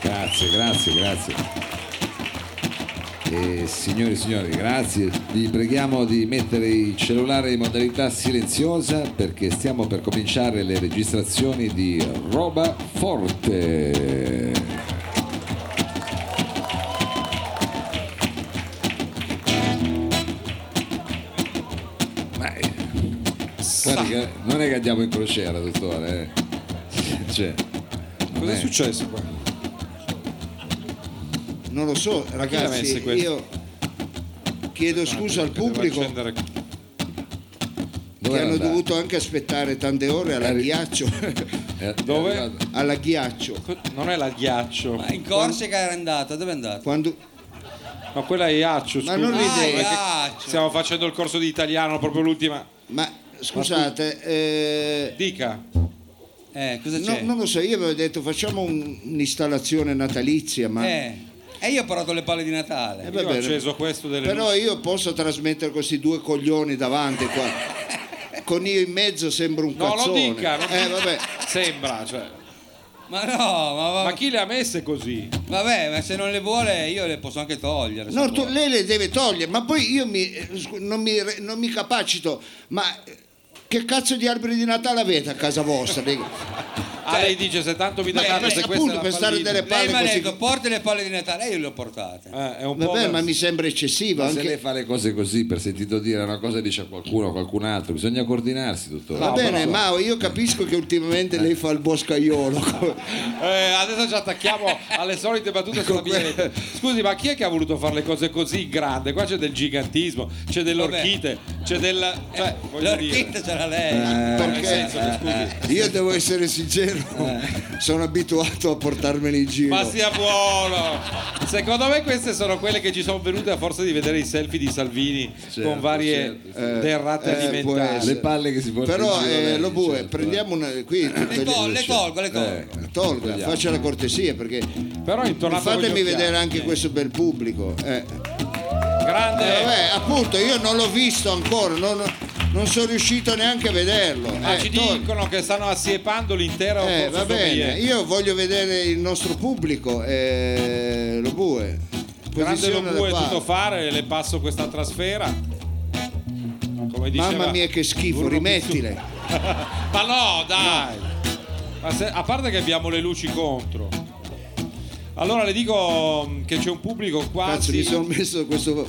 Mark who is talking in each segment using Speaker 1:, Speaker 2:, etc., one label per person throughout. Speaker 1: Grazie, grazie, grazie. E signori e signori, grazie. Vi preghiamo di mettere il cellulare in modalità silenziosa perché stiamo per cominciare le registrazioni di Roba Forte. Ma, eh, guardi che non è che andiamo in crociera, dottore. eh. Cioè, non
Speaker 2: Cosa è
Speaker 1: è-
Speaker 2: successo qua?
Speaker 3: Cioè, Non lo so,
Speaker 2: messo
Speaker 3: ragazzi,
Speaker 2: questo?
Speaker 3: io chiedo scusa al
Speaker 2: Devo
Speaker 3: pubblico
Speaker 2: accendere-
Speaker 3: che
Speaker 1: Dov'era
Speaker 3: hanno
Speaker 1: andato?
Speaker 3: dovuto anche aspettare tante ore alla
Speaker 1: Eri-
Speaker 3: ghiaccio.
Speaker 1: Eh, è
Speaker 2: Dove?
Speaker 1: arrivato-
Speaker 3: alla ghiaccio.
Speaker 2: Non è la ghiaccio,
Speaker 4: Ma Ah, in Corsica era andata, dove è andata?
Speaker 3: Quando...
Speaker 2: ma quella è Iaccio.
Speaker 3: Ma
Speaker 2: scusi.
Speaker 3: non l'idea.
Speaker 2: perché
Speaker 4: Iaccio.
Speaker 2: Stiamo facendo il corso di italiano, proprio l'ultima.
Speaker 3: Ma scusate, eh,
Speaker 2: Dica.
Speaker 4: Eh, cosa
Speaker 3: no-
Speaker 4: c'è?
Speaker 3: non lo so, io avevo detto facciamo un- un'installazione natalizia, ma...
Speaker 4: Eh, e io ho parlato le palle di Natale.
Speaker 3: Eh,
Speaker 2: Io
Speaker 3: va
Speaker 2: ho
Speaker 3: bene.
Speaker 2: acceso questo delle
Speaker 3: Però
Speaker 2: luci.
Speaker 3: io posso trasmettere questi due coglioni davanti qua. Con io in mezzo sembro un
Speaker 2: No, lo
Speaker 3: cazzone.
Speaker 2: dica. non-
Speaker 3: Eh, vabbè.
Speaker 2: Sembra, cioè.
Speaker 4: Ma no, ma, va-
Speaker 2: Ma chi le ha messe così?
Speaker 4: vabbè, ma se non le vuole io le posso anche togliere. se
Speaker 3: No, tu-
Speaker 4: vuole.
Speaker 3: lei le deve togliere, ma poi io mi- eh, scu- non, mi, re- non mi capacito, ma eh, che cazzo di alberi di Natale avete a casa vostra? Lei-
Speaker 2: Ah, lei dice se tanto mi dà
Speaker 3: Ma-
Speaker 2: tanto
Speaker 3: ma-
Speaker 2: se questa è
Speaker 3: Cioè, eh, appunto,
Speaker 2: la
Speaker 3: per stare
Speaker 2: pallina.
Speaker 3: delle- le
Speaker 4: Lei
Speaker 3: palle
Speaker 4: mi ha
Speaker 3: così- Ah,
Speaker 4: detto porti le palle di Natale e io le ho portate.
Speaker 2: Eh, è un po'
Speaker 3: Vabbè, ma mi sembra eccessiva.
Speaker 1: Se lei
Speaker 3: Anche...
Speaker 1: fa le cose così per sentito dire una cosa dice a qualcuno o a qualcun altro, bisogna coordinarsi, dottore.
Speaker 3: Va
Speaker 2: No,
Speaker 3: bene,
Speaker 2: però-
Speaker 3: Mao, io capisco che ultimamente lei fa il boscaiolo.
Speaker 2: Eh, adesso ci attacchiamo alle solite battute sulla biglietta. Scusi, ma chi è che ha voluto fare le cose così in grande? Qua c'è del gigantismo, c'è dell'orchite, c'è del.
Speaker 3: Eh,
Speaker 2: cioè, voglio dire.
Speaker 4: L'orchetta c'era lei.
Speaker 2: nel
Speaker 3: Perché
Speaker 2: senso che, scusi.
Speaker 3: io devo essere sincero, sono abituato a portarmeli in giro.
Speaker 2: Ma sia buono! Secondo me queste sono quelle che ci sono venute a forza di vedere i selfie di Salvini con varie
Speaker 1: certo,
Speaker 2: derrate
Speaker 3: Eh, può
Speaker 2: alimentari.
Speaker 3: essere.
Speaker 1: Le palle che si portano
Speaker 3: Però,
Speaker 1: in giro
Speaker 3: eh,
Speaker 1: lei,
Speaker 3: lo bue,
Speaker 1: certo,
Speaker 3: prendiamo una... Qui, tutte
Speaker 4: Le, tol- le
Speaker 3: luci.
Speaker 4: tolgo, le tolgo.
Speaker 1: eh.
Speaker 3: Tolga,
Speaker 1: Togliamo.
Speaker 3: faccia la cortesia perché
Speaker 2: Però è intornato con gli
Speaker 3: fatemi
Speaker 2: occhiali.
Speaker 3: vedere anche questo bel pubblico. Eh. Eh,
Speaker 2: Grande!
Speaker 3: vabbè, appunto, io non l'ho visto ancora, non, non sono riuscito neanche a vederlo.
Speaker 2: Ah,
Speaker 3: Eh,
Speaker 2: ci
Speaker 3: Tolga.
Speaker 2: dicono che stanno assiepando l'intera
Speaker 3: Eh, va bene,
Speaker 2: opposizione.
Speaker 3: io voglio vedere il nostro pubblico, eh, lo bue.
Speaker 2: Grande
Speaker 3: Posizione
Speaker 2: Lombue è
Speaker 3: da
Speaker 2: tutto
Speaker 3: parte.
Speaker 2: fare, le passo questa trasfera. Come diceva
Speaker 3: Mamma mia che schifo,
Speaker 2: Bruno
Speaker 3: rimettile.
Speaker 2: Pizzullo. Ma no, dai! Ma se- a parte che abbiamo le luci contro. Allora le dico mm, che c'è un pubblico qua.
Speaker 3: Cazzo,
Speaker 2: sì.
Speaker 3: mi sono messo questo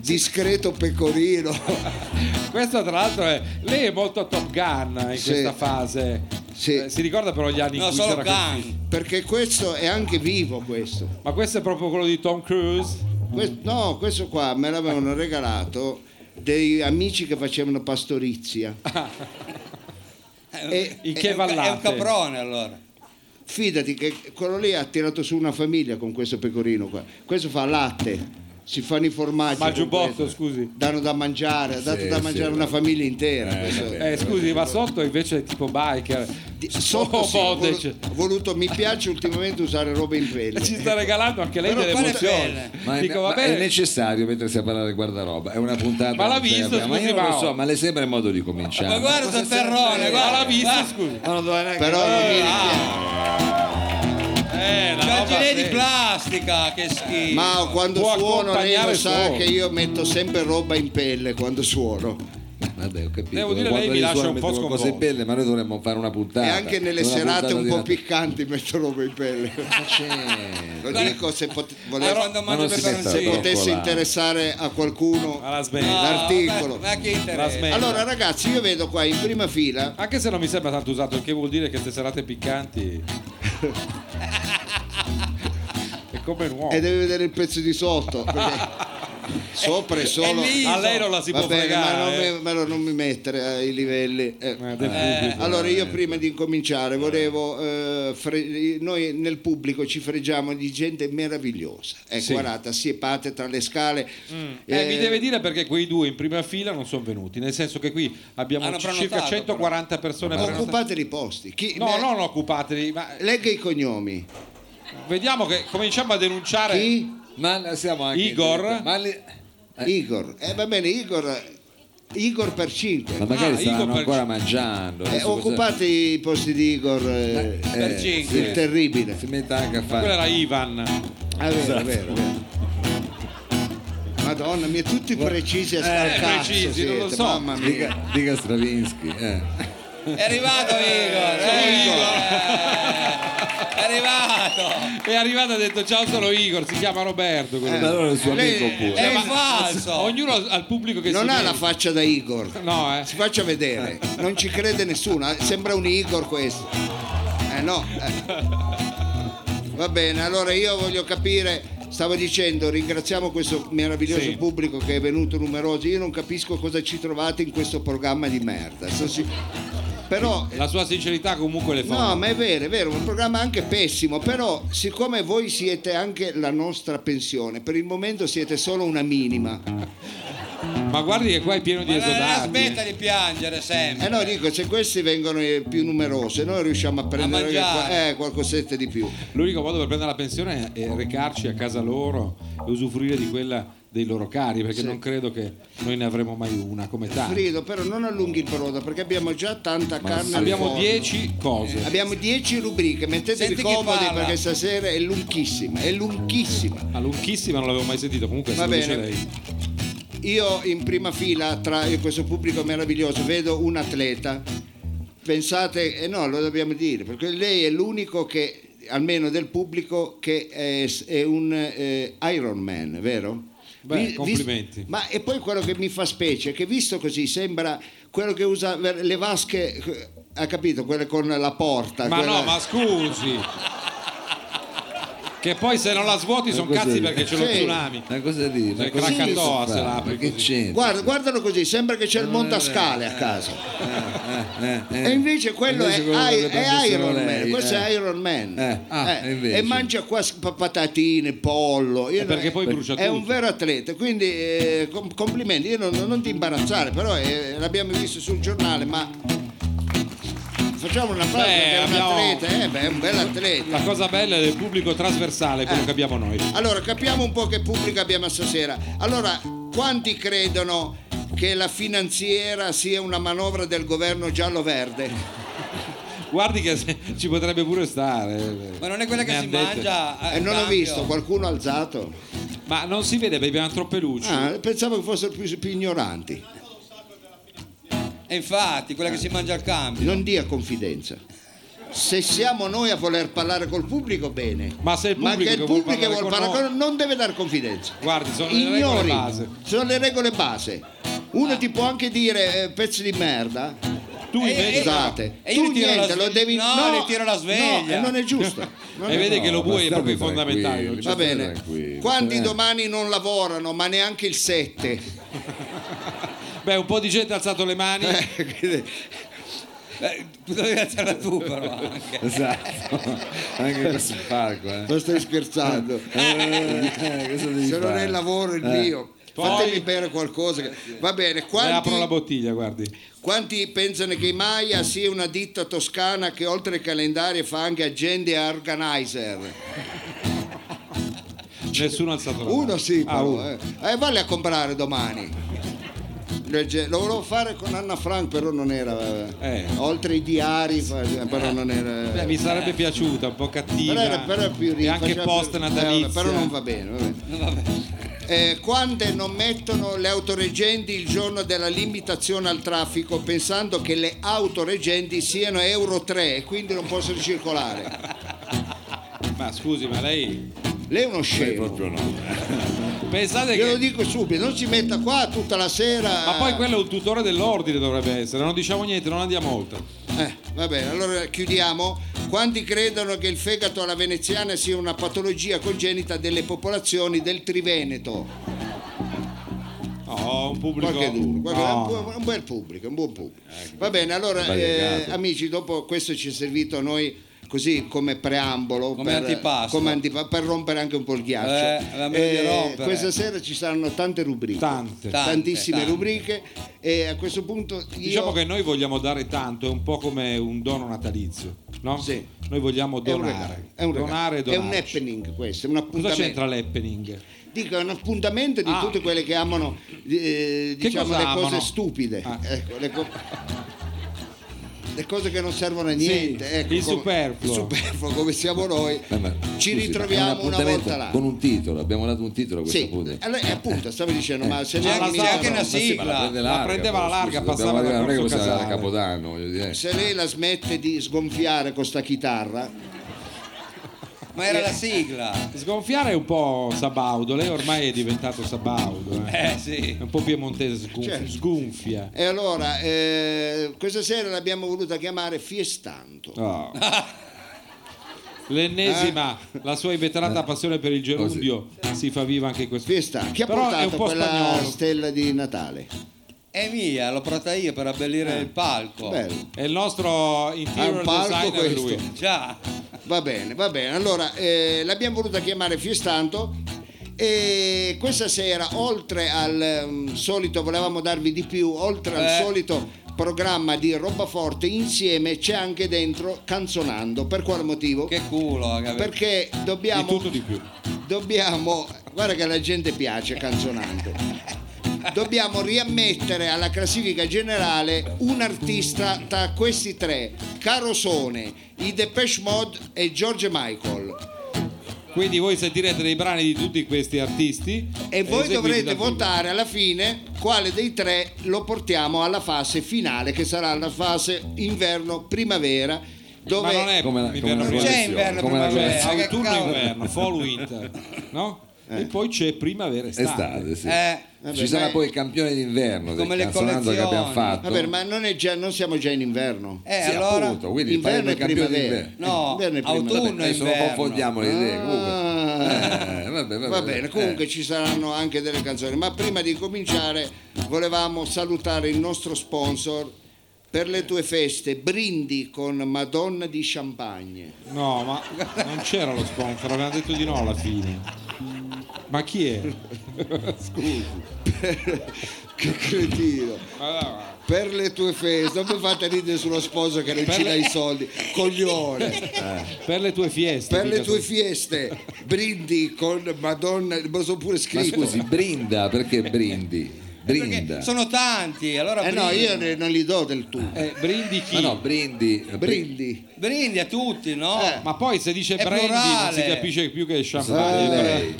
Speaker 3: discreto pecorino.
Speaker 2: Questo tra l'altro è. Lei è molto Top Gun in
Speaker 3: Sì.
Speaker 2: questa fase.
Speaker 3: Sì.
Speaker 2: Eh, si ricorda però gli anni
Speaker 4: No,
Speaker 2: in cui
Speaker 4: solo
Speaker 2: c'era quel film?
Speaker 4: Gang.
Speaker 3: Perché questo è anche vivo questo.
Speaker 2: Ma questo è proprio quello di Tom Cruise?
Speaker 3: Que- no, questo qua me l'avevano regalato dei amici che facevano pastorizia. E
Speaker 2: In
Speaker 4: È
Speaker 2: che
Speaker 4: un ca-
Speaker 2: vallate? Ah,
Speaker 4: È un caprone allora.
Speaker 3: fidati che quello lì ha tirato su una famiglia con questo pecorino qua. Questo fa latte, si fanno i formaggi.
Speaker 2: Ma il
Speaker 3: con
Speaker 2: giubbotto,
Speaker 3: questo.
Speaker 2: scusi.
Speaker 3: Danno da mangiare, ha dato
Speaker 1: Sì,
Speaker 3: da
Speaker 1: sì,
Speaker 3: mangiare
Speaker 1: va.
Speaker 3: una famiglia intera.
Speaker 1: Eh,
Speaker 3: questo-
Speaker 1: vabbè.
Speaker 2: Eh, scusi, ma sotto invece è tipo biker.
Speaker 3: Di- Sotto
Speaker 2: Oh,
Speaker 3: sì, ho
Speaker 2: Bodec.
Speaker 3: volu- ho voluto, mi piace ultimamente usare robe in pelle.
Speaker 2: Ci sta regalando anche lei
Speaker 4: Però
Speaker 2: delle
Speaker 4: quale
Speaker 2: emozioni.
Speaker 4: pelle?
Speaker 1: Ma è,
Speaker 2: Dico,
Speaker 1: ma
Speaker 2: va bene.
Speaker 1: è necessario mettersi a parlare di guardaroba, è una puntata.
Speaker 2: Ma l'ha
Speaker 1: non ce
Speaker 2: visto,
Speaker 1: l'abbiamo.
Speaker 2: scusi,
Speaker 1: ma io non
Speaker 2: Mao?
Speaker 1: lo so, ma le sembra il modo di cominciare.
Speaker 4: Ma guarda
Speaker 1: Cosa
Speaker 4: sta
Speaker 1: serve?
Speaker 4: ferrone,
Speaker 2: Ma
Speaker 4: guarda.
Speaker 2: Ah,
Speaker 4: Ah,
Speaker 2: l'ha vista,
Speaker 4: Va.
Speaker 2: scusi.
Speaker 1: Ma non doveva neanche-
Speaker 3: Però non mi
Speaker 2: Eh, la
Speaker 4: C'è il
Speaker 2: roba
Speaker 4: gilet
Speaker 2: sì.
Speaker 4: di plastica, che schifo.
Speaker 3: Ma quando
Speaker 2: Può
Speaker 3: suono lei
Speaker 2: accompagnare
Speaker 3: lo
Speaker 2: il
Speaker 3: sa
Speaker 2: suono.
Speaker 3: che io metto sempre roba in pelle quando suono.
Speaker 1: Vabbè, ho capito.
Speaker 2: Devo dire,
Speaker 1: Quando
Speaker 2: lei mi
Speaker 1: gli
Speaker 2: lascia
Speaker 1: suoni
Speaker 2: un po'
Speaker 1: mettono cose in
Speaker 2: sconvolto.
Speaker 1: pelle, ma noi dovremmo fare una puntata.
Speaker 3: E anche nelle
Speaker 1: una
Speaker 3: serate
Speaker 1: puntata
Speaker 3: un
Speaker 1: di
Speaker 3: po'
Speaker 1: Natale.
Speaker 3: piccanti metto roba in pelle.
Speaker 1: Ma c'è?
Speaker 3: Lo dico se pot- volevo-
Speaker 4: Ma quando
Speaker 1: Ma
Speaker 4: mangio
Speaker 1: non si metta Sì.
Speaker 3: se
Speaker 4: peperoncino.
Speaker 3: potesse
Speaker 1: Eccola.
Speaker 3: interessare a qualcuno
Speaker 2: Ma la smetta.
Speaker 4: No,
Speaker 3: l'articolo.
Speaker 4: Ma, ma che
Speaker 2: La
Speaker 4: interessa?
Speaker 2: smetta.
Speaker 3: Allora ragazzi, io vedo qua in prima fila
Speaker 2: Anche se non mi sembra tanto usato, il che vuol dire che queste serate piccanti. è come un uomo.
Speaker 3: e devi vedere il pezzo di sotto. perché Sopra è solo... Ah,
Speaker 4: è lì.
Speaker 2: A lei non la si
Speaker 3: Va
Speaker 2: può
Speaker 3: bene, ma non,
Speaker 2: fregare.
Speaker 3: mi, ma non mi mettere ai livelli. eh.
Speaker 2: eh, del
Speaker 4: Eh.
Speaker 2: pubblico.
Speaker 3: Allora io prima di incominciare volevo, eh, fre- noi nel pubblico ci fregiamo di gente meravigliosa, ecco
Speaker 2: Sì.
Speaker 3: guardate, assiepate tra le scale.
Speaker 2: Eh,
Speaker 3: Eh,
Speaker 2: mi deve dire perché quei due in prima fila non sono venuti, nel senso che qui abbiamo
Speaker 4: Hanno
Speaker 2: circa
Speaker 4: prenotato,
Speaker 2: 140 persone prenotate.
Speaker 3: Occupate i posti. Chi-
Speaker 2: No,
Speaker 3: me-
Speaker 2: non occupateli, ma
Speaker 3: Legga i cognomi.
Speaker 2: vediamo che cominciamo a denunciare.
Speaker 3: Chi?
Speaker 1: Ma siamo anche
Speaker 2: Igor?
Speaker 1: in diretta. Ma li-
Speaker 3: Eh, Igor. Eh, va bene, Igor Igor per 5.
Speaker 1: Ma magari
Speaker 2: Ah,
Speaker 1: stavano
Speaker 2: Igor per-
Speaker 1: ancora
Speaker 3: Eh,
Speaker 1: mangiando. adesso questo-
Speaker 3: occupate i posti di Igor, eh,
Speaker 1: Eh,
Speaker 4: per cinque.
Speaker 3: il terribile.
Speaker 1: Si mette anche a
Speaker 2: Quello
Speaker 1: fare.
Speaker 2: era Ivan.
Speaker 3: Ah, vero,
Speaker 2: Esatto.
Speaker 3: vero, vero. Madonna, mi è tutti precisi a scalcazzo
Speaker 2: Eh, precisi,
Speaker 3: siete,
Speaker 2: non lo so.
Speaker 3: mamma mia.
Speaker 1: Dica, dica Stravinsky. eh.
Speaker 4: È arrivato Igor. eh, Igor. È arrivato.
Speaker 2: È arrivato e ha detto ciao sono Igor, si chiama Roberto. quello.
Speaker 3: Eh.
Speaker 2: Ah,
Speaker 1: Ma allora è il suo
Speaker 3: Lei-
Speaker 1: amico pure.
Speaker 4: È
Speaker 3: Eh, ma-
Speaker 4: falso.
Speaker 2: Ognuno al pubblico che
Speaker 3: Non
Speaker 2: si
Speaker 3: ha
Speaker 2: vede.
Speaker 3: la faccia da Igor.
Speaker 2: No, eh.
Speaker 3: Si faccia vedere, non ci crede nessuno, eh, sembra un Igor questo. Eh no. eh. Va bene, allora io voglio capire, stavo dicendo, ringraziamo questo meraviglioso
Speaker 2: Sì.
Speaker 3: pubblico che è venuto numeroso, io non capisco cosa ci trovate in questo programma di merda. Sono sic- Però
Speaker 2: La sua sincerità comunque le fa.
Speaker 3: No, ma è vero, è vero, un programma anche pessimo, però siccome voi siete anche la nostra pensione, per il momento siete solo una minima.
Speaker 2: Ma guardi che qua è pieno di
Speaker 4: Ma non la
Speaker 2: esodati.
Speaker 4: smetta di piangere sempre.
Speaker 3: Eh no, dico, se questi vengono eh, più numerosi, noi riusciamo a prendere
Speaker 4: mangiare.
Speaker 3: eh, qualcosetta di più.
Speaker 2: L'unico modo per prendere la pensione è recarci a casa loro e usufruire di quella dei loro cari, perché non credo che noi ne avremo mai una come
Speaker 4: Ah.
Speaker 2: tale.
Speaker 3: Frido, però non allunghi il brodo perché abbiamo già tanta carne. al
Speaker 2: Abbiamo
Speaker 3: forno.
Speaker 2: 10 cose.
Speaker 3: Abbiamo 10 rubriche,
Speaker 4: Senti
Speaker 3: mettetevi
Speaker 4: chi
Speaker 3: comodi
Speaker 4: parla.
Speaker 3: perché stasera è lunghissima, è lunghissima.
Speaker 2: Ma lunghissima non l'avevo mai sentito, comunque
Speaker 3: Va
Speaker 2: se lo dice
Speaker 3: bene.
Speaker 2: lei.
Speaker 3: Io in prima fila tra questo pubblico meraviglioso vedo un atleta. Pensate, eh no, lo dobbiamo dire, perché lei è l'unico che, almeno del pubblico, che è, è un eh, Iron Man, vero?
Speaker 2: Beh, complimenti.
Speaker 3: ma e poi quello che mi fa specie è che visto così sembra quello che usa ver- le vasche, eh, ha capito, quelle con la porta.
Speaker 2: Ma
Speaker 3: Ah, quella-
Speaker 2: no, ma scusi. Che poi se non la svuoti sono
Speaker 1: Cos'è?
Speaker 2: cazzi perché c'è lo
Speaker 3: Sì.
Speaker 2: tsunami.
Speaker 1: Ma cosa dire? Ma
Speaker 2: Cioè,
Speaker 1: cosa
Speaker 2: Krakatoa
Speaker 1: posso
Speaker 2: se
Speaker 1: fare?
Speaker 2: l'apri
Speaker 1: Ma che
Speaker 2: così.
Speaker 1: c'entra?
Speaker 3: Guarda, guardalo così, sembra che c'è il montascale a casa.
Speaker 1: Eh, eh.
Speaker 3: E invece quello
Speaker 1: Invece
Speaker 3: è,
Speaker 1: quello
Speaker 3: I-
Speaker 1: che
Speaker 3: è
Speaker 1: pensavo
Speaker 3: Iron
Speaker 1: lei,
Speaker 3: Man, questo
Speaker 1: eh.
Speaker 3: è Iron Man.
Speaker 1: Eh, ah,
Speaker 3: Eh,
Speaker 1: invece.
Speaker 3: E mangia qua sp- patatine, pollo. Io
Speaker 2: Eh, perché poi brucia
Speaker 3: È un
Speaker 2: tutto.
Speaker 3: vero atleta, quindi eh, com- complimenti. Io non, non ti imbarazzare, però eh, l'abbiamo visto sul giornale, ma facciamo una frase
Speaker 2: Beh,
Speaker 3: che è un
Speaker 2: abbiamo-
Speaker 3: atleta, eh, beh, è un bel atleta.
Speaker 2: La cosa bella è del pubblico trasversale, quello
Speaker 3: Eh.
Speaker 2: che abbiamo noi.
Speaker 3: Allora, capiamo un po' che pubblico abbiamo stasera. Allora, quanti credono che la finanziera sia una manovra del governo giallo-verde?
Speaker 2: Guardi che se- ci potrebbe pure stare.
Speaker 4: Ma non è quella
Speaker 2: Ne
Speaker 4: che si
Speaker 2: han dette.
Speaker 4: mangia. a-
Speaker 3: Eh, non
Speaker 2: esatto.
Speaker 3: ho
Speaker 4: cambio.
Speaker 3: visto, qualcuno ha alzato.
Speaker 2: Ma non si vede perché abbiamo troppe luci.
Speaker 3: Ah, pensavo che fossero più, più ignoranti.
Speaker 4: E Eh, infatti, quella che si mangia al cambio.
Speaker 3: Non dia confidenza. Se siamo noi a voler parlare col pubblico, bene.
Speaker 2: Ma se il pubblico
Speaker 3: che il
Speaker 2: vuol
Speaker 3: pubblico
Speaker 2: parlare
Speaker 3: vuol
Speaker 2: con
Speaker 3: parlare con noi, non deve dare confidenza.
Speaker 2: Guardi, sono le regole
Speaker 3: Ignori,
Speaker 2: base.
Speaker 3: sono le regole base. Uno ti può anche dire eh, pezzi di merda.
Speaker 2: Tu
Speaker 4: Eh,
Speaker 2: invece.
Speaker 4: eh,
Speaker 3: Scusate,
Speaker 4: E io
Speaker 3: tu
Speaker 4: gli tiro la
Speaker 3: niente,
Speaker 4: sveglia.
Speaker 3: lo devi
Speaker 4: No, le tiro la sveglia.
Speaker 3: no, e non è giusto. Non
Speaker 2: e
Speaker 3: è
Speaker 2: vede
Speaker 1: no,
Speaker 2: che lo
Speaker 1: ma
Speaker 2: bue è
Speaker 1: state
Speaker 2: proprio
Speaker 1: tranquilli.
Speaker 2: fondamentale. non c'è-
Speaker 3: Va bene.
Speaker 1: tranquilli,
Speaker 3: Quanti
Speaker 1: eh.
Speaker 3: domani non lavorano, ma neanche il 7.
Speaker 2: Beh, un po' di gente ha alzato le mani.
Speaker 4: Eh, dovevi alzarla tu però anche.
Speaker 1: Esatto, anche questo è parco. Eh.
Speaker 3: Non stai scherzando.
Speaker 1: Eh, cosa devi
Speaker 3: Se non
Speaker 1: fare?
Speaker 3: è il lavoro, il mio.
Speaker 2: Eh. Poi-
Speaker 3: Fatemi bere qualcosa. che- Va bene,
Speaker 2: Le apro la
Speaker 3: quanti,
Speaker 2: bottiglia, guardi.
Speaker 3: quanti pensano che Maia sia una ditta toscana che oltre ai calendari fa anche agende e organizer?
Speaker 2: Nessuno ha alzato la mano.
Speaker 3: Uno sì,
Speaker 2: Ah,
Speaker 3: però.
Speaker 2: uno.
Speaker 3: eh. Eh, valli a comprare domani. Legge- Lo volevo fare con Anna Frank, però non era.
Speaker 2: Eh.
Speaker 3: Oltre i diari, fa- però non era.
Speaker 2: Beh, mi sarebbe piaciuta, un po' cattiva.
Speaker 3: però era, però era più
Speaker 2: E
Speaker 3: ricca,
Speaker 2: anche
Speaker 3: cioè,
Speaker 2: post
Speaker 3: più- eh,
Speaker 2: natalizia.
Speaker 3: vabbè, però non va bene, va bene. Eh, quante non mettono le autoreggenti il giorno della limitazione al traffico pensando che le autoreggenti siano Euro 3 e quindi non possono circolare?
Speaker 2: Ma scusi, ma lei.
Speaker 3: Lei è uno
Speaker 1: Eh,
Speaker 3: scemo.
Speaker 1: proprio no.
Speaker 2: Pensate
Speaker 3: Glielo
Speaker 2: che.
Speaker 3: dico subito, non si metta qua tutta la sera.
Speaker 2: Ma poi quello è un tutore dell'ordine dovrebbe essere, non diciamo niente, non andiamo oltre.
Speaker 3: Eh, va bene, allora chiudiamo. Quanti credono che il fegato alla veneziana sia una patologia congenita delle popolazioni del Triveneto?
Speaker 2: No, un pubblico.
Speaker 3: Qualche duro, qualche-
Speaker 2: No.
Speaker 3: un, bu- un bel pubblico, un buon pubblico. Va bene, allora
Speaker 1: variegato.
Speaker 3: eh, amici, dopo questo ci è servito a noi così come preambolo,
Speaker 4: Come antipasto.
Speaker 3: come antipa- per rompere anche un po' il ghiaccio.
Speaker 4: Eh, la meglio rompere.
Speaker 3: questa sera ci saranno tante rubriche,
Speaker 2: Tante.
Speaker 4: Tante,
Speaker 3: tantissime
Speaker 4: tante.
Speaker 3: rubriche e a questo punto io...
Speaker 2: Diciamo che noi vogliamo dare tanto, è un po' come un dono natalizio, no?
Speaker 3: Sì.
Speaker 2: Noi vogliamo
Speaker 3: è un
Speaker 2: donare.
Speaker 3: regalo, è un, regalo.
Speaker 2: donare e
Speaker 3: è un
Speaker 2: donarci.
Speaker 3: happening questo, è un
Speaker 2: Cosa
Speaker 3: appuntamento.
Speaker 2: c'entra l'happening?
Speaker 3: Dico, è un appuntamento di
Speaker 2: Ah.
Speaker 3: tutte quelle che amano eh,
Speaker 2: Che
Speaker 3: diciamo,
Speaker 2: cosa
Speaker 3: le
Speaker 2: amano?
Speaker 3: cose stupide.
Speaker 2: Ah.
Speaker 3: Ecco, le, co- le cose che non servono a niente. ecco,
Speaker 2: il
Speaker 3: come-
Speaker 2: superfluo.
Speaker 3: il superfluo, come siamo noi.
Speaker 1: Eh, ma,
Speaker 3: Ci
Speaker 1: scusi,
Speaker 3: ritroviamo
Speaker 1: ma è un
Speaker 3: una
Speaker 1: appuntamento
Speaker 3: volta là.
Speaker 1: Con un titolo, abbiamo dato un titolo a questo
Speaker 3: Sì,
Speaker 1: punto.
Speaker 3: allora, eh, appunto, stavo dicendo, ma se
Speaker 4: C'è
Speaker 3: ne
Speaker 4: anche-
Speaker 3: arriva-
Speaker 4: c'è anche una
Speaker 1: Ma sì, ma
Speaker 4: sigla.
Speaker 1: prende
Speaker 2: La
Speaker 1: larga,
Speaker 2: prendeva
Speaker 1: poi,
Speaker 2: la larga,
Speaker 1: scusi,
Speaker 2: passava
Speaker 1: dobbiamo
Speaker 2: da
Speaker 1: arrivare- non è che
Speaker 2: Corso
Speaker 1: possiamo andare a
Speaker 2: Casale.
Speaker 1: Capodanno, voglio dire.
Speaker 3: Se lei la smette di sgonfiare con sta chitarra,
Speaker 4: Ma era la sigla.
Speaker 2: Sgonfiare è un po' Sabaudo, lei ormai è diventato Sabaudo. Eh.
Speaker 4: Eh sì.
Speaker 2: È un po' piemontese, sgonf-
Speaker 3: Certo.
Speaker 2: sgonfia.
Speaker 3: e allora eh, questa sera l'abbiamo voluta chiamare Fiestanto.
Speaker 2: Oh. L'ennesima,
Speaker 3: Eh.
Speaker 2: la sua inveterata passione per il gerundio si fa viva anche in questo.
Speaker 3: Fiesta, chi ha
Speaker 2: Però è
Speaker 3: portato
Speaker 2: un po'
Speaker 3: quella
Speaker 2: spagnolo.
Speaker 3: stella di Natale?
Speaker 4: È mia, l'ho portata io per abbellire il palco.
Speaker 3: Eh. Bello.
Speaker 2: È il nostro
Speaker 3: Ha
Speaker 2: interior
Speaker 3: un palco
Speaker 2: designer
Speaker 3: questo.
Speaker 2: lui.
Speaker 4: Già.
Speaker 3: Va bene, va bene. Allora, eh, l'abbiamo voluta chiamare Fiestanto e questa sera, oltre al mm, solito, volevamo darvi di più, oltre al
Speaker 4: Eh.
Speaker 3: solito programma di roba forte, insieme c'è anche dentro Canzonando. Per quale motivo?
Speaker 4: Che culo, raga.
Speaker 3: Perché
Speaker 2: Di
Speaker 3: dobbiamo
Speaker 2: tutto di più.
Speaker 3: dobbiamo guarda che alla gente piace canzonando dobbiamo riammettere alla classifica generale un artista tra questi tre Carosone, i Depeche Mode e George Michael
Speaker 2: Quindi voi sentirete dei brani di tutti questi artisti.
Speaker 3: e voi
Speaker 2: eseguiti
Speaker 3: dovrete
Speaker 2: dal vivo.
Speaker 3: votare alla fine quale dei tre lo portiamo alla fase finale che sarà la fase inverno-primavera dove
Speaker 2: Ma non è
Speaker 1: Come la-
Speaker 2: mi
Speaker 1: come la
Speaker 2: verrà-
Speaker 4: Non c'è
Speaker 1: Collezione,
Speaker 4: inverno
Speaker 1: come
Speaker 2: Cioè,
Speaker 1: la
Speaker 4: primavera.
Speaker 1: collezione.
Speaker 4: che cavolo.
Speaker 2: autunno-inverno, fall winter, no? E poi c'è primavera e estate.
Speaker 1: Estate, sì.
Speaker 4: Eh.
Speaker 3: Vabbè,
Speaker 1: Ci sarà
Speaker 3: ma-
Speaker 1: poi il campione d'inverno
Speaker 4: Come
Speaker 1: del
Speaker 4: le
Speaker 1: canzonando che abbiamo
Speaker 4: collezioni.
Speaker 1: fatto.
Speaker 3: Vabbè, ma non, è già- non siamo già in inverno
Speaker 4: Eh,
Speaker 1: Sì,
Speaker 4: allora.
Speaker 1: appunto, quindi
Speaker 3: Inverno
Speaker 1: parliamo di
Speaker 3: e
Speaker 1: campione
Speaker 3: primavera.
Speaker 1: d'inverno.
Speaker 4: No,
Speaker 3: Inverno e primavera.
Speaker 4: autunno e
Speaker 1: Adesso non
Speaker 4: inverno.
Speaker 1: confondiamo le idee. Comunque.
Speaker 3: Ah.
Speaker 1: Eh, vabbè, vabbè.
Speaker 3: Va bene, comunque
Speaker 1: Eh.
Speaker 3: ci saranno anche delle canzoni, ma prima di cominciare volevamo salutare il nostro sponsor per le tue feste, Brindi con Madonna di Champagne.
Speaker 2: No, ma non c'era lo sponsor, avevamo detto di no alla fine. Ma chi è?
Speaker 3: che cretino!
Speaker 2: Allora,
Speaker 3: Per le tue feste, non mi fate ridere sullo sposo che non ci dà i soldi, coglione!
Speaker 2: Per le tue fieste.
Speaker 3: Per
Speaker 2: dica
Speaker 3: le tue
Speaker 2: tu.
Speaker 3: feste, Brindi con Madonna, me lo sono pure
Speaker 1: Ma
Speaker 3: scritto.
Speaker 1: scusi, Brinda, perché Brindi? Brinda.
Speaker 4: Perché sono tanti, allora
Speaker 3: Eh no,
Speaker 4: brindi.
Speaker 3: io ne- non li do del tu.
Speaker 2: Eh, brindi chi?
Speaker 1: Ma no, Brindi.
Speaker 3: Brindi.
Speaker 4: Brindi a tutti, no?
Speaker 3: Eh.
Speaker 2: Ma poi se dice
Speaker 4: È
Speaker 2: brandy non si
Speaker 4: plurale.
Speaker 2: capisce più che è
Speaker 1: Brindi,
Speaker 2: champagne.
Speaker 3: Eh,
Speaker 1: lei.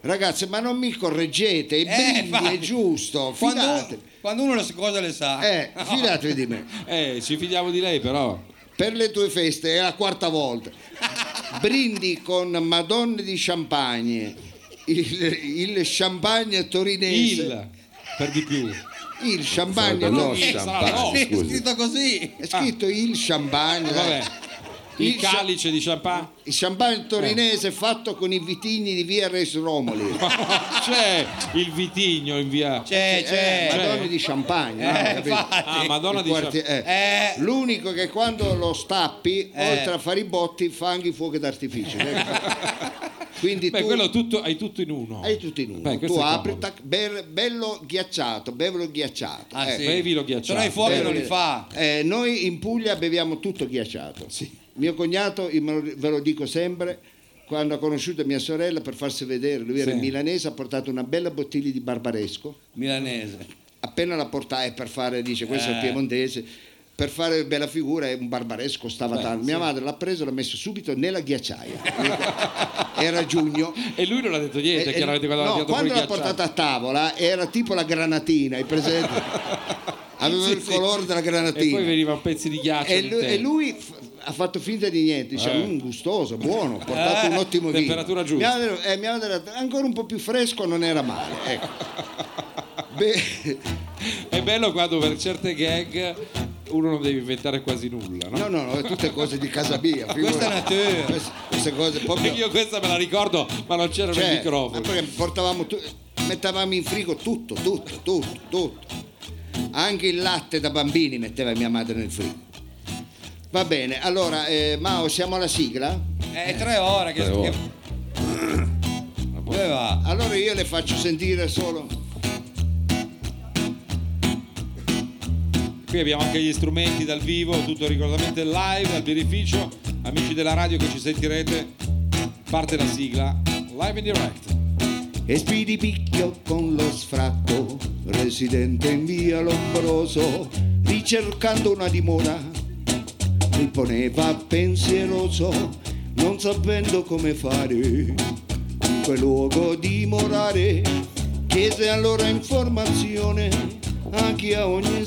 Speaker 3: Ragazzi, ma non mi correggete, i
Speaker 4: Eh,
Speaker 3: brindi
Speaker 4: infatti.
Speaker 3: è giusto,
Speaker 4: Quando,
Speaker 3: fidatevi.
Speaker 4: quando uno le cose le sa.
Speaker 3: Eh, fidatevi di me.
Speaker 2: Eh, ci fidiamo di lei però.
Speaker 3: Per le tue feste è la quarta volta. Brindi con Madonne di Champagne, il, il champagne torinese.
Speaker 2: Il, per di più.
Speaker 3: Il champagne,
Speaker 1: Sarebbe
Speaker 3: no,
Speaker 1: lo
Speaker 2: Eh, sarà
Speaker 1: champagne,
Speaker 4: Sì, è
Speaker 1: scusi.
Speaker 4: scritto così.
Speaker 3: è scritto il champagne.
Speaker 2: Eh, Vabbè. Il,
Speaker 3: Il cha-
Speaker 2: calice di champagne.
Speaker 3: Il champagne torinese fatto con i vitigni di via Res Romoli.
Speaker 2: Eh, C'è il vitigno in via.
Speaker 4: C'è,
Speaker 3: Eh,
Speaker 4: c'è.
Speaker 3: Madonne di Champagne. no,
Speaker 4: cioè. Eh,
Speaker 3: capito?
Speaker 4: infatti.
Speaker 2: Ah, Madonna
Speaker 3: Il
Speaker 2: di
Speaker 3: quartier-
Speaker 2: champagne.
Speaker 3: eh.
Speaker 4: Eh,
Speaker 3: L'unico che quando lo stappi,
Speaker 4: Eh.
Speaker 3: oltre a fare i botti, fa anche i fuochi d'artificio. eh. Quindi
Speaker 2: Beh,
Speaker 3: tu
Speaker 2: quello tutto, hai tutto in uno.
Speaker 3: hai tutto in uno.
Speaker 2: Oh. Beh, questo
Speaker 3: tu
Speaker 2: è comodo.
Speaker 3: apri, tac, ber- bello ghiacciato, bello ghiacciato.
Speaker 4: Ah,
Speaker 3: Eh,
Speaker 4: sì.
Speaker 2: Bevi lo ghiacciato.
Speaker 4: Se no i fuochi
Speaker 3: bello
Speaker 4: non li
Speaker 3: ghi-
Speaker 4: fa.
Speaker 3: Eh, noi in Puglia beviamo tutto ghiacciato. Mio cognato, io me lo- ve lo dico sempre, quando ha conosciuto mia sorella per farsi vedere, lui era
Speaker 2: Sì.
Speaker 3: milanese, ha portato una bella bottiglia di barbaresco
Speaker 4: Milanese.
Speaker 3: appena la portai per fare, dice questo
Speaker 4: Eh.
Speaker 3: è il piemontese, per fare bella figura è un barbaresco, stava tanto. Mia madre l'ha preso e l'ha messo subito nella ghiacciaia. Era giugno.
Speaker 2: E lui non l'ha detto
Speaker 3: E-
Speaker 2: niente,
Speaker 3: e-
Speaker 2: chiaramente quando l'ha
Speaker 3: Eh, no,
Speaker 2: tirato fuori
Speaker 3: quando
Speaker 2: il
Speaker 3: l'ha
Speaker 2: ghiacciato.
Speaker 3: portata a tavola era tipo la granatina, hai presente? Aveva
Speaker 2: Sì,
Speaker 3: il
Speaker 2: sì.
Speaker 3: colore della
Speaker 2: E
Speaker 3: granatina.
Speaker 2: poi venivano pezzi di ghiaccio.
Speaker 3: E
Speaker 2: nel
Speaker 3: lui,
Speaker 2: tè.
Speaker 3: e lui f- ha fatto finta di niente, dice,
Speaker 2: Eh.
Speaker 3: "Mm, gustoso, buono, ha portato un ottimo vino.
Speaker 2: temperatura giusta.
Speaker 3: Mia madre- eh, mia madre ha detto, ancora un po' più fresco non era male. Ecco. Beh,
Speaker 2: È bello quando per certe gag uno non deve inventare quasi nulla, no?
Speaker 3: No, no, no, tutte cose di casa mia.
Speaker 4: Questa è
Speaker 3: figurati.
Speaker 4: natura.
Speaker 3: Queste, queste cose proprio.
Speaker 2: Io questa me la ricordo, ma non c'era
Speaker 3: cioè,
Speaker 2: il microfono.
Speaker 3: ma perché portavamo tu- mettevamo in frigo tutto, tutto, tutto, tutto. Anche il latte da bambini metteva mia madre nel frigo. Va bene, allora, eh, Mao, siamo alla sigla? Eh.
Speaker 4: È Eh, tre ore che...
Speaker 1: Tre ore.
Speaker 4: che- Dove va?
Speaker 3: Allora io le faccio sentire solo.
Speaker 2: Qui abbiamo anche gli strumenti dal vivo, tutto rigorosamente live al birrificio. Amici della radio che ci sentirete, parte la sigla live in direct.
Speaker 3: e spiripicchio con lo sfratto, residente in via Lombroso, ricercando una dimora, mi poneva pensieroso, non sapendo come fare in quel luogo dimorare. Chiese allora informazione a chi ha ogni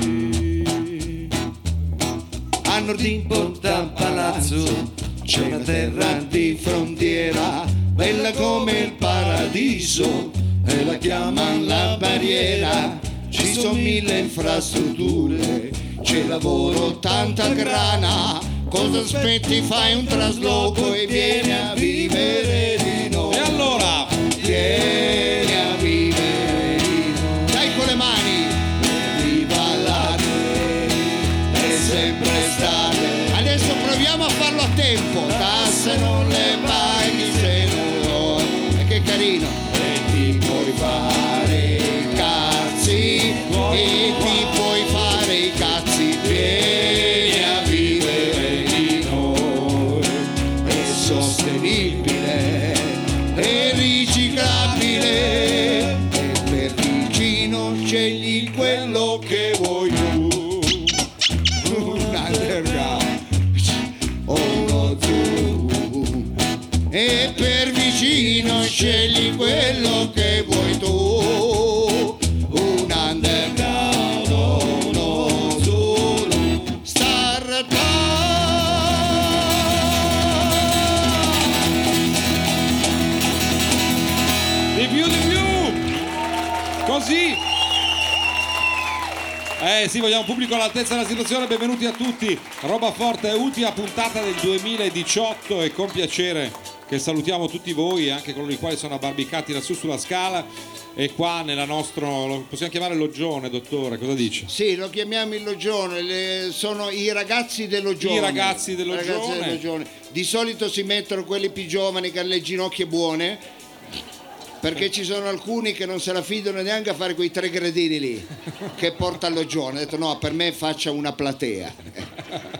Speaker 3: soluzione. A nord in Porta Palazzo c'è una terra di frontiera, bella come il paradiso, e la chiamano la barriera. Ci sono mille infrastrutture, c'è lavoro, tanta grana. Cosa aspetti? Fai un trasloco e vieni a vivere di noi.
Speaker 2: E allora,
Speaker 3: Vieni a vivere di noi. Dai con le mani. Viva la te, è sempre stare. Adesso proviamo a farlo a tempo. Tasse non le paghi se non E che carino. E ti puoi fare i cazzi. E ti puoi fare i cazzi. Vieni a vivere di noi è sostenibile, è riciclabile e per vicino scegli quello che vuoi tu. Un underground o uno zoom e per vicino scegli quello che vuoi tu. Un underground o uno zoom. Startup.
Speaker 2: di più, di più! Così! Eh sì, vogliamo un pubblico all'altezza della situazione, benvenuti a tutti. Roba forte e ultima puntata del 2018 e con piacere che salutiamo tutti voi, anche coloro i quali sono abbarbicati lassù sulla scala e qua nella nostra, lo possiamo chiamare loggione, dottore, cosa dice?
Speaker 3: Sì, lo chiamiamo il Logione, le- sono i ragazzi del Logione.
Speaker 2: I ragazzi del
Speaker 3: Ragazzi
Speaker 2: Logione.
Speaker 3: del Logione. Di solito si mettono quelli più giovani che hanno le ginocchia buone, perché ci sono alcuni che non se la fidano neanche a fare quei tre gradini lì, che porta al Logione. Ho detto no, per me faccia una platea.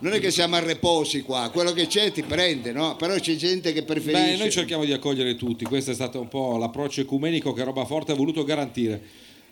Speaker 3: Non è che siamo a reposi qua, quello che c'è ti prende, no? Però c'è gente che preferisce...
Speaker 2: Beh, noi cerchiamo di accogliere tutti, questo è stato un po' l'approccio ecumenico che Roba Forte ha voluto garantire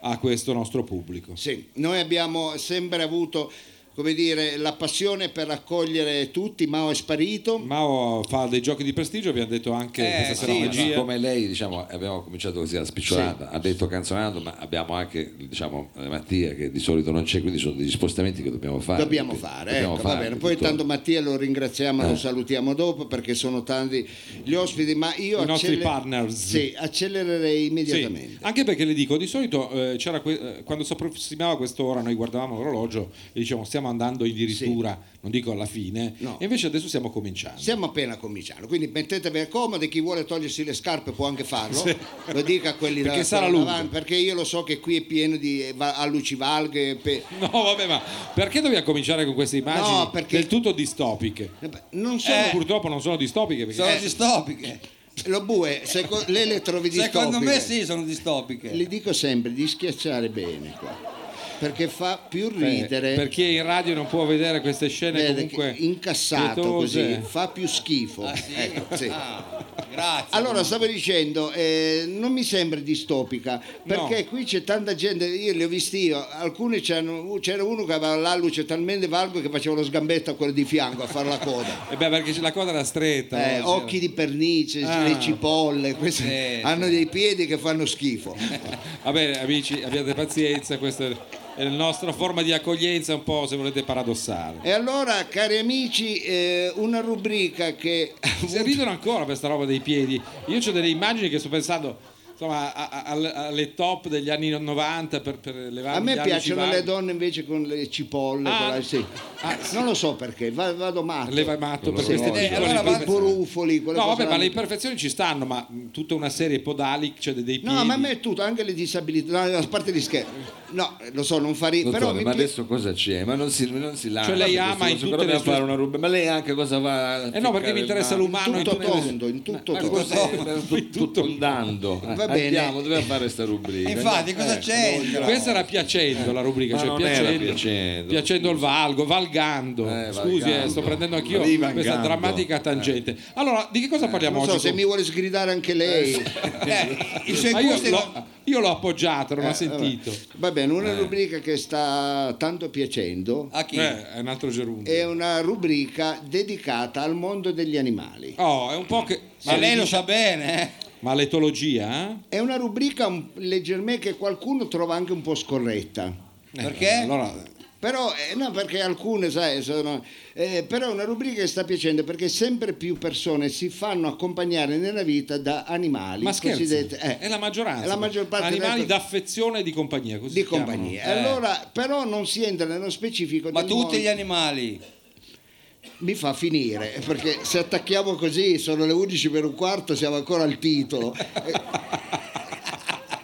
Speaker 2: a questo nostro pubblico.
Speaker 3: Sì, noi abbiamo sempre avuto come dire, la passione per accogliere tutti, Mao è sparito.
Speaker 2: Mao fa dei giochi di prestigio, abbiamo detto anche
Speaker 4: Eh,
Speaker 2: questa sera
Speaker 4: sì,
Speaker 2: magia.
Speaker 4: Energia.
Speaker 1: come lei diciamo abbiamo cominciato così a spicciolata ha detto canzonando ma abbiamo anche diciamo eh, Mattia che di solito non c'è quindi sono degli spostamenti che dobbiamo fare
Speaker 3: Dobbiamo
Speaker 1: Quindi
Speaker 3: fare,
Speaker 1: dobbiamo Eh.
Speaker 3: ecco, va
Speaker 1: farli,
Speaker 3: bene. Poi
Speaker 1: dottore.
Speaker 3: tanto Mattia lo ringraziamo, lo salutiamo dopo perché sono tanti gli ospiti, ma io
Speaker 2: I nostri
Speaker 3: acceler-
Speaker 2: partners.
Speaker 3: Sì, accelererei
Speaker 2: Sì, Ah.
Speaker 3: immediatamente.
Speaker 2: anche perché le dico, di solito eh, c'era que- eh, quando si approssimava quest'ora noi guardavamo l'orologio e dicevamo stiamo andando addirittura, non dico alla fine,
Speaker 3: No.
Speaker 2: e invece adesso stiamo cominciando.
Speaker 3: Stiamo appena cominciando, quindi mettetevi a comodo e chi vuole togliersi le scarpe può anche farlo. Lo dica a quelli
Speaker 2: Perché
Speaker 3: da-
Speaker 2: sarà
Speaker 3: quelli
Speaker 2: lungo.
Speaker 3: davanti, perché io lo so che qui è pieno di eh, va- allucivalghe. pe-
Speaker 2: No, vabbè, ma perché dobbiamo cominciare con queste immagini
Speaker 3: No, perché-
Speaker 2: del tutto distopiche?
Speaker 3: Eh beh, Non sono
Speaker 2: Sono- Purtroppo non sono distopiche perché
Speaker 3: Eh.
Speaker 2: Eh.
Speaker 4: Sono distopiche.
Speaker 3: Lo bue, seco- lei le trovi distopiche.
Speaker 4: Secondo me sì, sono distopiche.
Speaker 3: Le dico sempre di schiacciare bene qua, perché fa più
Speaker 2: Eh,
Speaker 3: ridere.
Speaker 2: per chi è in radio non può vedere queste scene
Speaker 3: vede,
Speaker 2: comunque
Speaker 3: che incassato
Speaker 2: pietose.
Speaker 3: così, fa più schifo.
Speaker 4: Ah, sì?
Speaker 3: Ecco, sì.
Speaker 4: Ah, grazie.
Speaker 3: Allora stavo dicendo, eh, non mi sembra distopica, perché qui c'è tanta gente, io li ho visti io, alcuni c'hanno- c'era uno che aveva l'alluce talmente valgo che faceva lo sgambetto a quello di fianco a fare la coda.
Speaker 2: Eh beh, perché la cosa era stretta.
Speaker 3: Eh,
Speaker 2: no?
Speaker 3: occhi di pernice,
Speaker 2: Ah.
Speaker 3: le cipolle, queste
Speaker 4: Sì,
Speaker 3: hanno dei piedi che fanno schifo.
Speaker 2: Va bene, amici, abbiate pazienza, questa è la nostra forma di accoglienza un po', se volete, paradossale.
Speaker 3: E allora, cari amici, eh, una rubrica che
Speaker 2: Se ridono ancora per sta roba dei piedi, io ho delle immagini che sto pensando insomma, a- a- al- alle top degli anni 90 per, per levarmi
Speaker 3: a
Speaker 2: gli
Speaker 3: me
Speaker 2: anni
Speaker 3: piacciono
Speaker 2: 50.
Speaker 3: le donne invece con le cipolle,
Speaker 2: Ah.
Speaker 3: con la- sì.
Speaker 2: Ah, sì.
Speaker 3: non lo so perché, va- vado matto.
Speaker 2: Leva matto per
Speaker 1: Sì,
Speaker 2: queste
Speaker 1: no,
Speaker 2: piccole
Speaker 4: eh, allora
Speaker 3: I
Speaker 4: va-
Speaker 2: imperfezioni.
Speaker 3: porufoli, quelle
Speaker 2: No,
Speaker 3: cose
Speaker 2: vabbè,
Speaker 3: là.
Speaker 2: ma le imperfezioni ci stanno, ma mh, tutta una serie podalic, c'è dei piedi.
Speaker 3: No, ma a me è tutto, anche le disabilità, no, a parte gli scherzi. No, lo so, non fare...
Speaker 1: Dottore,
Speaker 3: però mi
Speaker 1: ma
Speaker 3: pi-
Speaker 1: adesso cosa c'è? Ma non si, non si lancia.
Speaker 2: Cioè, lei ama in tutte le sue-
Speaker 1: fare una roba. Ma lei anche cosa va a
Speaker 2: Eh no, perché
Speaker 1: ficcare
Speaker 2: mi interessa
Speaker 1: il
Speaker 2: l'umano.
Speaker 3: tutto
Speaker 2: in tutte le-
Speaker 3: tondo, Eh, in tutto
Speaker 1: Ma
Speaker 3: tondo.
Speaker 1: cos'è? tutto andando.
Speaker 3: Va bene.
Speaker 1: Andiamo, doveva fare sta rubrica.
Speaker 4: Infatti, cosa
Speaker 3: Eh,
Speaker 4: c'entra?
Speaker 2: Questa era Piacendo la rubrica,
Speaker 1: Ma
Speaker 2: cioè
Speaker 1: non era
Speaker 2: piacendo,
Speaker 1: Piacendo.
Speaker 2: Piacendo il Valgo, Valgando.
Speaker 1: Eh,
Speaker 2: Scusi,
Speaker 1: Valgando.
Speaker 2: eh, sto prendendo anch'io
Speaker 1: Arriva
Speaker 2: questa
Speaker 1: Gando.
Speaker 2: drammatica tangente. Allora, di che cosa parliamo
Speaker 3: Non so
Speaker 2: oggi?
Speaker 3: se mi vuole sgridare anche lei.
Speaker 4: Eh, I suoi
Speaker 2: Ma io,
Speaker 4: gusti...
Speaker 2: l'ho, io l'ho appoggiato, non ho sentito.
Speaker 3: Eh, Va bene, una rubrica che sta tanto piacendo
Speaker 4: A chi?
Speaker 2: Eh, è un altro gerundo.
Speaker 3: è una rubrica dedicata al mondo degli animali.
Speaker 2: Oh, è un po' che...
Speaker 4: Ma lei lo sa bene, eh?
Speaker 2: Ma l'etologia? eh?
Speaker 3: È una rubrica un- leggermente che qualcuno trova anche un po' scorretta.
Speaker 4: Perché?
Speaker 2: Eh, Allora,
Speaker 3: Però, eh, no, perché alcune, sai, sono... eh, però è una rubrica che sta piacendo perché sempre più persone si fanno accompagnare nella vita da animali.
Speaker 2: ma scherzi,
Speaker 3: cosiddette- eh,
Speaker 2: è la maggioranza.
Speaker 3: è la maggior parte
Speaker 2: Animali
Speaker 3: del-
Speaker 2: d'affezione e di compagnia. Così
Speaker 3: di
Speaker 2: si chiamano.
Speaker 3: compagnia.
Speaker 2: Eh.
Speaker 3: Allora, però non si entra nello specifico
Speaker 4: Ma
Speaker 3: del
Speaker 4: tutti
Speaker 3: mondo-
Speaker 4: gli animali.
Speaker 3: Eh mi fa finire perché se attacchiamo così sono le 11 per un quarto siamo ancora al titolo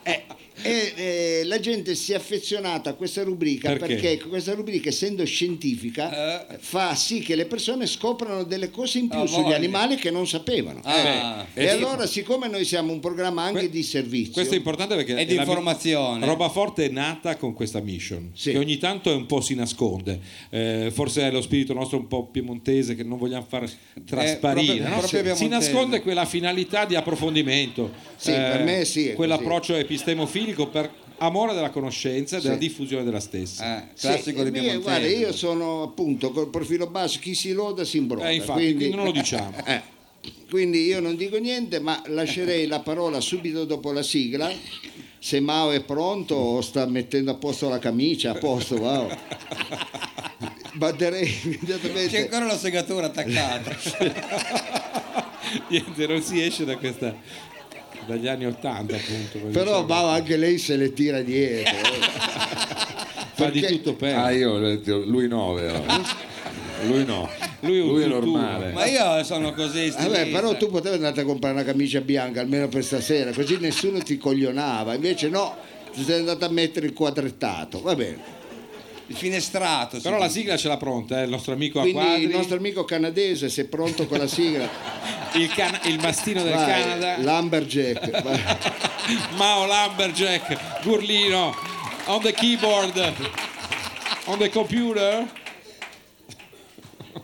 Speaker 3: Eh, eh, eh, la gente si è affezionata a questa rubrica
Speaker 2: Perché?
Speaker 3: perché, questa rubrica essendo scientifica
Speaker 4: Eh.
Speaker 3: fa sì che le persone scoprano delle cose in più
Speaker 4: Ah,
Speaker 3: sugli
Speaker 4: voglio.
Speaker 3: animali che non sapevano Eh.
Speaker 2: eh.
Speaker 4: Ah,
Speaker 3: e allora siccome noi siamo un programma anche di servizio
Speaker 2: Questo è importante perché
Speaker 4: E di
Speaker 2: la-
Speaker 4: informazione.
Speaker 2: Roba forte è nata con questa mission
Speaker 3: Sì.
Speaker 2: che ogni tanto è un po' si nasconde. Eh, forse è lo spirito nostro un po' piemontese che non vogliamo far
Speaker 3: Eh,
Speaker 2: trasparire.
Speaker 4: proprio-
Speaker 2: no?
Speaker 4: proprio
Speaker 2: Sì. si
Speaker 4: piemontese.
Speaker 2: nasconde quella finalità di approfondimento. Eh,
Speaker 3: Sì, per me sì, è
Speaker 2: Quell'approccio epistemofilico per amore della conoscenza e della
Speaker 3: Sì.
Speaker 2: diffusione della stessa.
Speaker 4: Eh, classico
Speaker 3: Sì,
Speaker 4: di
Speaker 3: e mi-
Speaker 4: Piemontese.
Speaker 3: guarda io sono appunto col profilo basso chi si loda si imbroda
Speaker 2: Eh, infatti,
Speaker 3: quindi-
Speaker 2: non lo diciamo.
Speaker 3: Eh, quindi io non dico niente, ma lascerei la parola subito dopo la sigla. Se Mao è pronto o sta mettendo a posto la camicia, a posto, Mao. Batterei
Speaker 4: C'è
Speaker 3: immediatamente.
Speaker 4: ancora la segatura attaccata.
Speaker 2: Niente, non si esce da questa dagli anni 80 appunto come
Speaker 3: Però
Speaker 2: diciamo.
Speaker 3: Mao anche lei se le tira dietro. eh.
Speaker 2: fa di
Speaker 3: perché-
Speaker 2: tutto per
Speaker 1: Ah, io, lui no, vero? Lui no.
Speaker 2: Lui è un
Speaker 1: è
Speaker 2: tutt'uno.
Speaker 1: normale.
Speaker 4: Ma io sono così.
Speaker 3: Eh, Vabbè,
Speaker 4: stilista.
Speaker 3: però tu potevi andare a comprare una camicia bianca almeno per stasera, così nessuno ti coglionava. Invece no, ti sei andato a mettere il quadrettato. Va bene.
Speaker 4: Il finestrato. si
Speaker 2: Però la
Speaker 4: dice.
Speaker 2: sigla ce l'ha pronta, eh, il nostro amico a
Speaker 3: Quindi
Speaker 2: quadri,
Speaker 3: il
Speaker 2: il,
Speaker 3: nostro amico canadese, se è pronto con la sigla,
Speaker 2: can- il mastino del
Speaker 3: vai,
Speaker 2: Canada,
Speaker 3: Lumberjack. vai.
Speaker 2: Mao Lumberjack, Gurlino, on the keyboard, on the computer,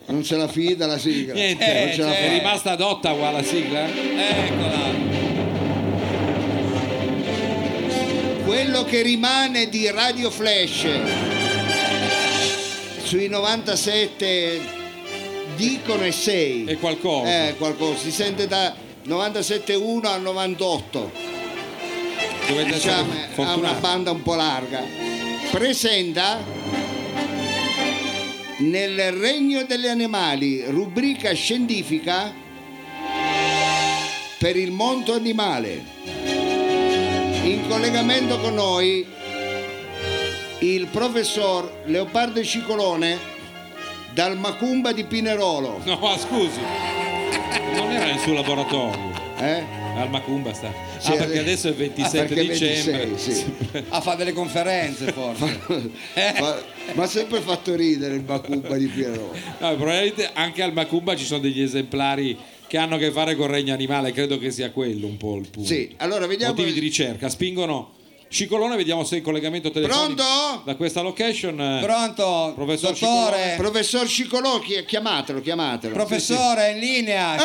Speaker 3: Non ce la fida la sigla.
Speaker 2: niente,
Speaker 4: Eh,
Speaker 3: non ce la
Speaker 4: cioè-
Speaker 2: è
Speaker 3: fa.
Speaker 2: rimasta ad Ottawa la sigla.
Speaker 4: Eccola.
Speaker 3: Quello che rimane di Radio Flash sui 97 dicono e 6.
Speaker 2: E qualcosa.
Speaker 3: Eh, qualcosa. Si sente da 97.1 al 98.
Speaker 2: Dovete
Speaker 3: Diciamo,
Speaker 2: essere
Speaker 3: ha una
Speaker 2: fortunati.
Speaker 3: banda un po' larga. Presenta nel regno degli animali, rubrica scientifica per il mondo animale. In collegamento con noi il professor Leopardo Cicolone dal Macumba di Pinerolo.
Speaker 2: No, ma scusi. Non era nel suo laboratorio.
Speaker 3: Eh?
Speaker 2: Al Macumba sta. Ah,
Speaker 3: Sì,
Speaker 2: perché adesso è il 27
Speaker 3: Cioè, perché
Speaker 2: dicembre.
Speaker 3: 26, sì.
Speaker 4: Ah, fa delle conferenze forse.
Speaker 3: ma, ma ha sempre fatto ridere il Macumba di Pinerolo.
Speaker 2: No, probabilmente anche al Macumba ci sono degli esemplari che hanno a che fare con il regno animale, credo che sia quello un po' il punto.
Speaker 3: Sì, allora vediamo.
Speaker 2: Motivi di ricerca, spingono Cicolone, vediamo se è in collegamento telefonico
Speaker 3: Pronto?
Speaker 2: da questa location. eh,
Speaker 4: Pronto,
Speaker 2: Professor
Speaker 3: Eh.
Speaker 4: dottore,
Speaker 3: Professor Scicolò, chi- chiamatelo, chiamatelo.
Speaker 4: professore in linea.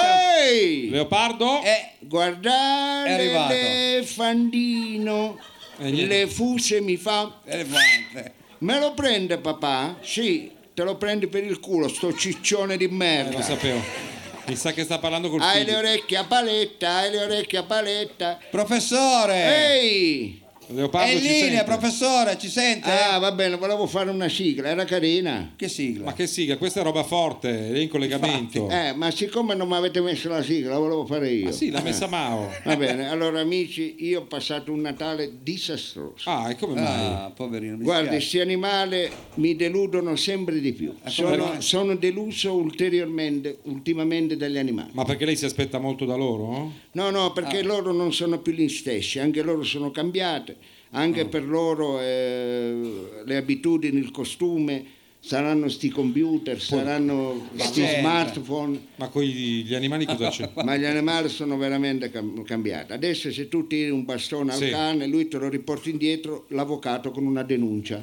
Speaker 3: Eh! Ehi!
Speaker 2: Leopardo?
Speaker 4: Eh, È
Speaker 3: Guardate
Speaker 4: arrivato.
Speaker 3: l'elefantino,
Speaker 2: Eh, niente.
Speaker 3: le fuse mi fa.
Speaker 4: elefante.
Speaker 3: Me lo prende papà? Sì, te lo prendi per il culo, sto ciccione di
Speaker 2: Eh, lo
Speaker 3: merda.
Speaker 2: sapevo. Mi sa che sta parlando col
Speaker 3: hai le
Speaker 2: figlio.
Speaker 3: orecchie a paletta, hai le orecchie a paletta.
Speaker 2: Eh.
Speaker 4: Professore,
Speaker 3: Ehi!
Speaker 4: è
Speaker 2: Leopardo
Speaker 4: in
Speaker 2: ci
Speaker 4: linea,
Speaker 2: sente.
Speaker 4: professore, ci
Speaker 2: Eh.
Speaker 4: sente?
Speaker 3: Ah, va bene, volevo fare una sigla, era carina.
Speaker 4: Che sigla?
Speaker 2: Ma che siga, questa è roba forte, è in collegamento.
Speaker 3: Eh, ma siccome non mi avete messo la sigla, la volevo fare io.
Speaker 4: Eh.
Speaker 2: Ah, sì, l'ha messa Mao.
Speaker 3: Va bene, allora amici, io ho passato un Natale disastroso.
Speaker 2: Ah, e come mai?
Speaker 4: Ah, poverino, mi
Speaker 3: Guardi,
Speaker 4: dispiace.
Speaker 3: questi animali mi deludono sempre di più. Sono, sono deluso ulteriormente, ultimamente dagli animali.
Speaker 2: Ma perché lei si aspetta molto da loro?
Speaker 3: No, no, perché loro non sono più gli stessi, anche loro sono cambiate, anche per loro eh, le abitudini, il costume, saranno sti computer, saranno sti
Speaker 4: certo.
Speaker 3: smartphone,
Speaker 2: Ma con gli animali cosa c'è?
Speaker 3: ma gli animali sono veramente cam- cambiati. Adesso se tu tiri un bastone al
Speaker 2: Sì.
Speaker 3: cane, lui te lo riporta indietro, l'avvocato con una denuncia.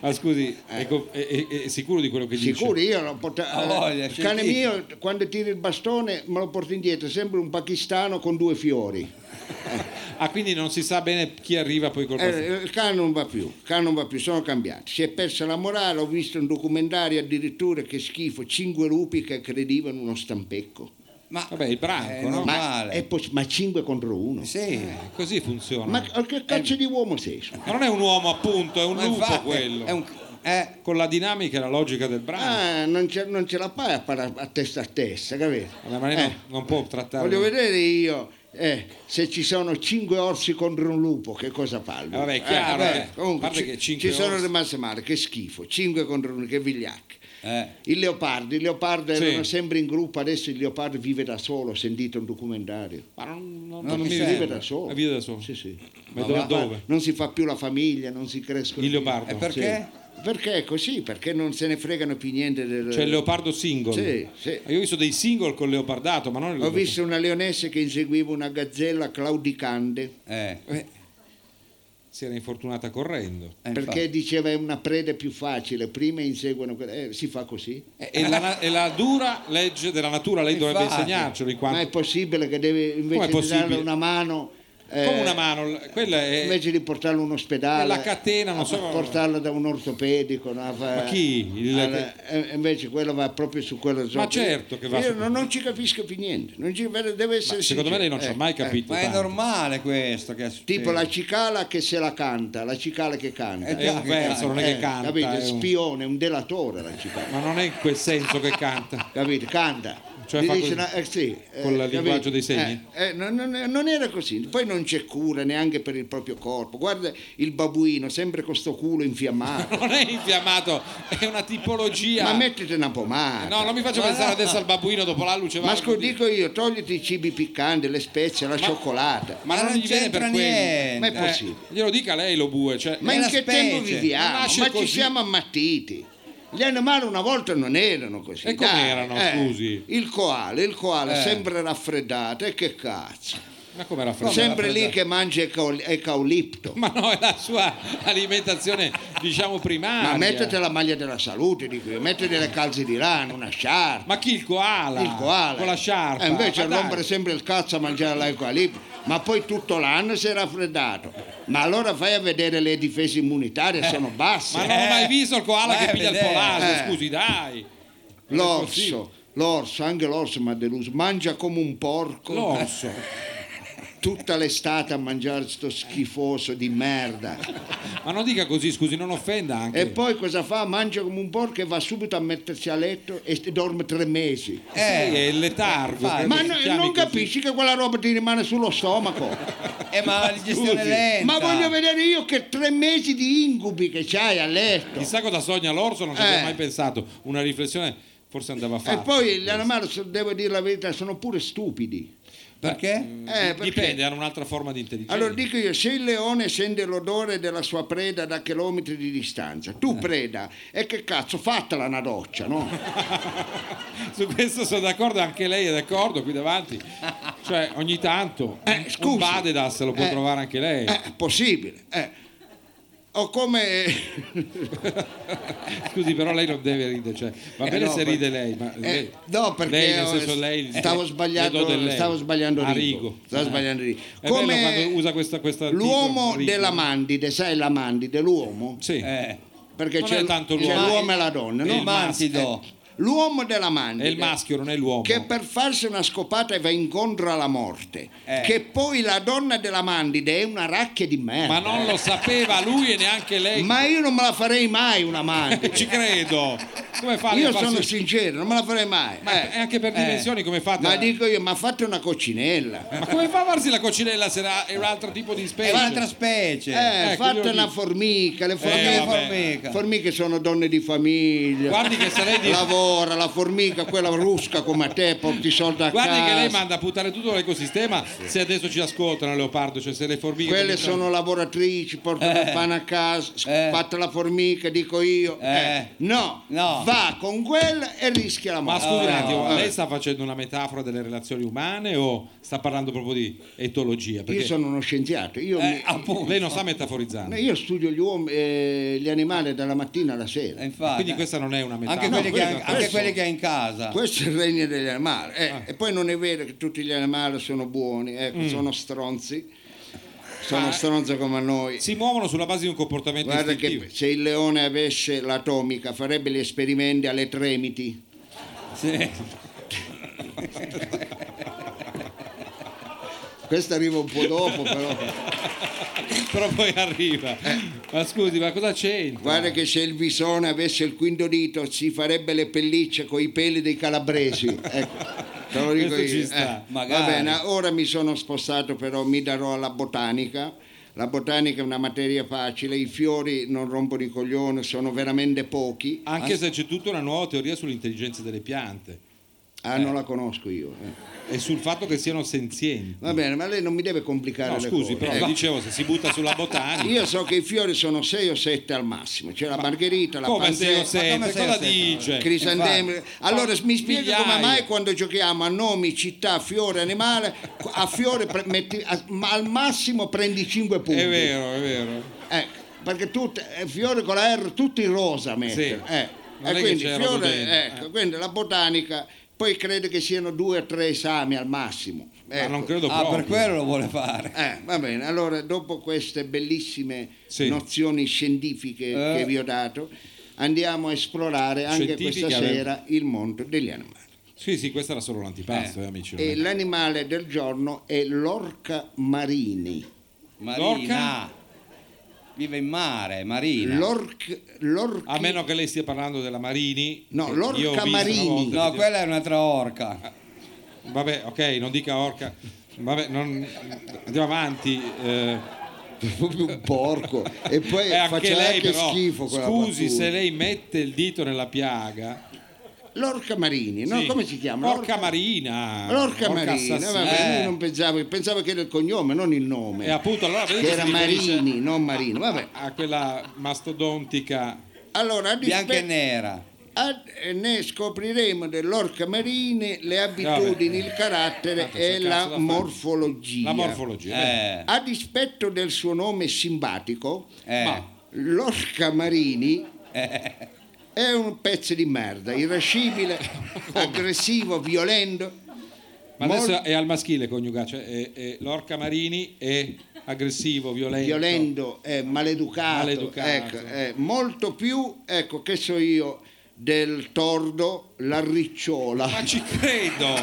Speaker 2: Ma scusi,
Speaker 3: Eh.
Speaker 2: ecco, è, co- è- è- è sicuro di quello che dice?
Speaker 3: Sicuro, io lo porto...
Speaker 4: Ha voglia,
Speaker 3: il cane
Speaker 4: scientifico.
Speaker 3: mio quando tira il bastone me lo porto indietro, sembra un pakistano con due fiori.
Speaker 2: Ah, quindi non si sa bene chi arriva poi col bastone.
Speaker 3: Eh, il cane non va più, il cane non va più, sono cambiati. Si è persa la morale, ho visto un documentario addirittura che schifo, cinque lupi che aggredivano uno stampecco.
Speaker 4: Ma
Speaker 2: Vabbè, il branco,
Speaker 4: è
Speaker 2: no?
Speaker 4: normale.
Speaker 3: eh, Ma, è pos- ma cinque contro uno.
Speaker 4: Sì. Eh.
Speaker 2: Così funziona.
Speaker 3: Ma
Speaker 2: Ma...
Speaker 3: che cazzo di uomo sei? scusa?
Speaker 2: non è un uomo, appunto, è un
Speaker 4: Ma
Speaker 2: lupo
Speaker 4: infatti,
Speaker 2: quello.
Speaker 4: È un... eh,
Speaker 2: Con la dinamica e la logica del branco.
Speaker 3: Ah, non ce, non ce la fai a parlare a testa a testa, capito?
Speaker 2: Vabbè, ma lei
Speaker 3: Eh,
Speaker 2: non, non può trattare.
Speaker 3: voglio vedere io eh, se ci sono cinque orsi contro un lupo, che cosa parlo?
Speaker 2: Eh, vabbè, è chiaro,
Speaker 3: vabbè,
Speaker 2: eh.
Speaker 3: comunque
Speaker 2: A parte
Speaker 3: ci,
Speaker 2: che cinque
Speaker 3: ci sono
Speaker 2: orsi-
Speaker 3: rimaste male, che schifo, cinque contro uno, che vigliacchi.
Speaker 4: eh.
Speaker 3: Il leopardo, il leopardo
Speaker 2: Sì.
Speaker 3: erano sempre in gruppo, adesso il leopardo vive da solo, ho sentito un documentario.
Speaker 2: Ma non, non,
Speaker 4: Non mi
Speaker 2: mi
Speaker 4: serve.
Speaker 2: vive
Speaker 3: Vive da solo.
Speaker 2: Vive da solo.
Speaker 3: Sì, sì.
Speaker 2: Ma dove-
Speaker 3: la fa-
Speaker 2: dove?
Speaker 3: Non si fa più la famiglia, non si crescono
Speaker 2: Il
Speaker 3: più.
Speaker 2: leopardo.
Speaker 4: E perché?
Speaker 3: Sì. Perché è così, perché non se ne fregano più niente del...
Speaker 2: C'è il leopardo single.
Speaker 3: Sì, sì.
Speaker 2: Io ho visto dei single col leopardato, ma non il
Speaker 3: Ho
Speaker 2: leopardo.
Speaker 3: visto una leonessa che inseguiva una gazzella claudicante
Speaker 4: Eh.
Speaker 2: Eh, si era infortunata correndo.
Speaker 4: Eh,
Speaker 3: perché diceva è una preda più facile, prima inseguono... quella- eh, si fa così?
Speaker 2: E, e la, e la dura legge della natura, lei dovrebbe
Speaker 4: Infatti.
Speaker 2: insegnarcelo. In
Speaker 3: Ma è
Speaker 2: quanto,
Speaker 3: possibile che deve invece di
Speaker 2: possibile?
Speaker 3: darle una mano... eh,
Speaker 2: come una mano, l- quella è.
Speaker 3: invece di portarlo in ospedale
Speaker 2: La catena, non
Speaker 3: a
Speaker 2: so-
Speaker 3: portarlo da un ortopedico no, a fa-
Speaker 2: Ma chi? Il-
Speaker 3: alla- eh, invece quello va proprio su quella zona
Speaker 2: certo che va
Speaker 3: io
Speaker 2: su-
Speaker 3: non, non ci capisco più niente non ci- deve essere
Speaker 2: secondo me lei
Speaker 3: sincero.
Speaker 2: non ci ha
Speaker 3: Eh,
Speaker 2: mai
Speaker 3: eh.
Speaker 2: capito.
Speaker 4: Ma è
Speaker 2: tanto.
Speaker 4: normale questo che succede.
Speaker 3: tipo la cicala che se la canta la cicala che canta
Speaker 4: Eh,
Speaker 2: È un verso, non è che
Speaker 3: Eh,
Speaker 2: canta.
Speaker 3: capito?
Speaker 2: è un-
Speaker 3: spione un delatore la cicala
Speaker 2: Ma non è in quel senso che canta.
Speaker 3: capito canta
Speaker 2: Cioè
Speaker 3: Gli
Speaker 2: fa
Speaker 3: dice
Speaker 2: così,
Speaker 3: una- eh, sì, eh,
Speaker 2: con il
Speaker 3: capito?
Speaker 2: linguaggio dei segni.
Speaker 3: Eh, eh, non, non- non era così poi non c'è cura neanche per il proprio corpo guarda il babuino sempre con sto culo infiammato
Speaker 2: Non è infiammato, è una tipologia.
Speaker 3: Ma mettiti una pomata.
Speaker 2: No, non mi faccio
Speaker 4: Ma
Speaker 2: pensare
Speaker 4: no.
Speaker 2: adesso al babbuino dopo la luce.
Speaker 3: Ma scusa, dico io, togliti i cibi piccanti, le spezie, la cioccolata.
Speaker 2: ma
Speaker 4: Ma
Speaker 2: non
Speaker 4: non
Speaker 2: gli viene per
Speaker 4: c'entra
Speaker 2: quello.
Speaker 4: niente.
Speaker 3: Ma è
Speaker 2: Eh,
Speaker 3: possibile.
Speaker 2: glielo dica lei lo bue. Cioè,
Speaker 3: Ma
Speaker 4: è
Speaker 3: in
Speaker 4: una
Speaker 3: che tempo
Speaker 4: specie,
Speaker 3: viviamo?
Speaker 2: ma
Speaker 3: Ma
Speaker 2: nasce
Speaker 3: ci
Speaker 2: così.
Speaker 3: siamo ammattiti. Gli animali una volta non erano così.
Speaker 2: E
Speaker 3: dai, eh.
Speaker 2: com'erano, scusi?
Speaker 3: Il koala, il koala
Speaker 4: Eh.
Speaker 3: sempre raffreddato, e che cazzo?
Speaker 2: ma come era freddo?
Speaker 3: sempre lì che mangia ecaul- eucalipto.
Speaker 2: Ma no, è la sua alimentazione, diciamo, primaria.
Speaker 3: Ma mettete la maglia della salute, dico io, mettete le calze di lana, una sciarpa.
Speaker 2: Ma chi il koala?
Speaker 3: il koala
Speaker 2: Con la sciarpa.
Speaker 3: e invece
Speaker 2: Ma dai.
Speaker 3: all'ombra sempre il cazzo a mangiare l'eucalipto ma poi tutto l'anno si è raffreddato ma allora fai a vedere le difese immunitarie sono basse
Speaker 2: Ma non ho mai
Speaker 4: Eh,
Speaker 2: visto il koala
Speaker 4: vai
Speaker 2: che
Speaker 4: a
Speaker 2: piglia il
Speaker 4: vedere.
Speaker 2: polase,
Speaker 3: Eh.
Speaker 2: scusi, dai.
Speaker 3: l'orso l'orso anche l'orso mi ha deluso mangia come un porco
Speaker 2: L'orso.
Speaker 3: tutta l'estate a mangiare sto schifoso di merda
Speaker 2: Ma non dica così, scusi, non offenda anche.
Speaker 3: e poi cosa fa mangia come un porco e va subito a mettersi a letto e dorme tre mesi
Speaker 2: Sì, è il letargo.
Speaker 4: Ma
Speaker 2: credo
Speaker 3: Eh, ma
Speaker 2: Ah, si
Speaker 3: no-
Speaker 2: chiami
Speaker 3: non
Speaker 2: così.
Speaker 3: capisci che quella roba ti rimane sullo stomaco
Speaker 4: Eh, ma la digestione
Speaker 2: Scusi.
Speaker 4: lenta.
Speaker 3: Ma voglio vedere io che tre mesi di incubi che c'hai a letto.
Speaker 2: Chissà cosa sogna l'orso, non ci avevo
Speaker 3: Eh.
Speaker 2: mai pensato. Una riflessione forse andava
Speaker 3: E
Speaker 2: fatta.
Speaker 3: poi gli animali, so- devo dire la verità, sono pure stupidi.
Speaker 4: Perché?
Speaker 3: Eh, perché-
Speaker 2: Dipende, hanno un'altra forma di intelligenza.
Speaker 3: Allora dico io, se il leone sente l'odore della sua preda da chilometri di distanza, tu
Speaker 2: Eh.
Speaker 3: preda, e che cazzo, fatela una doccia, no?
Speaker 2: Su questo sono d'accordo, anche lei è d'accordo qui davanti. Cioè, ogni tanto
Speaker 3: Eh,
Speaker 2: un
Speaker 3: scusi.
Speaker 2: Badedas lo può
Speaker 3: Eh.
Speaker 2: trovare anche lei.
Speaker 3: Eh, è possibile. eh. O come...
Speaker 2: Scusi, però lei non deve ridere, cioè, va
Speaker 3: Eh,
Speaker 2: bene
Speaker 3: no,
Speaker 2: se
Speaker 3: per-
Speaker 2: ride lei, ma lei-
Speaker 3: Eh, no, perché
Speaker 2: lei, nel
Speaker 3: ho-
Speaker 2: senso, lei-
Speaker 3: stavo
Speaker 2: le-
Speaker 3: sbagliando,
Speaker 2: le do del lei.
Speaker 3: stavo sbagliando
Speaker 2: A Eh.
Speaker 3: rigo.
Speaker 2: rigo.
Speaker 3: Stavo sbagliando rigo.
Speaker 2: È bello quando usa questa- questa-
Speaker 3: l'uomo
Speaker 2: rigo.
Speaker 3: della mandide, sai la mandide, l'uomo?
Speaker 2: Sì.
Speaker 4: Eh.
Speaker 3: Perché
Speaker 2: Non
Speaker 3: c'è,
Speaker 2: è tanto
Speaker 3: c'è
Speaker 2: l'uomo.
Speaker 3: l'uomo e la donna,
Speaker 2: È
Speaker 3: no?
Speaker 2: il
Speaker 4: Il mantido.
Speaker 3: Eh, L'uomo della
Speaker 2: È
Speaker 3: mandide.
Speaker 2: il maschio, non è l'uomo.
Speaker 3: Che per farsi una scopata va incontro alla morte.
Speaker 4: Eh.
Speaker 3: Che poi la donna della mandide è una racchia di
Speaker 2: Ma
Speaker 3: merda.
Speaker 2: non lo sapeva lui e neanche lei.
Speaker 3: Ma io non me la farei mai una mandide.
Speaker 2: Ci credo. Come fa lei a
Speaker 3: Io
Speaker 2: farsi-
Speaker 3: sono sincero, non me la farei mai.
Speaker 2: Ma
Speaker 3: eh.
Speaker 2: è anche per
Speaker 4: eh.
Speaker 2: dimensioni come fate?
Speaker 3: Ma dico io, ma fate una coccinella.
Speaker 2: Ma come fa a farsi la coccinella se era- è un altro tipo di specie?
Speaker 4: È un'altra specie.
Speaker 3: Eh,
Speaker 2: ecco,
Speaker 3: fate
Speaker 2: io
Speaker 3: una
Speaker 2: dico.
Speaker 3: formica, le
Speaker 2: Eh,
Speaker 3: formiche,
Speaker 4: Che
Speaker 2: vabbè.
Speaker 4: formica.
Speaker 3: formiche sono donne di famiglia.
Speaker 2: Guardi che se lei dice-
Speaker 3: Lavora, la formica, quella rusca come te, porti i soldi a
Speaker 2: Guardi
Speaker 3: casa.
Speaker 2: che lei manda a puttare tutto l'ecosistema se adesso ci ascoltano Leopardo, cioè se le formiche...
Speaker 3: Quelle
Speaker 2: cominciano-
Speaker 3: sono lavoratrici, portano il pane a casa, s-
Speaker 4: Eh.
Speaker 3: fatta la formica, dico io.
Speaker 4: Eh.
Speaker 3: Eh, No,
Speaker 4: No.
Speaker 3: va con quella e rischia la
Speaker 2: Ma
Speaker 3: morte.
Speaker 2: scusi un attimo,
Speaker 3: Eh.
Speaker 2: lei sta facendo una metafora delle relazioni umane o sta parlando proprio di etologia? Perché oh.
Speaker 3: Io sono uno scienziato, io,
Speaker 4: Eh,
Speaker 3: mi-
Speaker 4: appunto.
Speaker 2: lei non sta metaforizzando.
Speaker 3: io studio gli uomini e gli animali dalla mattina alla sera.
Speaker 4: Eh, infatti.
Speaker 2: Quindi questa non è una metafora.
Speaker 4: Anche,
Speaker 3: No,
Speaker 4: quelli che,
Speaker 3: quello-
Speaker 4: ha- anche
Speaker 3: questo-
Speaker 4: quelli che ha in casa.
Speaker 3: Questo è il regno degli animali. eh, E poi non è vero che tutti gli animali sono buoni, ecco, sono stronzi, sono stronzi come noi.
Speaker 2: Si muovono sulla base di un comportamento
Speaker 3: Guarda
Speaker 2: istintivo.
Speaker 3: che se il leone avesse l'atomica farebbe gli esperimenti alle tremiti.
Speaker 4: Sì.
Speaker 3: Questo arriva un po' dopo però.
Speaker 2: Però poi arriva. Ma scusi, ma cosa c'entra?
Speaker 3: Guarda che se il visone avesse il quinto dito si farebbe le pellicce con i peli dei calabresi. Ecco. Te lo dico
Speaker 2: Questo
Speaker 3: io.
Speaker 2: ci sta,
Speaker 3: Eh,
Speaker 4: magari.
Speaker 3: Va bene, ora mi sono spostato però mi darò alla botanica. La botanica è una materia facile, i fiori non rompono i coglioni, sono veramente pochi.
Speaker 2: Anche se c'è tutta una nuova teoria sull'intelligenza delle piante
Speaker 3: Ah, non la conosco io. eh.
Speaker 2: e sul fatto che siano senzienti.
Speaker 3: Va bene, ma lei non mi deve complicare
Speaker 2: No,
Speaker 3: le
Speaker 2: scusi,
Speaker 3: cose.
Speaker 2: però
Speaker 3: Ecco.
Speaker 2: dicevo, se si butta sulla botanica...
Speaker 3: Io so che i fiori sono 6 o 7 al massimo, c'è la margherita, la
Speaker 2: Come se
Speaker 3: panzetta,
Speaker 2: io sento,
Speaker 4: come se io
Speaker 2: cosa
Speaker 4: sento?
Speaker 2: dice?
Speaker 3: crisantemi. Allora mi spiega
Speaker 2: migliaia.
Speaker 3: come mai quando giochiamo a nomi, città, fiore, animale, a fiore pre- metti- a- ma al massimo prendi 5 punti.
Speaker 2: È vero, è vero.
Speaker 3: Ecco, perché tutte- eh, fiore con la R tutti rosa mette.
Speaker 2: Sì.
Speaker 3: eh.
Speaker 2: Non è
Speaker 3: E
Speaker 2: che
Speaker 3: quindi,
Speaker 2: c'era
Speaker 3: fiore,
Speaker 2: dentro. eh.
Speaker 3: ecco, quindi la botanica, poi credo che siano due o tre esami al massimo.
Speaker 2: Ma
Speaker 3: Ecco.
Speaker 2: non credo
Speaker 4: Ah,
Speaker 2: proprio.
Speaker 4: per quello lo vuole fare.
Speaker 3: Eh, va bene, allora dopo queste bellissime
Speaker 2: Sì.
Speaker 3: nozioni scientifiche
Speaker 4: Eh.
Speaker 3: che vi ho dato, andiamo a esplorare anche
Speaker 2: Scientifiche
Speaker 3: questa
Speaker 2: avevo-
Speaker 3: sera il mondo degli animali.
Speaker 2: Sì, sì, questo era solo l'antipasto, eh, amici. non è-
Speaker 3: E l'animale del giorno è l'orca marini.
Speaker 4: Marina. Vive in mare, Marina.
Speaker 3: L'orca, l'orca...
Speaker 2: A meno che lei stia parlando della Marini.
Speaker 3: No,
Speaker 2: che
Speaker 3: l'orca
Speaker 2: io ho visto una
Speaker 3: Marini.
Speaker 2: volta,
Speaker 4: No,
Speaker 2: che-
Speaker 4: quella è un'altra orca.
Speaker 2: Vabbè, ok, non dica orca. Vabbè, non- andiamo avanti. eh.
Speaker 3: proprio un porco. E poi
Speaker 2: Eh, anche
Speaker 3: faceva
Speaker 2: lei
Speaker 3: anche
Speaker 2: però,
Speaker 3: schifo quella
Speaker 2: scusi
Speaker 3: battuta.
Speaker 2: se lei mette il dito nella piaga.
Speaker 3: L'orca marini, no?
Speaker 2: Sì.
Speaker 3: Come si chiama?
Speaker 2: Orca Marina.
Speaker 3: L'orca marina,
Speaker 2: assassina.
Speaker 3: vabbè,
Speaker 4: Eh.
Speaker 3: io non pensavo, pensavo che era il cognome, non il nome.
Speaker 2: E appunto, allora vedi
Speaker 3: che
Speaker 2: che
Speaker 3: era
Speaker 2: si riferisce
Speaker 3: Marini, non Marino. Vabbè.
Speaker 2: A quella mastodontica.
Speaker 3: Allora, a
Speaker 4: Bianca e
Speaker 3: dispe-
Speaker 4: nera.
Speaker 3: a- eh, ne scopriremo dell'orca marini le abitudini, il carattere
Speaker 2: Tanto c'è
Speaker 3: e
Speaker 2: il cazzo da
Speaker 3: la
Speaker 2: fare.
Speaker 3: morfologia.
Speaker 2: La morfologia.
Speaker 4: Eh.
Speaker 3: A dispetto del suo nome simpatico,
Speaker 4: Eh.
Speaker 2: Ma-
Speaker 3: l'orca marini
Speaker 2: Eh.
Speaker 3: è un pezzo di merda, irascibile, aggressivo, violento.
Speaker 2: Ma
Speaker 3: Mol-
Speaker 2: adesso è al maschile coniugato, cioè è- è- l'orca Marini è aggressivo, violento.
Speaker 3: violento, eh, maleducato,
Speaker 2: Maleducato.
Speaker 3: ecco, eh, molto più, ecco, che so io, del tordo, la ricciola,
Speaker 2: Ma ci credo!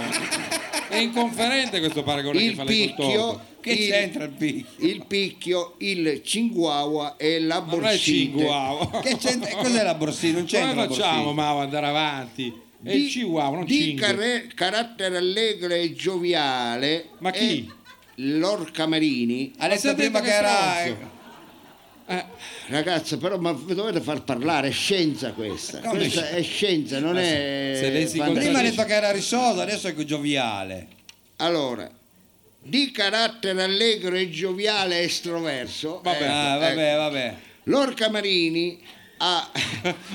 Speaker 2: È inconferente questo paragone che
Speaker 3: il
Speaker 2: fa lei col
Speaker 3: picchio,
Speaker 2: torto.
Speaker 4: Che
Speaker 3: il-
Speaker 4: c'entra il picchio?
Speaker 3: il picchio, il cinguaua e la
Speaker 2: Ma non è
Speaker 3: borsite.
Speaker 2: chihuahua.
Speaker 4: Che c'entra? Cos'è la borsina? Non c'entra
Speaker 2: Come
Speaker 4: la
Speaker 2: facciamo,
Speaker 4: borsina.
Speaker 2: Mau, ad andare avanti? È il chihuahua, non
Speaker 3: di
Speaker 2: cinque.
Speaker 3: care- carattere allegro e gioviale.
Speaker 2: Ma
Speaker 3: è
Speaker 2: chi?
Speaker 3: L'orca Marini.
Speaker 4: Ha
Speaker 2: Ma si
Speaker 4: detto
Speaker 2: è
Speaker 4: prima
Speaker 2: detto
Speaker 4: che
Speaker 2: che è
Speaker 4: era...
Speaker 3: Ragazzi, però ma vi dovete far parlare, è scienza questa.
Speaker 4: Come
Speaker 3: Questa è scienza, non è.
Speaker 2: se lei si
Speaker 3: fantasia.
Speaker 4: Prima ha
Speaker 2: contraddice-
Speaker 4: detto che era risosa, adesso è gioviale.
Speaker 3: Allora, di carattere allegro e gioviale e estroverso,
Speaker 2: Vabbè,
Speaker 3: eh,
Speaker 4: Ah,
Speaker 3: eh,
Speaker 4: vabbè, vabbè.
Speaker 3: l'orca Marini ha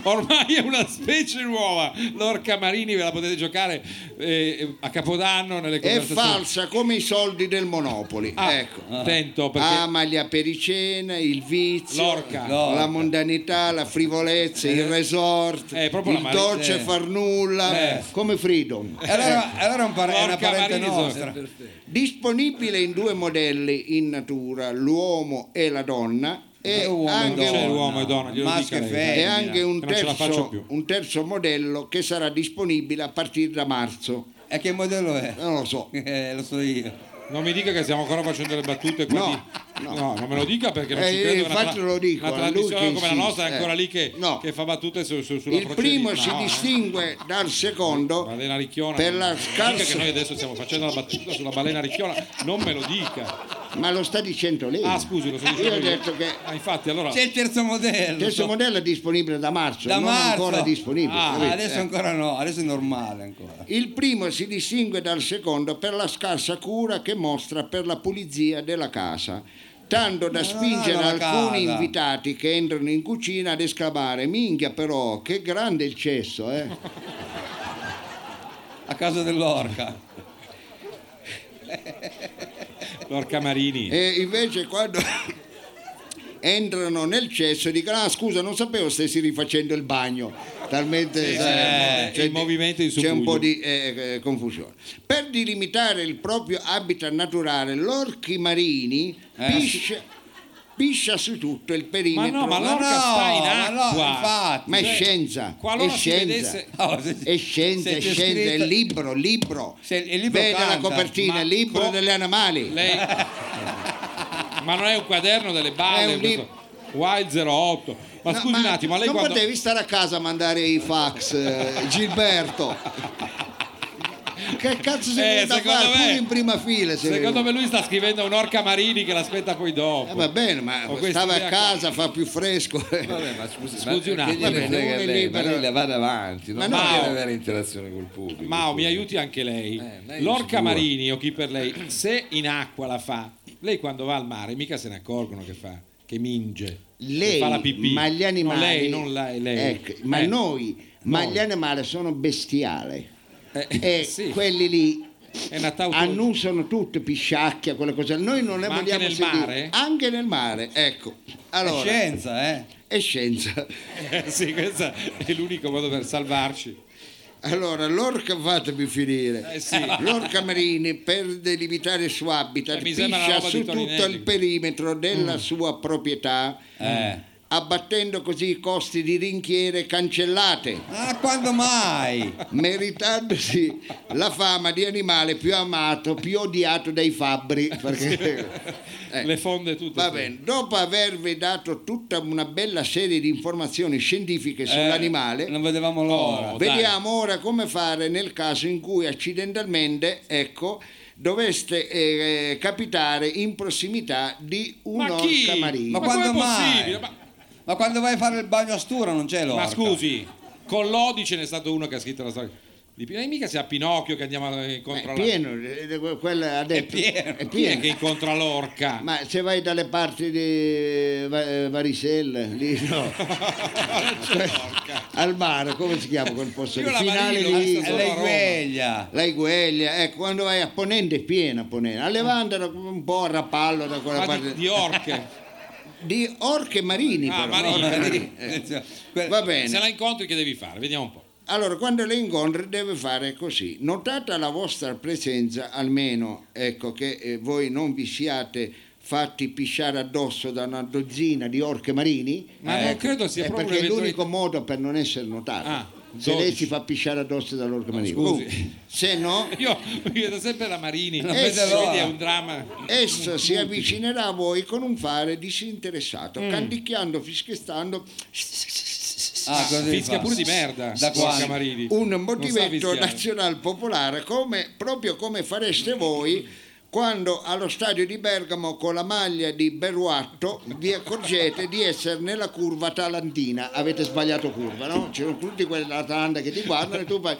Speaker 2: Ormai è una specie nuova. L'orca Marini ve la potete giocare eh, a Capodanno nelle
Speaker 3: è
Speaker 2: conversazioni.
Speaker 3: falsa come i soldi del Monopoli.
Speaker 2: Ah,
Speaker 3: ecco.
Speaker 2: Attento perché
Speaker 3: Ama gli apericena, il vizio,
Speaker 2: L'orca.
Speaker 3: la mondanità, la frivolezza, il resort,
Speaker 2: Eh, proprio la
Speaker 3: il
Speaker 2: Marini,
Speaker 3: dolce
Speaker 4: eh.
Speaker 3: far nulla,
Speaker 4: Eh.
Speaker 3: come Freedom. Eh,
Speaker 4: E Allora, allora è, un par- è una
Speaker 2: Porca
Speaker 4: parente
Speaker 2: Marisa.
Speaker 4: nostra.
Speaker 3: Disponibile in due modelli in natura, l'uomo e la donna, e
Speaker 4: Eh, uomo e
Speaker 3: anche
Speaker 2: c'è
Speaker 4: donna.
Speaker 3: un
Speaker 2: l'uomo e donna, glielo
Speaker 4: Maschio
Speaker 2: dica
Speaker 4: e
Speaker 2: lei.
Speaker 3: e
Speaker 4: femmina.
Speaker 3: anche un
Speaker 2: che non ce la faccio
Speaker 3: terzo,
Speaker 2: più.
Speaker 3: un terzo modello che sarà disponibile a partire da marzo.
Speaker 4: E che modello è?
Speaker 3: Non lo so.
Speaker 4: Eh, lo so io.
Speaker 2: non mi dica che stiamo ancora facendo le battute qua
Speaker 3: No,
Speaker 2: di No, non me lo dica perché non
Speaker 3: Eh,
Speaker 2: ci credo. è
Speaker 3: infatti
Speaker 2: tra-
Speaker 3: lo dico,
Speaker 2: una
Speaker 3: a lui
Speaker 2: trasmissione
Speaker 3: che
Speaker 2: come la nostra è
Speaker 3: insiste,
Speaker 2: ancora
Speaker 3: eh.
Speaker 2: lì che,
Speaker 3: No.
Speaker 2: che fa battute su, su- sulla eh.
Speaker 3: Il primo si distingue dal secondo
Speaker 2: Balena Ricchiona.
Speaker 3: per la
Speaker 2: Non dica che
Speaker 3: scarsa...
Speaker 2: noi adesso stiamo facendo la battuta sulla balena Ricchiona, non me lo dica.
Speaker 3: Ma lo sta dicendo lei.
Speaker 2: Ah, scusi, lo sto
Speaker 3: Io
Speaker 2: dicendo.
Speaker 3: ho
Speaker 2: io.
Speaker 3: detto che
Speaker 2: Ah, infatti, allora.
Speaker 4: C'è il terzo modello.
Speaker 3: il terzo modello è disponibile da marzo,
Speaker 4: da
Speaker 3: non
Speaker 4: marzo.
Speaker 3: ancora disponibile.
Speaker 4: Ah,
Speaker 3: capito?
Speaker 4: adesso
Speaker 3: Eh.
Speaker 4: ancora no, adesso è normale ancora.
Speaker 3: Il primo si distingue dal secondo per la scarsa cura che mostra per la pulizia della casa, tanto da
Speaker 4: no,
Speaker 3: spingere
Speaker 4: no, la
Speaker 3: alcuni
Speaker 4: Ah, casa.
Speaker 3: invitati che entrano in cucina ad esclamare: Minchia, però, che grande il cesso, eh!
Speaker 4: A casa dell'orca.
Speaker 2: Lorca Marini.
Speaker 3: E invece quando entrano nel cesso dicono ah scusa non sapevo stessi rifacendo il bagno talmente sai,
Speaker 2: sì, Eh, il movimento di
Speaker 3: c'è un
Speaker 2: subbuglio.
Speaker 3: po' di eh, eh, confusione per delimitare il proprio habitat naturale l'orchi marini piscia, piscia su tutto il
Speaker 2: Eh, Ma
Speaker 3: perimetro
Speaker 2: no, ma
Speaker 4: no,
Speaker 2: l'orca sta in
Speaker 4: ma no,
Speaker 2: acqua.
Speaker 4: infatti.
Speaker 3: Ma è
Speaker 2: Cioè,
Speaker 3: scienza,
Speaker 2: qualora
Speaker 3: è
Speaker 2: si
Speaker 3: scienza.
Speaker 2: vedesse-
Speaker 4: No, se-
Speaker 3: è scienza,
Speaker 4: se
Speaker 3: è
Speaker 4: c'è
Speaker 3: scienza, è
Speaker 4: scritto-
Speaker 3: libro, libro.
Speaker 4: Se il libro
Speaker 3: Vede la
Speaker 4: canta,
Speaker 3: copertina,
Speaker 2: ma
Speaker 3: il libro
Speaker 2: co-
Speaker 3: degli animali.
Speaker 2: Lei... ma non è un quaderno delle
Speaker 3: È
Speaker 2: balle,
Speaker 3: un
Speaker 2: questo. Wild 08. Ma
Speaker 3: No,
Speaker 2: scusi un attimo, ma lei
Speaker 3: non
Speaker 2: quando...
Speaker 3: potevi stare a casa a mandare i fax, eh, Gilberto. Che cazzo sei
Speaker 2: Eh,
Speaker 3: venuto a
Speaker 2: secondo
Speaker 3: fare?
Speaker 2: me-
Speaker 3: Pure in prima fila sei
Speaker 2: Secondo
Speaker 3: venuto.
Speaker 2: me lui sta scrivendo un'orca Marini che l'aspetta poi dopo.
Speaker 3: Eh, va bene, ma
Speaker 2: Ho questa
Speaker 3: stava a
Speaker 2: idea
Speaker 3: casa, fa più fresco.
Speaker 4: Eh,
Speaker 1: Vabbè, ma scusi,
Speaker 2: Scusi un
Speaker 1: ma
Speaker 3: eh,
Speaker 1: che
Speaker 2: attimo.
Speaker 1: gliene
Speaker 3: Vabbè,
Speaker 1: frega
Speaker 3: uno è
Speaker 1: lei, ma
Speaker 3: libero.
Speaker 1: lei la vada avanti, non
Speaker 3: no,
Speaker 1: deve
Speaker 2: Mao.
Speaker 1: avere interazione col pubblico.
Speaker 2: Mao, mi
Speaker 1: scusi.
Speaker 2: aiuti anche lei.
Speaker 1: Eh, lei
Speaker 2: L'orca
Speaker 1: sicuro.
Speaker 2: Marini, o chi per lei, se in acqua la fa, lei quando va al mare mica se ne accorgono che fa, che minge. che
Speaker 3: Lei,
Speaker 2: fa la pipì.
Speaker 3: ma gli animali...
Speaker 2: No, lei, non la- lei.
Speaker 3: Ecco, ma
Speaker 2: Eh,
Speaker 3: noi, ma
Speaker 2: Noi.
Speaker 3: gli animali sono bestiali.
Speaker 2: eh,
Speaker 3: E
Speaker 2: sì,
Speaker 3: quelli lì
Speaker 2: è una tauto-
Speaker 3: annusano tutto, pisciacchia, quella cosa. Noi non le
Speaker 2: Ma anche
Speaker 3: vogliamo
Speaker 2: nel
Speaker 3: sentire.
Speaker 2: mare?
Speaker 3: Anche nel mare, ecco.
Speaker 4: È
Speaker 3: Allora,
Speaker 4: scienza, eh.
Speaker 3: è scienza.
Speaker 2: Eh, sì, questo è l'unico modo per salvarci.
Speaker 3: Allora, l'orca, fatemi finire.
Speaker 2: Eh sì.
Speaker 3: L'orca marini, per delimitare il suo habitat,
Speaker 2: Eh, mi sembra la
Speaker 3: piscia
Speaker 2: roba di Mm.
Speaker 3: su tutto
Speaker 2: Toninelli.
Speaker 3: il perimetro della sua proprietà,
Speaker 4: Eh.
Speaker 3: abbattendo così i costi di rinchiere cancellate,
Speaker 4: Ah, quando mai?
Speaker 3: meritandosi la fama di animale più amato, più odiato dai fabbri. Perché... Eh.
Speaker 2: Le fonde tutte.
Speaker 3: Va bene, dopo avervi dato tutta una bella serie di informazioni
Speaker 2: Eh,
Speaker 3: scientifiche sull'animale,
Speaker 4: Eh, Non vedevamo l'ora.
Speaker 2: Oh, dai.
Speaker 3: Vediamo ora come fare nel caso in cui accidentalmente, ecco, doveste eh, capitare in prossimità di
Speaker 2: Ma chi?
Speaker 3: un'orca marina.
Speaker 2: Ma,
Speaker 4: Ma quando
Speaker 2: com'è
Speaker 4: mai?
Speaker 2: possibile? Ma,
Speaker 4: Ma quando vai a fare il bagno a Stura non c'è l'orca.
Speaker 2: ma scusi, con l'Odi ce n'è stato uno che ha scritto la storia. Di Pin- eh, mica sia Pinocchio che andiamo a- incontro
Speaker 3: È
Speaker 2: alla...
Speaker 3: pieno, eh, eh, quella ha detto.
Speaker 4: pieno.
Speaker 3: È
Speaker 2: Chi è
Speaker 3: pieno.
Speaker 2: che incontra l'orca?
Speaker 3: Ma se vai dalle parti di Va- eh, Variselle, lì no. Al mare, come si chiama quel posto?
Speaker 2: Io
Speaker 3: Il
Speaker 2: la
Speaker 3: finale
Speaker 2: Marina l'ho
Speaker 3: di...
Speaker 2: vista
Speaker 4: È
Speaker 2: solo a
Speaker 4: lei
Speaker 2: Roma.
Speaker 4: gueglia.
Speaker 3: La Igueglia, ecco, quando vai a Ponente è piena Ponente, a Levante era un po' a rapallo da quella
Speaker 2: Ma
Speaker 3: parte.
Speaker 2: di, di orche.
Speaker 3: di orche marini
Speaker 2: Ah,
Speaker 3: però.
Speaker 2: marini,
Speaker 3: marini. Eh, Va
Speaker 2: Se
Speaker 3: bene.
Speaker 2: la incontri che devi fare? Vediamo un po'.
Speaker 3: Allora, quando le incontri deve fare così. Notata la vostra presenza, almeno ecco che eh, voi non vi siate fatti pisciare addosso da una dozzina di orche marini.
Speaker 2: Ma non
Speaker 3: ecco,
Speaker 2: credo sia
Speaker 3: è
Speaker 2: proprio
Speaker 3: perché è
Speaker 2: un'eventualità.
Speaker 3: l'unico modo per non essere notato.
Speaker 2: Ah,
Speaker 3: se lei
Speaker 2: 12.
Speaker 3: si fa pisciare addosso dall'orca marina.
Speaker 2: scusi.
Speaker 3: Comunque, se no,
Speaker 2: Io mi vedo sempre la Marini.
Speaker 4: Non
Speaker 2: Eh,
Speaker 3: vedo
Speaker 2: sì,
Speaker 4: l'ora.
Speaker 2: Vedi, è un dramma.
Speaker 3: Essa si avvicinerà a voi con un fare disinteressato,
Speaker 2: Mm.
Speaker 3: canticchiando, fischiettando
Speaker 4: Ah, così
Speaker 2: Fischia
Speaker 4: fa.
Speaker 2: pure di merda.
Speaker 4: Da
Speaker 2: l'orca
Speaker 4: quando?
Speaker 2: Marini.
Speaker 3: un
Speaker 2: Non sa
Speaker 3: motivetto
Speaker 2: fischiare.
Speaker 3: nazional popolare, come, proprio come fareste voi quando allo stadio di Bergamo con la maglia di Beruatto vi accorgete di essere nella curva atalantina. Avete sbagliato curva, no? C'erano tutti quelli dell'Atalanta che ti guardano e tu fai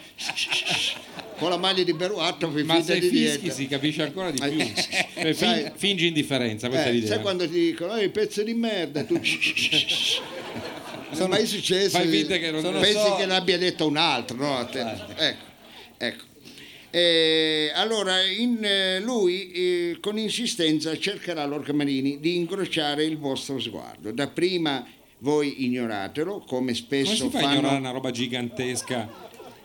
Speaker 3: con la maglia di Beruatto fai
Speaker 2: Ma
Speaker 3: finta
Speaker 2: se
Speaker 3: di
Speaker 2: fischi
Speaker 3: niente.
Speaker 2: si capisce ancora di più.
Speaker 3: Eh,
Speaker 2: Cioè, fin-
Speaker 3: sai-
Speaker 2: fingi indifferenza, questa è
Speaker 3: Eh,
Speaker 2: l'idea.
Speaker 3: sai quando ti dicono "Ehi, pezzo di merda tu sono mai successo
Speaker 2: fai finta che non- Ah.
Speaker 3: pensi
Speaker 4: non so.
Speaker 3: che l'abbia detto un altro no a te. ecco ecco Eh, allora in, eh, lui eh, con insistenza cercherà l'orca Marini di incrociare il vostro sguardo dapprima voi ignoratelo come
Speaker 2: Come
Speaker 3: spesso
Speaker 2: si fa a
Speaker 3: fanno
Speaker 2: ignorare una roba gigantesca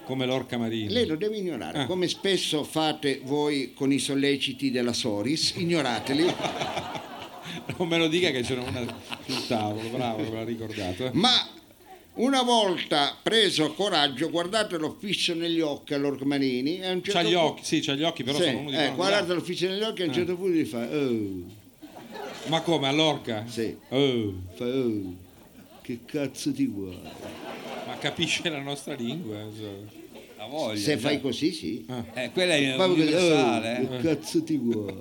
Speaker 2: come l'orca Marini?
Speaker 3: lei lo deve ignorare,
Speaker 2: Ah.
Speaker 3: come spesso fate voi con i solleciti della Soris, ignorateli.
Speaker 2: Non me lo dica che c'era una sul tavolo, bravo, me l'ha ricordato. eh.
Speaker 3: Ma una volta preso coraggio, guardatelo fisso negli occhi all'Ormanini. e a un certo
Speaker 2: C'ha gli
Speaker 3: punto-
Speaker 2: occhi, sì, c'ha gli occhi, però
Speaker 3: Sì,
Speaker 2: sono uno di
Speaker 3: eh,
Speaker 2: quella-
Speaker 3: guardatelo fisso negli occhi e a un certo punto gli fa. "Oh".
Speaker 2: Ma come, all'orca?
Speaker 3: Sì.
Speaker 2: Oh,
Speaker 3: Fa, "Oh, che cazzo ti vuoi?
Speaker 2: ma capisce la nostra lingua? eh, insomma.
Speaker 4: La voglia.
Speaker 3: Se
Speaker 4: già.
Speaker 3: fai così sì.
Speaker 4: Eh, quella è
Speaker 3: Proprio così, "Oh,
Speaker 4: universale. eh.
Speaker 3: che cazzo ti vuoi?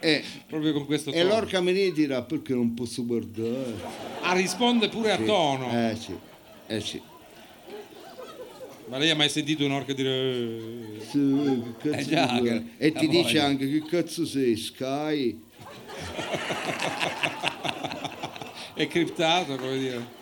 Speaker 3: Eh,
Speaker 2: Proprio con questo
Speaker 3: e
Speaker 2: tono.
Speaker 3: l'orca me ne dirà perché non posso guardare.
Speaker 2: Ah, risponde pure a tono.
Speaker 3: Eh sì, eh sì. Eh.
Speaker 2: Ma lei ha mai sentito un'orca dire... "Eh"?
Speaker 3: Sì, che cazzo
Speaker 4: Eh già,
Speaker 3: ti vuoi?
Speaker 4: che-
Speaker 3: e
Speaker 4: la
Speaker 3: ti dice
Speaker 4: voglia.
Speaker 3: anche che cazzo sei Sky
Speaker 2: È criptato, come dire.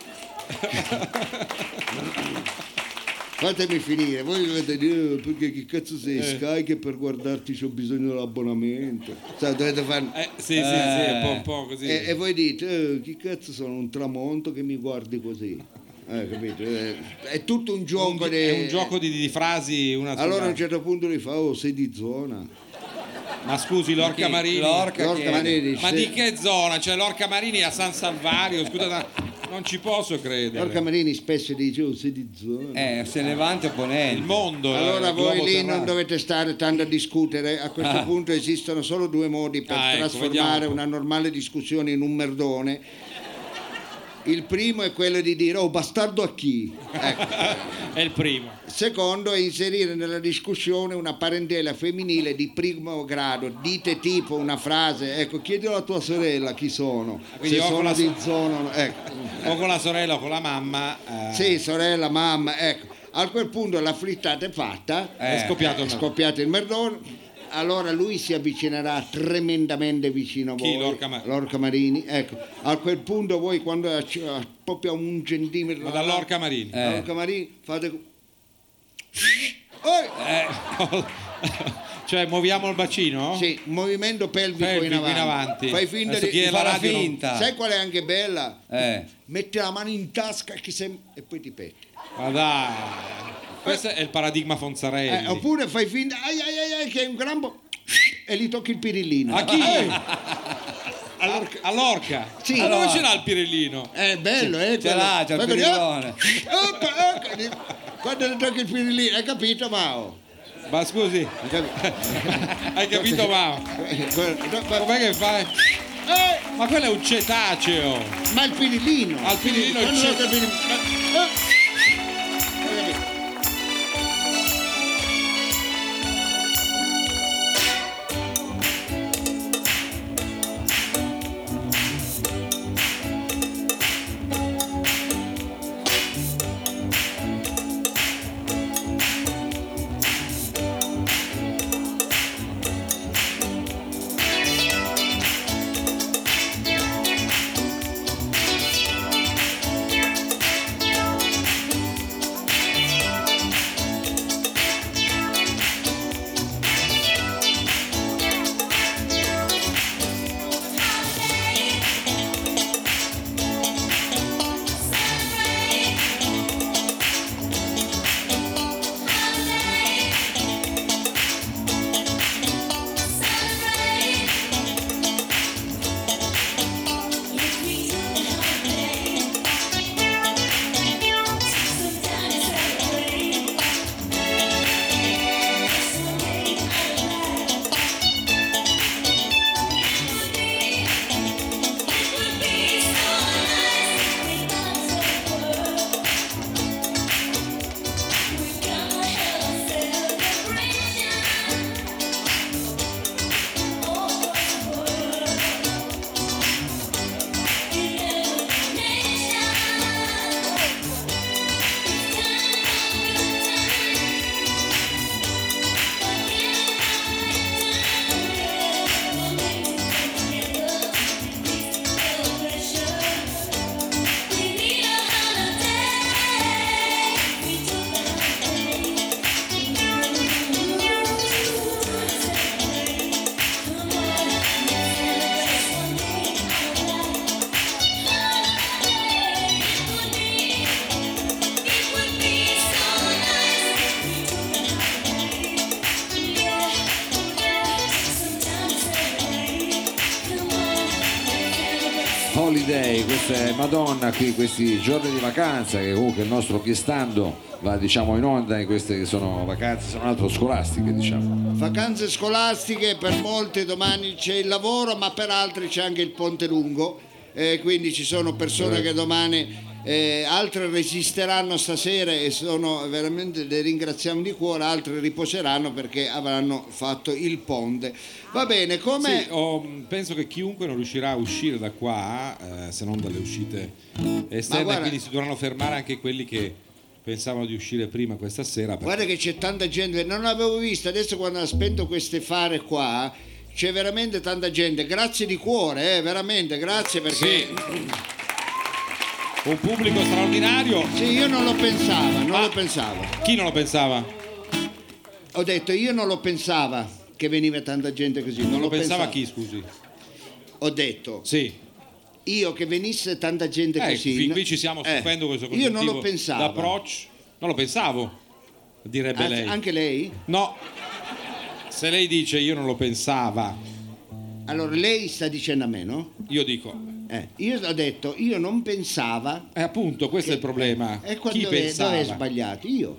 Speaker 3: fatemi finire voi dovete dire "Eh, perché che cazzo sei Sky che per guardarti c'ho bisogno dell'abbonamento Sai, dovete fare
Speaker 2: Eh, sì, sì, sì, è un po', un po' così.
Speaker 3: e, e voi dite "Eh, che cazzo sono un tramonto che mi guardi così Eh, capito? Eh, è tutto un
Speaker 2: Un-
Speaker 3: gioco
Speaker 2: è
Speaker 3: di-
Speaker 2: un gioco di, di frasi, una sulla-
Speaker 3: allora a un certo punto gli fa oh sei di zona
Speaker 2: Ma scusi, l'orca
Speaker 4: Chi?
Speaker 2: Marini.
Speaker 4: L'orca
Speaker 3: L'orca
Speaker 4: che-
Speaker 3: Marini dice,
Speaker 2: Ma
Speaker 3: "Sei-
Speaker 2: di che zona? Cioè l'orca Marini a San Salvario, scusa, ma non ci posso credere.
Speaker 3: L'orca Marini spesso dice oh sei di zona
Speaker 4: Eh, se levante
Speaker 2: Il
Speaker 4: opponente.
Speaker 2: mondo.
Speaker 3: Allora
Speaker 2: eh, il
Speaker 3: voi
Speaker 2: globo
Speaker 3: lì
Speaker 2: terraceo.
Speaker 3: non dovete stare tanto a discutere, a questo punto esistono solo due modi per
Speaker 2: Ah, ecco,
Speaker 3: trasformare
Speaker 2: vediamo un po'.
Speaker 3: una normale discussione in un merdone. Il primo è quello di dire oh bastardo a chi? Ecco.
Speaker 2: È il primo.
Speaker 3: Secondo è inserire nella discussione una parentela femminile di primo grado, dite tipo una frase, ecco chiedi alla tua sorella chi sono,
Speaker 2: Ah, Quindi
Speaker 3: se
Speaker 2: o con
Speaker 3: sono
Speaker 2: la
Speaker 3: di
Speaker 2: so-
Speaker 3: zona, o no. ecco.
Speaker 2: O con la sorella o con la mamma. eh,
Speaker 3: Sì, sorella, mamma, ecco. A quel punto la frittata è fatta, eh,
Speaker 2: È scoppiato il
Speaker 3: è
Speaker 2: merdone.
Speaker 3: scoppiato il merdone. Allora lui si avvicinerà tremendamente vicino a
Speaker 2: Chi?
Speaker 3: voi.
Speaker 2: L'orca Marini.
Speaker 3: L'orca Marini, ecco. A quel punto voi quando acc- a- proprio a un centimetro
Speaker 2: Ma dall'orca Marini.
Speaker 4: Eh.
Speaker 3: dall'orca Marini fate co- Oh!
Speaker 2: Eh, cioè muoviamo il bacino?
Speaker 3: Sì, movimento pelvico,
Speaker 2: Pelvico in
Speaker 3: in avanti.
Speaker 2: avanti.
Speaker 3: Fai finta
Speaker 2: Adesso
Speaker 3: di,
Speaker 2: chi è
Speaker 3: di
Speaker 2: la
Speaker 3: fare
Speaker 2: radio non-
Speaker 4: finta?
Speaker 3: Sai qual è anche bella?
Speaker 4: Eh.
Speaker 3: Metti la mano in tasca che sem- e poi ti petti.
Speaker 2: Ma dai. Questo è il paradigma Fonzarelli.
Speaker 3: Eh, oppure fai finta ai, ai, ai, ai, che è un grambo e gli tocchi il pirillino. Eh,
Speaker 2: A chi? All'orca.
Speaker 3: Sì.
Speaker 2: Ma dove
Speaker 4: Allora.
Speaker 2: ce l'ha il Pirellino?
Speaker 3: È bello, eh?
Speaker 4: ce
Speaker 3: quello.
Speaker 4: l'ha, c'ha il
Speaker 3: Poi vedi,
Speaker 4: pirillone.
Speaker 3: oh, oppa, ecco, di- Quando gli tocchi il pirillino, hai capito, Mao?
Speaker 2: Ma scusi,
Speaker 3: Hai capito?
Speaker 2: hai capito ma
Speaker 3: Quello- no, ma-
Speaker 2: com'è che fai?
Speaker 3: eh,
Speaker 2: Ma quello è un cetaceo!
Speaker 3: ma il pirillino.
Speaker 2: Al Pirellino
Speaker 3: Quando
Speaker 2: c'è-
Speaker 3: tocca il pirillino. eh, hai capito?
Speaker 5: Thank
Speaker 1: Holiday, questa è Madonna qui, questi giorni di vacanza che comunque il nostro piestando va diciamo in onda in queste che sono vacanze, sono altro scolastiche diciamo.
Speaker 3: Vacanze scolastiche per molti, domani c'è il lavoro, ma per altri c'è anche il ponte lungo, eh, quindi ci sono persone
Speaker 2: Certo.
Speaker 3: che domani, eh, altre resisteranno stasera e sono veramente, le ringraziamo di cuore, altre riposeranno perché avranno fatto il ponte. Va bene, come...
Speaker 2: Sì, oh, mh, penso che chiunque non riuscirà a uscire da qua eh, se non dalle uscite
Speaker 3: Ma
Speaker 2: esterne,
Speaker 3: guarda-
Speaker 2: quindi si dovranno fermare anche quelli che pensavano di uscire prima questa sera. perché-
Speaker 3: Guarda che c'è tanta gente, non l'avevo vista, adesso quando ha spento queste fare qua c'è veramente tanta gente, grazie di cuore, eh, veramente, grazie
Speaker 2: Sì.
Speaker 3: perché...
Speaker 2: Un pubblico straordinario.
Speaker 3: Sì, io non lo pensavo, non
Speaker 2: Ma-
Speaker 3: lo pensavo.
Speaker 2: Chi non lo pensava?
Speaker 3: Ho detto, io non lo pensavo che veniva tanta gente così. Non,
Speaker 2: Non lo pensava
Speaker 3: pensavo.
Speaker 2: chi, scusi?
Speaker 3: Ho detto,
Speaker 2: Sì.
Speaker 3: io che venisse tanta gente
Speaker 2: Eh,
Speaker 3: così.
Speaker 2: fin qui ci siamo
Speaker 3: eh,
Speaker 2: stupendo questo
Speaker 3: Io non lo
Speaker 2: costruttivo
Speaker 3: pensavo.
Speaker 2: D'approccio. Non lo pensavo, direbbe
Speaker 3: Anzi,
Speaker 2: lei.
Speaker 3: Anche lei?
Speaker 2: No. Se lei dice io non lo pensava,
Speaker 3: Allora, lei sta dicendo a me, no?
Speaker 2: io dico.
Speaker 3: Eh, io ho detto, io non pensavo.
Speaker 2: E Eh, appunto, questo è il problema.
Speaker 3: E qua
Speaker 2: Chi
Speaker 3: dove, dove è
Speaker 2: pensava?
Speaker 3: sbagliato? Io.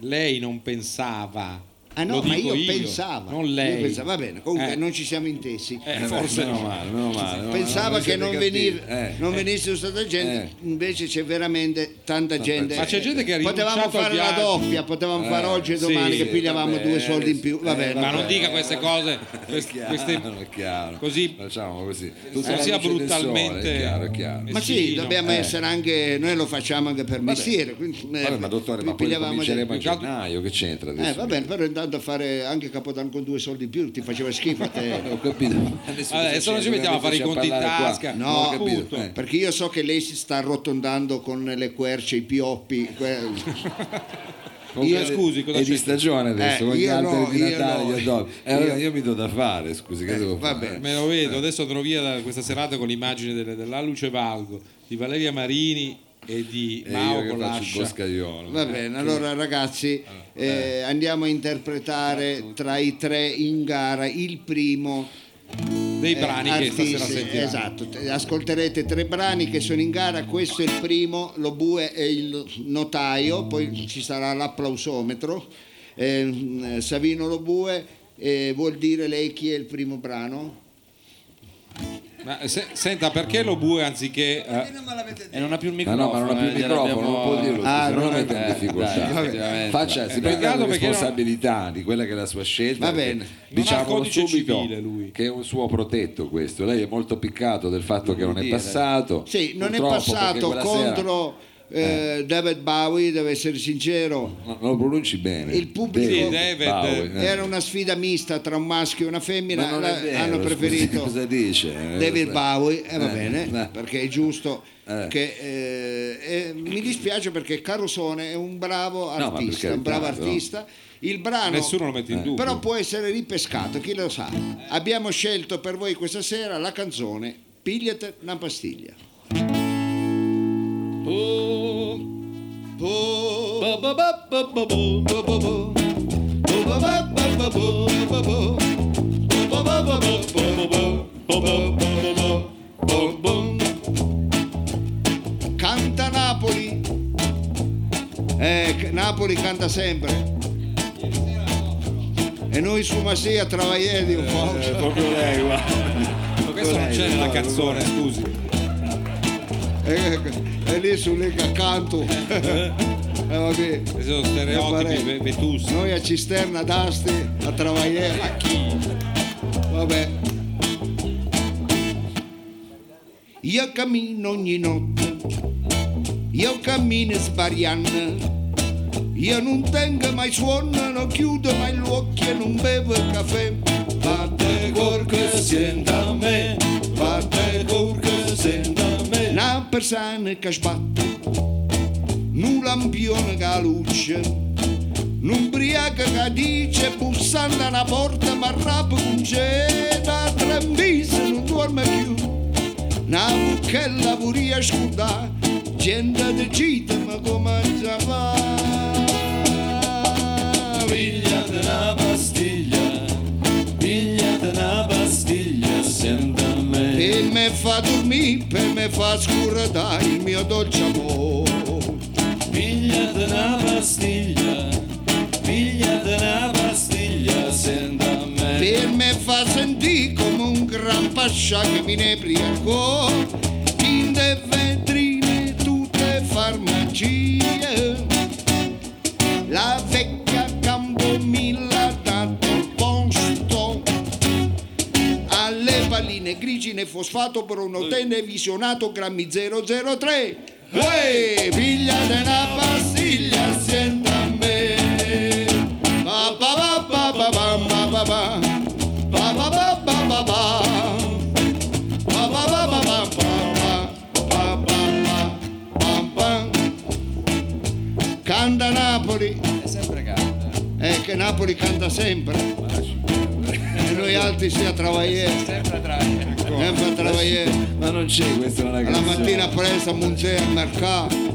Speaker 2: Lei non pensava.
Speaker 3: Ah no,
Speaker 2: Lo
Speaker 3: ma
Speaker 2: dico
Speaker 3: io, pensavo.
Speaker 2: Non lei.
Speaker 3: Io pensavo, va bene, comunque
Speaker 2: Eh.
Speaker 3: non ci siamo intesi.
Speaker 2: Eh, forse
Speaker 1: meno
Speaker 2: no.
Speaker 1: male, meno male. meno male,
Speaker 3: Pensava
Speaker 1: voi
Speaker 3: che
Speaker 1: siete
Speaker 3: non,
Speaker 1: cattivi.
Speaker 3: venir-
Speaker 1: Eh,
Speaker 3: non venisse tanta gente, invece c'è veramente tanta gente. Eh.
Speaker 2: Ma c'è gente che ha
Speaker 3: Potevamo
Speaker 2: rinunciato al
Speaker 3: fare la
Speaker 2: viaggio.
Speaker 3: doppia, potevamo
Speaker 1: Eh,
Speaker 3: fare oggi e
Speaker 2: sì,
Speaker 3: domani che
Speaker 2: sì,
Speaker 3: pigliavamo
Speaker 1: vabbè,
Speaker 3: due soldi in più.
Speaker 1: eh,
Speaker 3: Va bene.
Speaker 2: Ma non
Speaker 1: Vabbè,
Speaker 2: dica queste cose.
Speaker 1: È
Speaker 2: quest-
Speaker 1: chiaro,
Speaker 2: queste-
Speaker 1: è chiaro.
Speaker 2: così-
Speaker 1: facciamo così. Tutta
Speaker 2: non
Speaker 1: la
Speaker 2: sia
Speaker 1: luce del sole,
Speaker 2: brutalmente-
Speaker 1: è chiaro, è chiaro.
Speaker 2: Ma
Speaker 3: ma sì,
Speaker 2: sì, no,
Speaker 3: dobbiamo
Speaker 1: eh.
Speaker 3: essere anche, noi lo facciamo anche per mestiere. Quindi, eh,
Speaker 1: Vabbè, ma dottore, ma poi
Speaker 3: pigliavamo
Speaker 1: cominceremo a
Speaker 2: più che altro-
Speaker 1: gennaio, che c'entra
Speaker 3: dei- Eh,
Speaker 1: adesso?
Speaker 3: va bene, però intanto fare anche Capodanno con due soldi in più ti faceva schifo a te.
Speaker 1: Ho capito.
Speaker 2: Adesso non ci mettiamo a fare i conti in
Speaker 1: parlare qua.
Speaker 2: tasca.
Speaker 1: No,
Speaker 3: No,
Speaker 1: ho capito.
Speaker 2: appunto.
Speaker 1: eh.
Speaker 3: Perché io so che lei si sta arrotondando con le querce, i pioppi. que-
Speaker 2: Io- scusi, cosa
Speaker 1: è
Speaker 2: c'è?
Speaker 1: di stagione adesso,
Speaker 3: Eh,
Speaker 1: con gli
Speaker 3: io
Speaker 1: altri
Speaker 3: no,
Speaker 1: di
Speaker 3: io
Speaker 1: Natale,
Speaker 3: no. Eh,
Speaker 1: gli addobbi. Eh, allora io... mi do da fare, scusi, che devo
Speaker 3: va
Speaker 1: fare?
Speaker 3: bene.
Speaker 2: Me lo vedo, adesso andrò via da questa serata con l'immagine delle- della Luce Valgo, di Valeria Marini e di
Speaker 1: E Eh, io
Speaker 2: Mao
Speaker 1: che faccio il
Speaker 2: Colascia.
Speaker 1: boscaiolo.
Speaker 3: Va bene, allora ragazzi eh, andiamo a interpretare tra i tre in gara il primo
Speaker 2: Dei
Speaker 3: eh,
Speaker 2: brani che stasera
Speaker 3: artista-
Speaker 2: sentirà.
Speaker 3: Esatto, te- ascolterete tre brani che sono in gara, questo è il primo, lo bue è il notaio, poi ci sarà l'applausometro, ehm, Savino lo bue eh, vuol dire lei chi è il primo brano?
Speaker 2: Ma se- senta, perché lo bue anziché... eh,
Speaker 4: E non ha più il
Speaker 1: Ma Eh, no, ma non ha più il microfono, non può dirlo,
Speaker 3: eh, Ah,
Speaker 1: scusa, non lo
Speaker 3: non è-
Speaker 1: mette in
Speaker 4: eh, dai,
Speaker 1: difficoltà.
Speaker 4: effettivamente.
Speaker 1: Faccia,
Speaker 3: Eh,
Speaker 1: si prenda
Speaker 2: peccato
Speaker 1: la
Speaker 2: perché
Speaker 1: responsabilità di quella che è la sua scelta.
Speaker 3: Va
Speaker 1: perché
Speaker 3: bene.
Speaker 2: Non ha il
Speaker 1: Diciamolo
Speaker 2: codice
Speaker 1: subito
Speaker 2: civile, lui.
Speaker 1: che è un suo protetto questo. Lei è molto piccato del fatto che non è
Speaker 4: dire.
Speaker 1: passato.
Speaker 3: Sì, non è
Speaker 1: Purtroppo,
Speaker 3: passato
Speaker 1: perché quella sera-
Speaker 3: contro eh, David Bowie, devo essere sincero.
Speaker 1: No, non lo pronunci bene.
Speaker 3: Il pubblico-
Speaker 2: Sì, David,
Speaker 1: Bowie, eh.
Speaker 3: Era una sfida mista tra un maschio e una
Speaker 1: Ma
Speaker 3: femmina,
Speaker 1: non
Speaker 3: la-
Speaker 1: è vero,
Speaker 3: hanno
Speaker 1: scusi,
Speaker 3: preferito
Speaker 1: cosa dice?
Speaker 3: David Bowie, e va
Speaker 1: Eh,
Speaker 3: bene,
Speaker 1: eh.
Speaker 3: perché è giusto
Speaker 1: Eh.
Speaker 3: che... eh, eh, mi dispiace perché Carosone è un bravo
Speaker 1: ma per
Speaker 3: artista,
Speaker 1: carità,
Speaker 3: un bravo
Speaker 1: no.
Speaker 3: artista. Il brano...
Speaker 2: Nessuno lo mette in dubbio.
Speaker 3: Però può essere ripescato, chi lo sa. Abbiamo scelto per voi questa sera la canzone Pigliate una pastiglia. Canta Napoli. Eh, c- Napoli canta sempre. E noi su Masia travagliamo un po'.
Speaker 1: È proprio lei, guarda.
Speaker 2: questo non c'è nella canzone, scusi.
Speaker 3: E, e Eh, lì su lì accanto. Eh, vabbè.
Speaker 2: Questi sono stereotipi
Speaker 3: Io
Speaker 2: ve-
Speaker 3: farei.
Speaker 2: vetusti.
Speaker 3: Noi a Cisterna d'Asti a travagliare. Ma chi? Vabbè. Io cammino ogni notte, io cammino sbagliando, io non tengo mai suono, non chiudo mai gli occhi e non bevo il caffè. Fate cor che senta me, fate cor che senta me. Una persona che sbatte, un lampione che luce, L'umbriaca che dice bussando alla porta ma rap non c'è da trembise non dorme più una buchella vorrei scudà gente decide ma come già va
Speaker 5: Pigliate una pastiglia, pigliate una pastiglia, senta me.
Speaker 3: E me fa dormire, per me fa scurredare il mio dolce amore.
Speaker 5: Figliate una pastiglia, figliate una pastiglia, senta me.
Speaker 3: Per me fa sentire come un gran pascià che mi nebriacò in de vetrine tutte farmacie la vecchia campo mi l'ha dato il posto alle palline grigine fosfato bronotene visionato grammi 003 Ehi, piglia de una pastiglia assieme a me Ba ba ba ba ba ba ba ba ba. Ba ba ba ba ba ba. Ba ba ba ba ba ba ba. Ba ba ba ba ba. Canta Napoli,
Speaker 4: È sempre calda.
Speaker 3: è che Napoli canta sempre. E noi altri stiamo a travagliare,
Speaker 4: Sempre tra.
Speaker 3: sempre a travagliare.
Speaker 1: Ma non c'è, questa non è una
Speaker 3: La
Speaker 1: canzone.
Speaker 3: mattina presto a Monzè al mercato.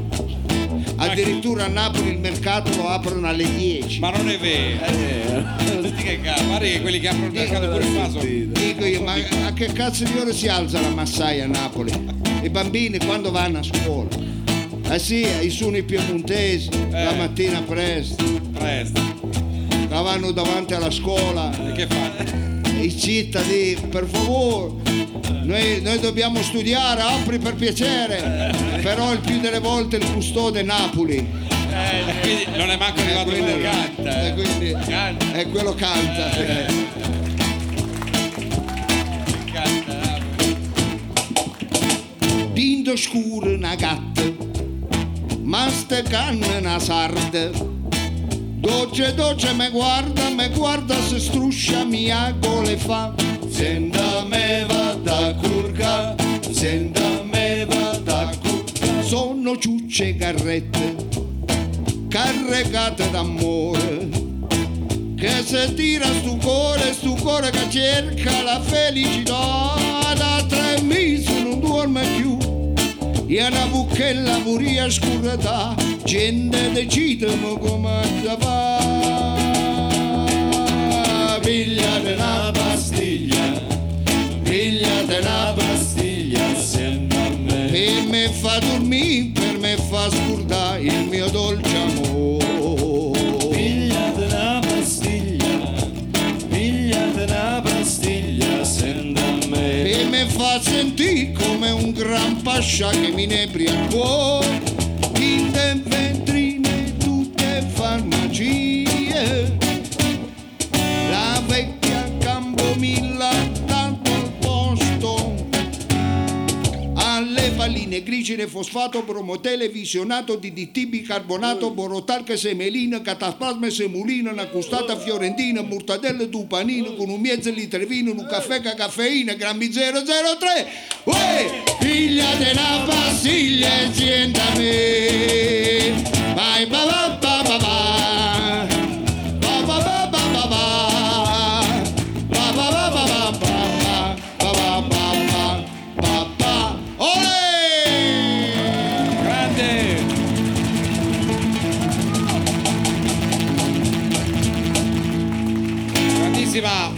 Speaker 3: Addirittura a Napoli il mercato lo aprono alle 10.
Speaker 2: Ma non è vero.
Speaker 4: Tutti che cavolo.
Speaker 2: Guarda che quelli che aprono il mercato pure qua sono.
Speaker 3: Dico io, ma a che cazzo di ore si alza la massaia a Napoli? I bambini quando vanno a scuola? Ah sì, i sono i piemontesi,
Speaker 4: Eh.
Speaker 3: la mattina presto,
Speaker 2: Presto.
Speaker 3: la vanno davanti alla scuola,
Speaker 2: E che fanno?
Speaker 3: i cittadini, per favore, noi, noi dobbiamo studiare, apri per piacere, però il più delle volte il custode è Napoli. Eh,
Speaker 2: Quindi non è manco
Speaker 3: E
Speaker 2: arrivato il
Speaker 3: quello
Speaker 2: mercato. eh.
Speaker 3: canta, e Eh, quindi,
Speaker 4: Canta.
Speaker 3: e quello canta.
Speaker 4: Canta.
Speaker 3: Dindo scuro una gatta, master canna una sarda. Dolce dolce me guarda, me guarda se struscia mia gole fa. Senda me va da curca, senda me va da curca. Sono ciucce carrette, carregate d'amore. Che se tira stu cuore, stu cuore che cerca la felicità Da tre mesi non dorme più E una buchella vuria scurata Gente decide mo come da va Pigliate una pastiglia Pigliate una
Speaker 5: Pastiglia, senta me.
Speaker 3: per me fa dormire, per me fa scordare il mio dolce amore.
Speaker 5: Figliate una pastiglia, figliate una pastiglia, senta me.
Speaker 3: E mi fa sentire come un gran pascià che mi nebria il cuore in te vetrine tutte farmacie la vecchia Campomilla tanto al posto alle palline grigine fosfato promotele visionato DDT bicarbonato borotalche semelina cataplasma e semolina una costata fiorentina mortadelle tupanino con un mezzo litro vino un caffè ca caffeina grammi 003 uè figlia della pastiglia insieme a me vai ba ba ba ba ba ba ba ba ba ba ba Ba ba ba ba ba ba ba ba ba ba ba ba. Olè!
Speaker 2: Grande! Grandissima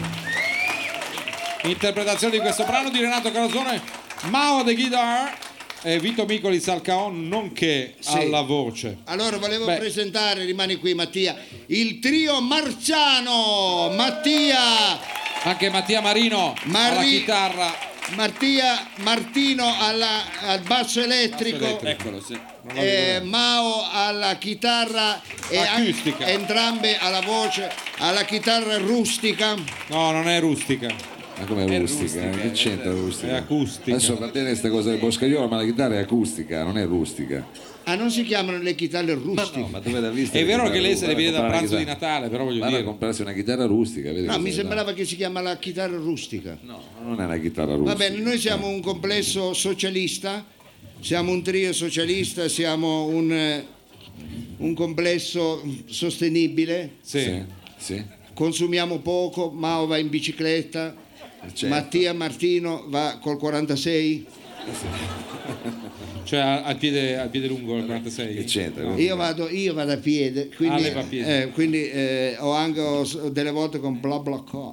Speaker 2: interpretazione di questo brano di Renato Carosone, Mao de Guitar e Vito Micoli Salcaon, nonché
Speaker 3: Sì.
Speaker 2: alla voce.
Speaker 3: Allora volevo
Speaker 2: Beh.
Speaker 3: presentare, rimani qui Mattia, il trio Marciano, Mattia,
Speaker 2: Anche Mattia Marino alla
Speaker 3: Marri-
Speaker 2: chitarra.
Speaker 3: Mattia Martino alla- al basso elettrico,
Speaker 2: Basso
Speaker 4: Eccolo, sì.
Speaker 2: Non la vedo
Speaker 3: eh,
Speaker 2: bene.
Speaker 3: Mao alla chitarra e an-
Speaker 2: Acustica.
Speaker 3: entrambe alla voce, alla chitarra rustica.
Speaker 2: No, non è rustica.
Speaker 1: Ma come è rustica? che c'entra la rustica?
Speaker 2: È acustica.
Speaker 1: Adesso va bene questa cosa del boscaiolo, ma la chitarra è acustica, non è rustica.
Speaker 3: Ah, non si chiamano le chitarre rustiche?
Speaker 1: No, ma dove l'ha vista?
Speaker 2: È
Speaker 1: la
Speaker 2: vero
Speaker 1: chitarra
Speaker 2: che lei se
Speaker 1: rustica?
Speaker 2: le viene da
Speaker 1: Guarda,
Speaker 2: pranzo di
Speaker 1: comprare una
Speaker 2: Natale, però
Speaker 1: chitarra-
Speaker 2: voglio
Speaker 1: Guarda,
Speaker 2: dire.
Speaker 1: comprarsi una chitarra rustica. vedi
Speaker 3: No,
Speaker 1: cosa
Speaker 3: mi
Speaker 1: è?
Speaker 3: sembrava che si chiama la chitarra rustica.
Speaker 1: No, non è una chitarra rustica.
Speaker 3: Va bene, noi siamo un complesso socialista, siamo un trio socialista, siamo un, eh, un complesso sostenibile,
Speaker 2: Sì.
Speaker 1: Sì, sì.
Speaker 3: consumiamo poco, Mao va in bicicletta,
Speaker 1: Certo.
Speaker 3: Mattia Martino va col 46,
Speaker 2: Cioè a- al piede, al piede lungo il 46.
Speaker 1: Che c'entra?
Speaker 2: No.
Speaker 3: io vado, io vado a piedi,
Speaker 2: Ah,
Speaker 3: quindi,
Speaker 2: lei va a piedi.
Speaker 3: eh, quindi, eh, ho anche ho s- delle volte con bla bla car.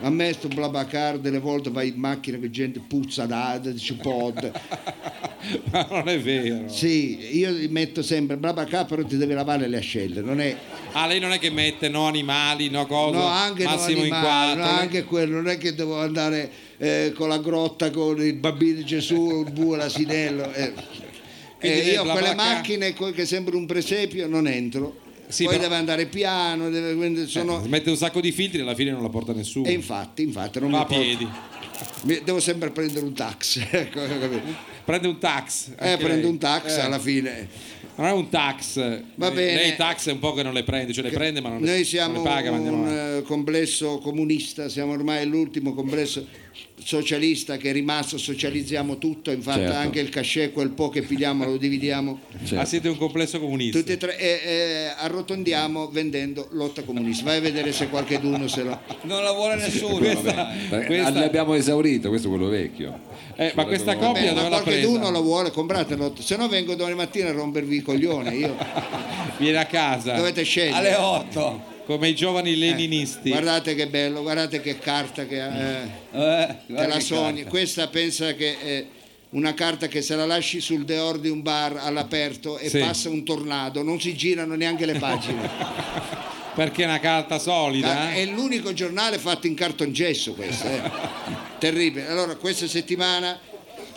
Speaker 3: A me sto Blabacar delle volte vai in macchina che gente puzza da da cipod.
Speaker 2: Ma non è vero.
Speaker 3: Sì, io metto sempre Blabacar però ti devi lavare le ascelle, non è
Speaker 2: Ah, lei non è che mette no animali, no cose,
Speaker 3: no, anche non
Speaker 2: massimo in eh.
Speaker 3: animali,
Speaker 2: quattro.
Speaker 3: no, anche quello, non è che devo andare eh, con la grotta con il bambino Gesù, il bue, l'asinello. eh.
Speaker 2: Quindi
Speaker 3: Eh,
Speaker 2: lei
Speaker 3: io
Speaker 2: la
Speaker 3: con le
Speaker 2: vacca-
Speaker 3: macchine co- che sembra un presepio non entro.
Speaker 2: Sì,
Speaker 3: Poi
Speaker 2: però-
Speaker 3: deve andare piano, deve- quindi sono-
Speaker 2: Eh, Mette un sacco di filtri e alla fine non la porta nessuno.
Speaker 3: E infatti, infatti, non
Speaker 2: Va
Speaker 3: mi
Speaker 2: a
Speaker 3: porto-
Speaker 2: piedi.
Speaker 3: mi- devo sempre prendere un taxi. ecco, capito?
Speaker 2: Prende un tax.
Speaker 3: eh,
Speaker 2: anche
Speaker 3: prendo
Speaker 2: lei.
Speaker 3: un taxi
Speaker 2: Eh,
Speaker 3: alla fine.
Speaker 2: Non è un tax.
Speaker 3: Va bene.
Speaker 2: Lei i tax è un po' che non le prende, cioè le prende ma non le,
Speaker 3: Noi siamo
Speaker 2: non le paga. ma andiamo
Speaker 3: un
Speaker 2: avanti.
Speaker 3: eh, complesso comunista, siamo ormai l'ultimo complesso socialista che è rimasto, socializziamo tutto, infatti
Speaker 1: Certo.
Speaker 3: anche il cachet, quel po' che pigliamo lo dividiamo,
Speaker 1: Cioè,
Speaker 2: Ah, siete un complesso comunista.
Speaker 3: eh, tutti e tre e, e arrotondiamo vendendo lotta comunista. Vai a vedere se qualcheduno se lo...
Speaker 4: Ah, Non la vuole nessuno. ormai.
Speaker 1: perché
Speaker 2: questa-
Speaker 1: L'abbiamo esaurito, questo è quello vecchio.
Speaker 2: Eh, ma questa
Speaker 1: Vabbè,
Speaker 2: coppia
Speaker 3: ma
Speaker 2: dove l'ha
Speaker 3: qualcheduno
Speaker 2: presa?
Speaker 3: lo vuole, comprate lotta, se no vengo domani mattina a rompervi i coglioni, io
Speaker 2: Viene a casa.
Speaker 3: dovete Eh,
Speaker 4: Alle
Speaker 3: scegliere.
Speaker 4: 8.
Speaker 2: Come i giovani leninisti.
Speaker 3: Guardate che bello, guardate che carta che... ha, eh.
Speaker 4: Eh,
Speaker 3: Te
Speaker 4: guarda
Speaker 3: la
Speaker 4: che
Speaker 3: sogni.
Speaker 4: carta.
Speaker 3: Questa pensa che è una carta che se la lasci sul deor di un bar all'aperto e
Speaker 2: Sì.
Speaker 3: passa un tornado, non si girano neanche le pagine.
Speaker 2: Perché è una carta solida.
Speaker 3: Ah,
Speaker 2: eh?
Speaker 3: È l'unico giornale fatto in cartongesso questo. eh. Terribile. Allora, questa settimana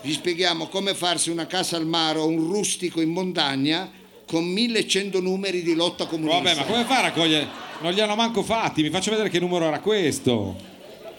Speaker 3: vi spieghiamo come farsi una casa al mare o un rustico in montagna con 1100 numeri di lotta comunista.
Speaker 2: Vabbè, ma come fa a raccogliere? Non gli hanno manco fatti. Mi faccio vedere che numero era questo.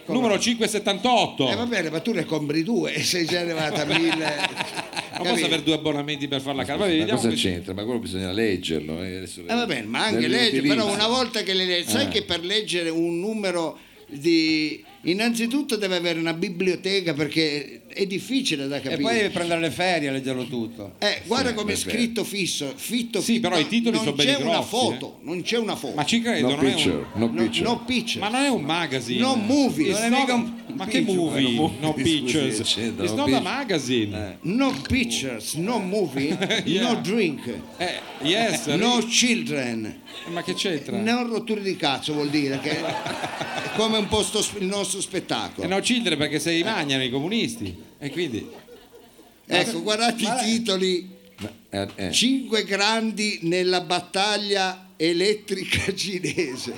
Speaker 2: Numero 578.
Speaker 3: Eh, va bene, ma tu ne compri due e sei già arrivata a 1000.
Speaker 2: non posso
Speaker 3: capito?
Speaker 2: avere due abbonamenti per fare la carta. Vabbè,
Speaker 1: Ma
Speaker 2: vediamo
Speaker 1: cosa
Speaker 2: che-
Speaker 1: c'entra? Ma quello bisogna leggerlo. eh, adesso
Speaker 3: Eh, va bene, ma
Speaker 1: le-
Speaker 3: anche
Speaker 1: le
Speaker 3: legge, però
Speaker 1: utilizzo.
Speaker 3: una volta che le leggi, sai che per leggere un numero di... Innanzitutto deve avere una biblioteca perché è difficile da
Speaker 4: E
Speaker 3: capire.
Speaker 4: poi devi prendere le ferie a leggerlo tutto.
Speaker 3: Eh, guarda
Speaker 1: Sì,
Speaker 3: come è
Speaker 1: beh,
Speaker 3: scritto fisso, fitto,
Speaker 2: Sì,
Speaker 3: fitto,
Speaker 2: però i titoli
Speaker 3: non
Speaker 2: sono
Speaker 3: c'è
Speaker 2: belli
Speaker 3: una
Speaker 2: grossi, eh.
Speaker 3: foto, Eh, non c'è una foto.
Speaker 2: Ma ci credo,
Speaker 1: No
Speaker 2: non è
Speaker 1: picture,
Speaker 2: un...
Speaker 1: no
Speaker 3: no,
Speaker 1: picture.
Speaker 3: no picture.
Speaker 2: Ma non è un magazine.
Speaker 3: No movie.
Speaker 2: It's
Speaker 4: Non è
Speaker 2: not-
Speaker 4: mica un-
Speaker 2: Ma che movie?
Speaker 1: movie,
Speaker 2: No
Speaker 1: scusi,
Speaker 2: pictures.
Speaker 1: c'è, no
Speaker 2: It's not a
Speaker 1: picture.
Speaker 2: magazine.
Speaker 3: No pictures, no movie,
Speaker 2: Yeah.
Speaker 3: no drink,
Speaker 2: Eh, yes.
Speaker 3: no children.
Speaker 2: Ma che c'entra?
Speaker 3: Non rotture di cazzo vuol dire che è come un posto sp- il nostro
Speaker 2: Eh,
Speaker 3: spettacolo.
Speaker 2: no children perché se li mangiano i comunisti. E quindi...
Speaker 3: Ecco, guardate i titoli.
Speaker 1: Eh, eh.
Speaker 3: Cioè, Cinque grandi nella battaglia elettrica cinese.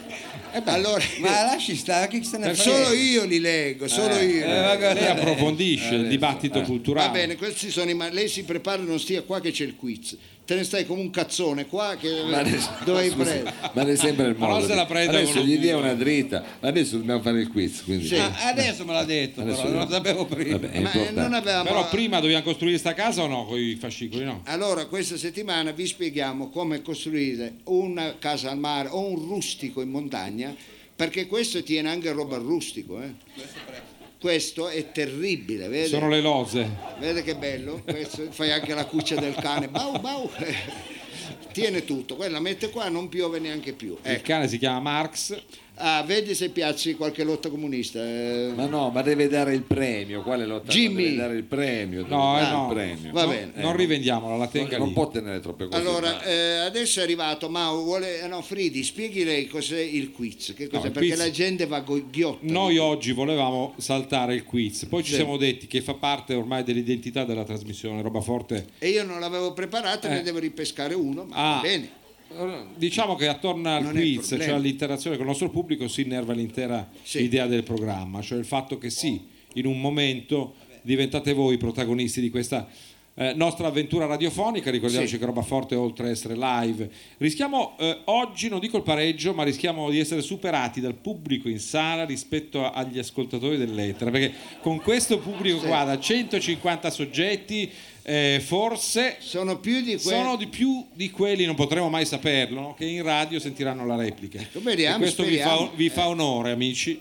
Speaker 3: allora,
Speaker 4: Ma lasci stare, chi se ne frega?
Speaker 3: solo io li leggo, solo io.
Speaker 4: Eh, ma guarda
Speaker 2: Lei
Speaker 4: lei.
Speaker 2: approfondisce il dibattito culturale.
Speaker 3: eh, Va bene, questi sono i ma lei si prepara, non stia qua che c'è il quiz. Te ne stai come un cazzone qua che
Speaker 1: Ma adesso-
Speaker 3: dovevi
Speaker 1: scusi,
Speaker 3: prendere.
Speaker 1: Ma ne sembra il
Speaker 2: Ma
Speaker 1: modo.
Speaker 2: non se la
Speaker 1: di-
Speaker 2: prenda
Speaker 1: adesso
Speaker 2: con
Speaker 1: gli
Speaker 2: lui.
Speaker 1: dia una dritta. Adesso dobbiamo fare il quiz. Quindi.
Speaker 3: Sì.
Speaker 4: Ah, adesso me l'ha detto,
Speaker 1: Adesso
Speaker 4: però non lo
Speaker 1: vediamo.
Speaker 4: sapevo prima.
Speaker 1: Vabbè, è
Speaker 3: Ma eh,
Speaker 1: importante.
Speaker 3: non avevamo
Speaker 2: Però prima dobbiamo costruire sta casa o no? Con i fascicoli, no?
Speaker 3: Allora, questa settimana vi spieghiamo come costruire una casa al mare o un rustico in montagna, perché questo tiene anche roba al rustico. eh. Questo è terribile, vedi?
Speaker 2: Sono le lose.
Speaker 3: Vedi che bello? Questo, fai anche la cuccia del cane, bau bau. Tiene tutto, quella mette qua, non piove neanche più.
Speaker 2: Il
Speaker 3: Ecco.
Speaker 2: cane si chiama Marx.
Speaker 3: Ah, vedi se piazzi qualche lotta comunista. eh.
Speaker 1: Ma no, ma deve dare il premio. Quale lotta?
Speaker 3: Jimmy.
Speaker 1: Deve dare il premio. deve
Speaker 2: No, eh,
Speaker 1: dare il
Speaker 2: no.
Speaker 1: premio.
Speaker 3: Ah, Va
Speaker 2: No,
Speaker 3: bene.
Speaker 2: Non rivendiamola, la tenga
Speaker 1: Non
Speaker 2: lì.
Speaker 1: può tenere troppe cose.
Speaker 3: Allora,
Speaker 1: ma-
Speaker 3: eh, adesso è arrivato Mau, vuole, eh, no, Fridi, spieghi lei cos'è il quiz, che cos'è?
Speaker 2: il
Speaker 3: perché
Speaker 2: quiz-
Speaker 3: la gente va go- ghiotta.
Speaker 2: Noi oggi volevamo saltare il quiz, poi ci siamo detti che fa parte ormai dell'identità della trasmissione, roba forte.
Speaker 3: E io non l'avevo preparata, ne devo ripescare uno, ma
Speaker 2: Eh. Ah.
Speaker 3: va bene.
Speaker 2: Diciamo che attorno al
Speaker 3: Non è
Speaker 2: quiz,
Speaker 3: problema.
Speaker 2: cioè all'interazione con il nostro pubblico, si innerva l'intera
Speaker 3: Sì.
Speaker 2: idea del programma, cioè il fatto che sì, in un momento diventate voi i protagonisti di questa eh, nostra avventura radiofonica, ricordiamoci
Speaker 3: Sì.
Speaker 2: che roba forte oltre a essere live. Rischiamo eh, oggi, non dico il pareggio, ma rischiamo di essere superati dal pubblico in sala rispetto a- agli ascoltatori dell'Etere, perché con questo pubblico qua da 150 soggetti, eh, forse
Speaker 3: Sono più di quelli...
Speaker 2: sono di più di quelli, non potremo mai saperlo, no? che in radio sentiranno la replica.
Speaker 3: vediamo,
Speaker 2: e questo vi fa,
Speaker 3: speriamo.
Speaker 2: vi fa onore, amici,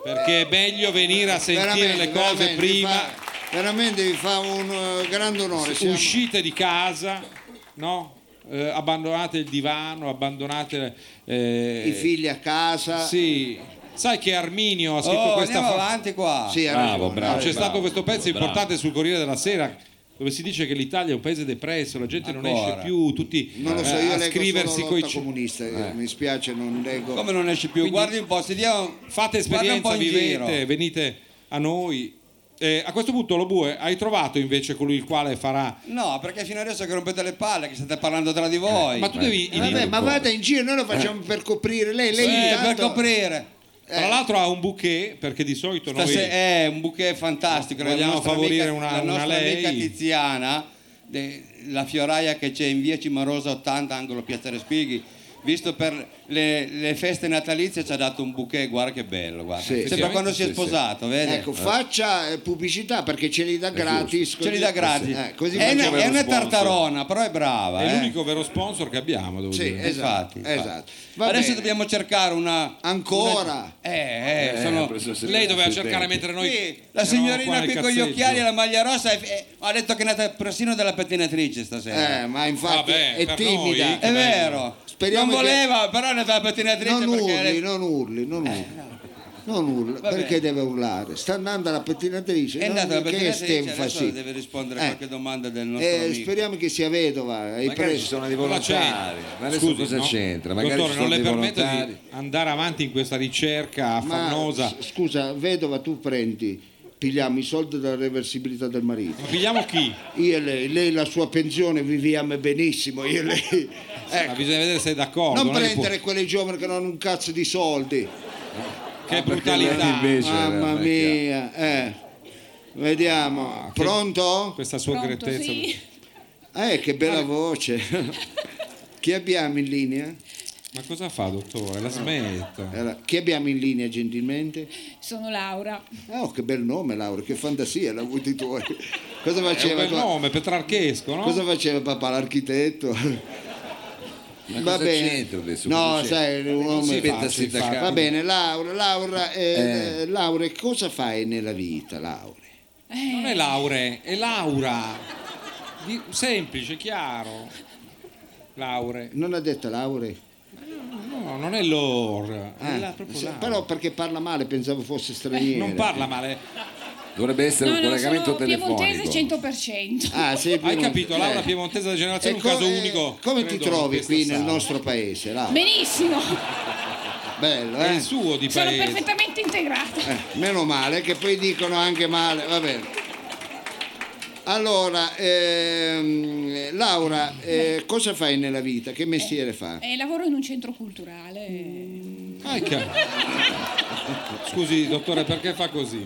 Speaker 2: perché è meglio venire a sentire
Speaker 3: Eh, veramente,
Speaker 2: le cose
Speaker 3: veramente,
Speaker 2: prima.
Speaker 3: vi fa- veramente vi fa un eh, grande onore. siamo-
Speaker 2: Uscite di casa, no? Eh, abbandonate il divano, abbandonate eh,
Speaker 3: I figli a casa.
Speaker 2: Sì. Sai che Arminio ha scritto
Speaker 4: Oh,
Speaker 2: questa
Speaker 4: andiamo
Speaker 2: fa-
Speaker 4: avanti qua.
Speaker 3: Sì, ha
Speaker 1: Bravo,
Speaker 3: ragione,
Speaker 1: bravo.
Speaker 3: ha
Speaker 2: C'è
Speaker 3: ragione.
Speaker 2: stato questo pezzo importante sul Corriere della Sera dove si dice che l'Italia è un paese depresso, la gente non
Speaker 4: Ancora.
Speaker 2: esce più, tutti
Speaker 3: Non lo so,
Speaker 2: eh,
Speaker 3: io
Speaker 2: a
Speaker 3: leggo
Speaker 2: scriversi
Speaker 3: solo
Speaker 2: coi
Speaker 3: lotta
Speaker 2: c-
Speaker 3: comunista, eh, mi spiace, non leggo.
Speaker 4: Come non esce più?
Speaker 2: Quindi-
Speaker 4: Guardi un po', se dia-
Speaker 2: Fate
Speaker 4: guarda un po'
Speaker 2: esperienza,
Speaker 4: in
Speaker 2: vivete,
Speaker 4: giro.
Speaker 2: venite a noi. Eh, a questo punto, Lobue, hai trovato invece colui il quale farà.
Speaker 4: No, perché fino adesso che rompete le palle, che state parlando tra di voi.
Speaker 2: Ma tu devi.
Speaker 3: Eh, Vabbè, ma vada in giro, noi lo facciamo per coprire. Lei, lei
Speaker 4: Eh, per
Speaker 3: intanto-
Speaker 4: coprire.
Speaker 2: Tra l'altro, ha un bouquet perché di solito noi.
Speaker 4: Stasera eh, è un bouquet fantastico. la
Speaker 2: Vogliamo
Speaker 4: nostra
Speaker 2: favorire
Speaker 4: amica-
Speaker 2: una-
Speaker 4: la
Speaker 2: una
Speaker 4: nostra
Speaker 2: lei?
Speaker 4: amica Tiziana, de- la fioraia che c'è in via Cimarosa 80, angolo Piazza Respighi. Visto per le, le feste natalizie ci ha dato un bouquet, guarda che bello, guarda.
Speaker 3: Sì,
Speaker 4: Sembra
Speaker 2: sì.
Speaker 4: quando si è
Speaker 1: Sì, sì.
Speaker 4: sposato, vedi?
Speaker 3: Ecco, faccia eh, pubblicità perché ce li dà gratis.
Speaker 4: Ce li
Speaker 3: così-
Speaker 4: dà gratis.
Speaker 3: Eh, così
Speaker 4: è, una,
Speaker 3: facciamo-
Speaker 4: è
Speaker 1: uno
Speaker 4: una
Speaker 1: sponsor.
Speaker 4: tartarona, però è brava.
Speaker 2: È
Speaker 4: eh.
Speaker 2: l'unico vero sponsor che abbiamo, devo
Speaker 3: Sì,
Speaker 2: dire.
Speaker 3: esatto.
Speaker 4: Infatti,
Speaker 3: esatto.
Speaker 4: infatti.
Speaker 3: Va
Speaker 4: Adesso
Speaker 3: bene.
Speaker 4: dobbiamo cercare una.
Speaker 3: Ancora?
Speaker 4: una- eh, eh, sono-
Speaker 1: ha preso se-
Speaker 2: Lei doveva
Speaker 1: sui
Speaker 2: cercare
Speaker 1: tempi.
Speaker 2: mentre noi.
Speaker 4: Sì, la
Speaker 2: eravamo qua
Speaker 4: signorina
Speaker 2: nel
Speaker 4: qui con gli
Speaker 2: cazzeggio.
Speaker 4: occhiali e la maglia rossa è- è- ha detto che è nata persino dalla pettinatrice stasera.
Speaker 3: Eh, ma infatti
Speaker 2: Vabbè,
Speaker 3: è
Speaker 2: per
Speaker 3: timida.
Speaker 2: noi-
Speaker 4: è
Speaker 2: che bello.
Speaker 4: vero.
Speaker 3: Speriamo
Speaker 4: non
Speaker 3: che-
Speaker 4: voleva, però è nata dalla pettinatrice
Speaker 3: Non
Speaker 4: perché
Speaker 3: urli,
Speaker 4: ha detto-
Speaker 3: non urli, non urli. Non urla,
Speaker 4: Va
Speaker 3: perché
Speaker 4: bene.
Speaker 3: deve urlare? Sta andando alla pettinatrice,
Speaker 4: è
Speaker 3: non-
Speaker 4: nata dalla
Speaker 3: che
Speaker 4: pettinatrice, adesso
Speaker 3: enfasi.
Speaker 4: deve rispondere a
Speaker 3: Eh.
Speaker 4: qualche domanda del nostro
Speaker 3: Eh,
Speaker 4: amico.
Speaker 3: speriamo che sia vedova. hai
Speaker 1: Magari
Speaker 3: preso-
Speaker 1: ci sono dei
Speaker 2: Cosa c'entra?
Speaker 1: volontari. Ma adesso
Speaker 2: Scusi,
Speaker 1: cosa
Speaker 2: no?
Speaker 1: c'entra? Magari
Speaker 2: Dottore,
Speaker 1: ci sono
Speaker 2: non le
Speaker 1: dei
Speaker 2: permetto
Speaker 1: volontari.
Speaker 2: di andare avanti in questa ricerca
Speaker 3: Ma
Speaker 2: affannosa.
Speaker 3: s- scusa, vedova, tu prendi, pigliamo i soldi dalla reversibilità del marito.
Speaker 2: Ma pigliamo chi?
Speaker 3: Io e lei, lei la sua pensione viviamo benissimo, io e lei.
Speaker 2: Ma
Speaker 3: Ecco,
Speaker 2: bisogna vedere se è d'accordo.
Speaker 3: non
Speaker 2: è che
Speaker 3: prendere quelle giovani che non hanno un cazzo di soldi.
Speaker 2: può- Che
Speaker 1: Ah, perché
Speaker 2: brutalità.
Speaker 1: lei invece
Speaker 3: Mamma
Speaker 1: non è chiaro.
Speaker 3: mia, eh. Vediamo.
Speaker 2: Ah, che-
Speaker 3: Pronto?
Speaker 2: Questa sua
Speaker 6: Pronto,
Speaker 2: grettezza.
Speaker 6: sì.
Speaker 3: Eh, che
Speaker 2: Ah.
Speaker 3: bella voce. Chi abbiamo in linea?
Speaker 2: Ma cosa fa, dottore? La smetta.
Speaker 3: Allora, chi abbiamo in linea gentilmente?
Speaker 6: Sono Laura.
Speaker 3: Oh, che bel nome Laura, che fantasia l'ha avuto i tuoi. Cosa
Speaker 2: È un
Speaker 3: faceva?
Speaker 2: bel
Speaker 3: tua-
Speaker 2: nome, Petrarchesco, no?
Speaker 3: Cosa faceva papà l'architetto?
Speaker 1: Ma
Speaker 3: Va
Speaker 1: cosa
Speaker 3: bene.
Speaker 1: c'entra adesso?
Speaker 3: No,
Speaker 1: Cosa
Speaker 3: sai, un
Speaker 1: Non
Speaker 3: uomo
Speaker 1: si
Speaker 3: è
Speaker 1: metta a
Speaker 3: facile,
Speaker 1: sindacare.
Speaker 3: Va bene, Laura, Laura, eh, Laura, cosa fai nella vita, Laura?
Speaker 2: Eh, Non è Laure, è Laura. Di- Semplice, chiaro. Laure.
Speaker 3: Non ha detto Laura?
Speaker 2: No, non è Lor. È la- proprio
Speaker 3: se-
Speaker 2: Laura. Eh,
Speaker 3: però perché parla male, pensavo fosse straniera.
Speaker 2: Non parla
Speaker 3: eh.
Speaker 2: male.
Speaker 1: Dovrebbe essere
Speaker 6: No,
Speaker 1: un
Speaker 6: no,
Speaker 1: collegamento
Speaker 6: sono
Speaker 1: telefonico.
Speaker 6: piemontese 100%.
Speaker 3: Ah, sei
Speaker 2: Hai
Speaker 3: piemontese.
Speaker 2: capito, Laura
Speaker 3: Eh.
Speaker 2: Piemontese della generazione,
Speaker 3: E
Speaker 2: un caso
Speaker 3: come-
Speaker 2: unico.
Speaker 3: Come ti
Speaker 2: credo,
Speaker 3: trovi
Speaker 2: in
Speaker 3: qui
Speaker 2: questa
Speaker 3: nel
Speaker 2: sala.
Speaker 3: nostro paese, Laura?
Speaker 6: Benissimo,
Speaker 3: Bello,
Speaker 2: È
Speaker 3: eh?
Speaker 2: il suo di
Speaker 6: sono
Speaker 2: paese.
Speaker 6: perfettamente integrata.
Speaker 3: Eh, Meno male che poi dicono anche male, va bene. Allora, ehm, Laura, eh, cosa fai nella vita? Che mestiere fa?
Speaker 6: Eh, lavoro in un centro culturale.
Speaker 2: Ah, è chiaro. Scusi, dottore, perché fa così?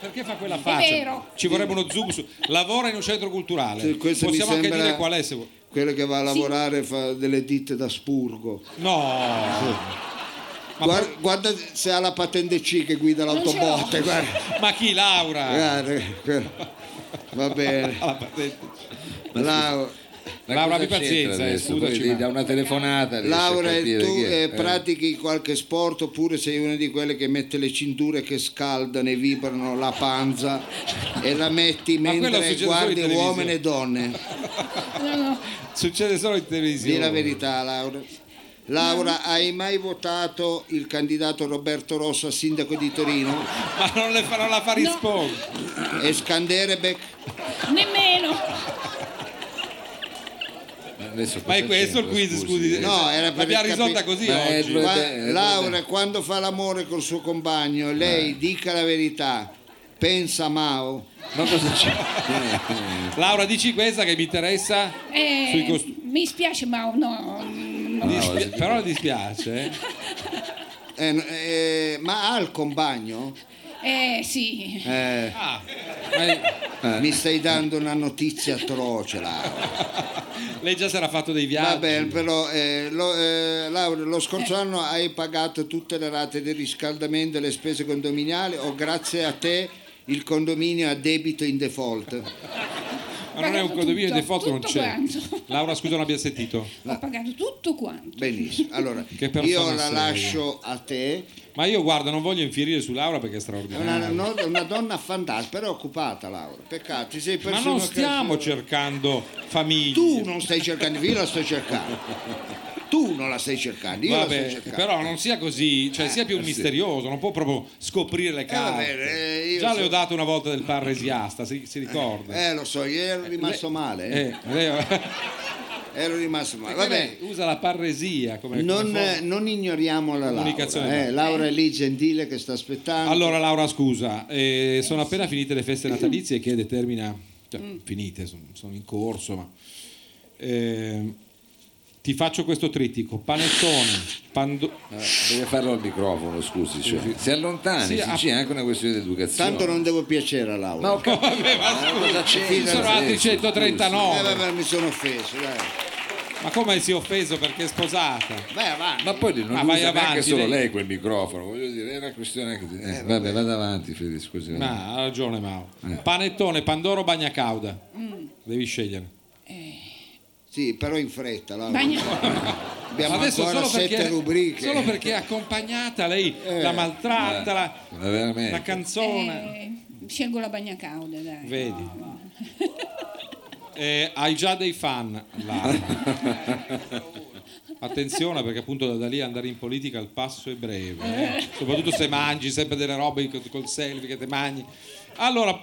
Speaker 2: Perché fa quella faccia?
Speaker 6: vero.
Speaker 2: Ci vorrebbe uno zoom su. Lavora in un centro culturale.
Speaker 3: Sì, questo mi
Speaker 2: Eh, Possiamo anche
Speaker 3: sembra-
Speaker 2: dire qual è se vuoi.
Speaker 3: Quello che va a lavorare fa delle ditte da spurgo.
Speaker 2: No. Ma,
Speaker 3: Guar- guarda se ha la patente C che guida
Speaker 6: Non ce l'ho.
Speaker 3: l'autobotte, guarda.
Speaker 2: ma chi Laura? Ah, eh,
Speaker 3: Guarda, guarda. Va bene.
Speaker 2: Alla patente.
Speaker 3: Laura,
Speaker 1: Ma
Speaker 2: Laura,
Speaker 1: cosa
Speaker 2: abbi pazienza,
Speaker 1: c'entra
Speaker 2: eh,
Speaker 1: adesso?
Speaker 2: scusaci,
Speaker 1: Poi gli
Speaker 2: ma-
Speaker 1: dà una telefonata. riesce a
Speaker 3: Laura, tu
Speaker 1: capire chi è.
Speaker 3: eh,
Speaker 1: Eh.
Speaker 3: pratichi qualche sport oppure sei una di quelle che mette le cinture che scaldano e vibrano la panza e la metti
Speaker 2: Ma quello
Speaker 3: mentre
Speaker 2: succede solo in
Speaker 3: guardi
Speaker 2: televisione.
Speaker 3: uomini e donne?
Speaker 6: No, no,
Speaker 2: Succede solo in televisione.
Speaker 3: Dì
Speaker 1: oh.
Speaker 3: la verità, Laura. Laura, hai mai votato il candidato Roberto Rosso a sindaco di Torino
Speaker 2: Ma non, le fa- non la fa rispondere.
Speaker 3: e Scanderebek?
Speaker 6: nemmeno.
Speaker 1: Ma adesso
Speaker 2: Ma è
Speaker 1: cosa
Speaker 2: questo il
Speaker 1: c'entra,
Speaker 2: quiz, scusi.
Speaker 1: eh?
Speaker 3: No, era per
Speaker 2: L'abbiamo
Speaker 3: capi-
Speaker 2: risolta così
Speaker 1: Ma è-
Speaker 2: oggi.
Speaker 1: dovrebbe-
Speaker 3: Qua-
Speaker 1: dovrebbe-
Speaker 3: Laura, quando fa l'amore col suo compagno, lei
Speaker 1: Eh.
Speaker 3: dica la verità, pensa a Mao.
Speaker 1: Ma cosa c'entra?
Speaker 2: Laura, dici questa che mi interessa.
Speaker 6: Eh,
Speaker 2: Sui cost-
Speaker 6: Mi spiace, ma no.
Speaker 1: No,
Speaker 2: Dispi-
Speaker 1: guarda,
Speaker 2: però le dispiace. eh.
Speaker 3: Eh, no, eh, ma ha il compagno?
Speaker 6: Eh sì,
Speaker 3: Eh,
Speaker 2: Ah, ma è-
Speaker 3: Mi stai dando una notizia atroce, Laura.
Speaker 2: lei già si era fatto dei viaggi.
Speaker 3: Vabbè, però eh, lo, eh, Laura, lo scorso anno hai pagato tutte le rate del riscaldamento e le spese condominiali o grazie a te il condominio ha debito in default?
Speaker 2: Ma non è un
Speaker 6: Pagato
Speaker 2: condominio
Speaker 6: tutto,
Speaker 2: di foto, non
Speaker 6: tutto
Speaker 2: c'è.
Speaker 6: quanto.
Speaker 2: Laura, scusa, non abbia sentito.
Speaker 6: ho pagato tutto quanto.
Speaker 3: Benissimo. Allora,
Speaker 2: Che persona
Speaker 3: io la
Speaker 2: sei?
Speaker 3: lascio a te.
Speaker 2: Ma io guarda, non voglio infierire su Laura perché è
Speaker 3: È
Speaker 2: straordinaria.
Speaker 3: una, no- una donna fantastica, però occupata, Laura. Peccato, ti sei perso
Speaker 2: Ma non
Speaker 3: un'occasione.
Speaker 2: stiamo cercando famiglie.
Speaker 3: Tu non stai cercando, io la sto cercando. Tu non la stai cercando, io la sto
Speaker 2: Vabbè,
Speaker 3: cercando. Eh,
Speaker 2: però non sia così, cioè sia più misterioso, non può proprio scoprire le carte.
Speaker 3: vabbè, eh, io
Speaker 2: Già
Speaker 3: so-
Speaker 2: le ho dato una volta del parresiasta, si, si ricorda.
Speaker 3: Eh, lo so, io ero rimasto male. eh.
Speaker 2: Eh, lei-
Speaker 3: Ero rimasto male.
Speaker 2: Vabbè,
Speaker 3: Vabbè,
Speaker 2: usa la parresia come,
Speaker 3: non, eh,
Speaker 2: come forma.
Speaker 3: non ignoriamo la Laura.
Speaker 2: Comunicazione.
Speaker 3: Eh, Laura è lì gentile che sta aspettando.
Speaker 2: Allora Laura scusa, eh, sono appena finite le feste natalizie che determina, cioè, finite, sono, sono in corso, ma eh, ti faccio questo trittico, panettone, pando-
Speaker 1: Eh, Deve farlo al microfono, scusi. cioè. Si
Speaker 2: Sì,
Speaker 1: allontani, sì,
Speaker 2: ah.
Speaker 1: c'è anche una questione di educazione.
Speaker 3: Tanto non devo piacere a Laura.
Speaker 1: Ma ho capito,
Speaker 2: Vabbè, ma
Speaker 1: ma
Speaker 2: scusi,
Speaker 1: cosa
Speaker 2: ci
Speaker 1: c'entra?
Speaker 2: sono altri
Speaker 1: Sì,
Speaker 3: Eh,
Speaker 2: 139.
Speaker 3: vabbè, mi sono offeso, dai.
Speaker 2: Ma come si è offeso perché è sposata?
Speaker 3: Vai avanti.
Speaker 1: Ma poi non
Speaker 2: Ma
Speaker 1: usa
Speaker 2: vai
Speaker 1: neanche
Speaker 2: avanti,
Speaker 1: solo
Speaker 2: lei.
Speaker 1: lei quel microfono, voglio dire, è una questione anche di... eh, vabbè, vada avanti, Fede, scusi. vada.
Speaker 2: Ma ha ragione Mao. Panettone, Pandoro, Bagnacauda. Devi scegliere.
Speaker 3: Sì, però in fretta, Laura.
Speaker 6: Bagna-
Speaker 3: Abbiamo
Speaker 2: Adesso
Speaker 3: ancora
Speaker 2: solo
Speaker 3: sette
Speaker 2: perché,
Speaker 3: rubriche.
Speaker 2: solo perché è accompagnata lei la maltratta, la,
Speaker 1: Ma veramente.
Speaker 2: la canzone.
Speaker 6: eh, scelgo la bagnacauda, dai.
Speaker 2: Vedi. Eh, hai già dei fan là. Attenzione perché appunto da lì andare in politica il passo è breve, eh. soprattutto se mangi sempre delle robe co- col selfie che te mangi. Allora,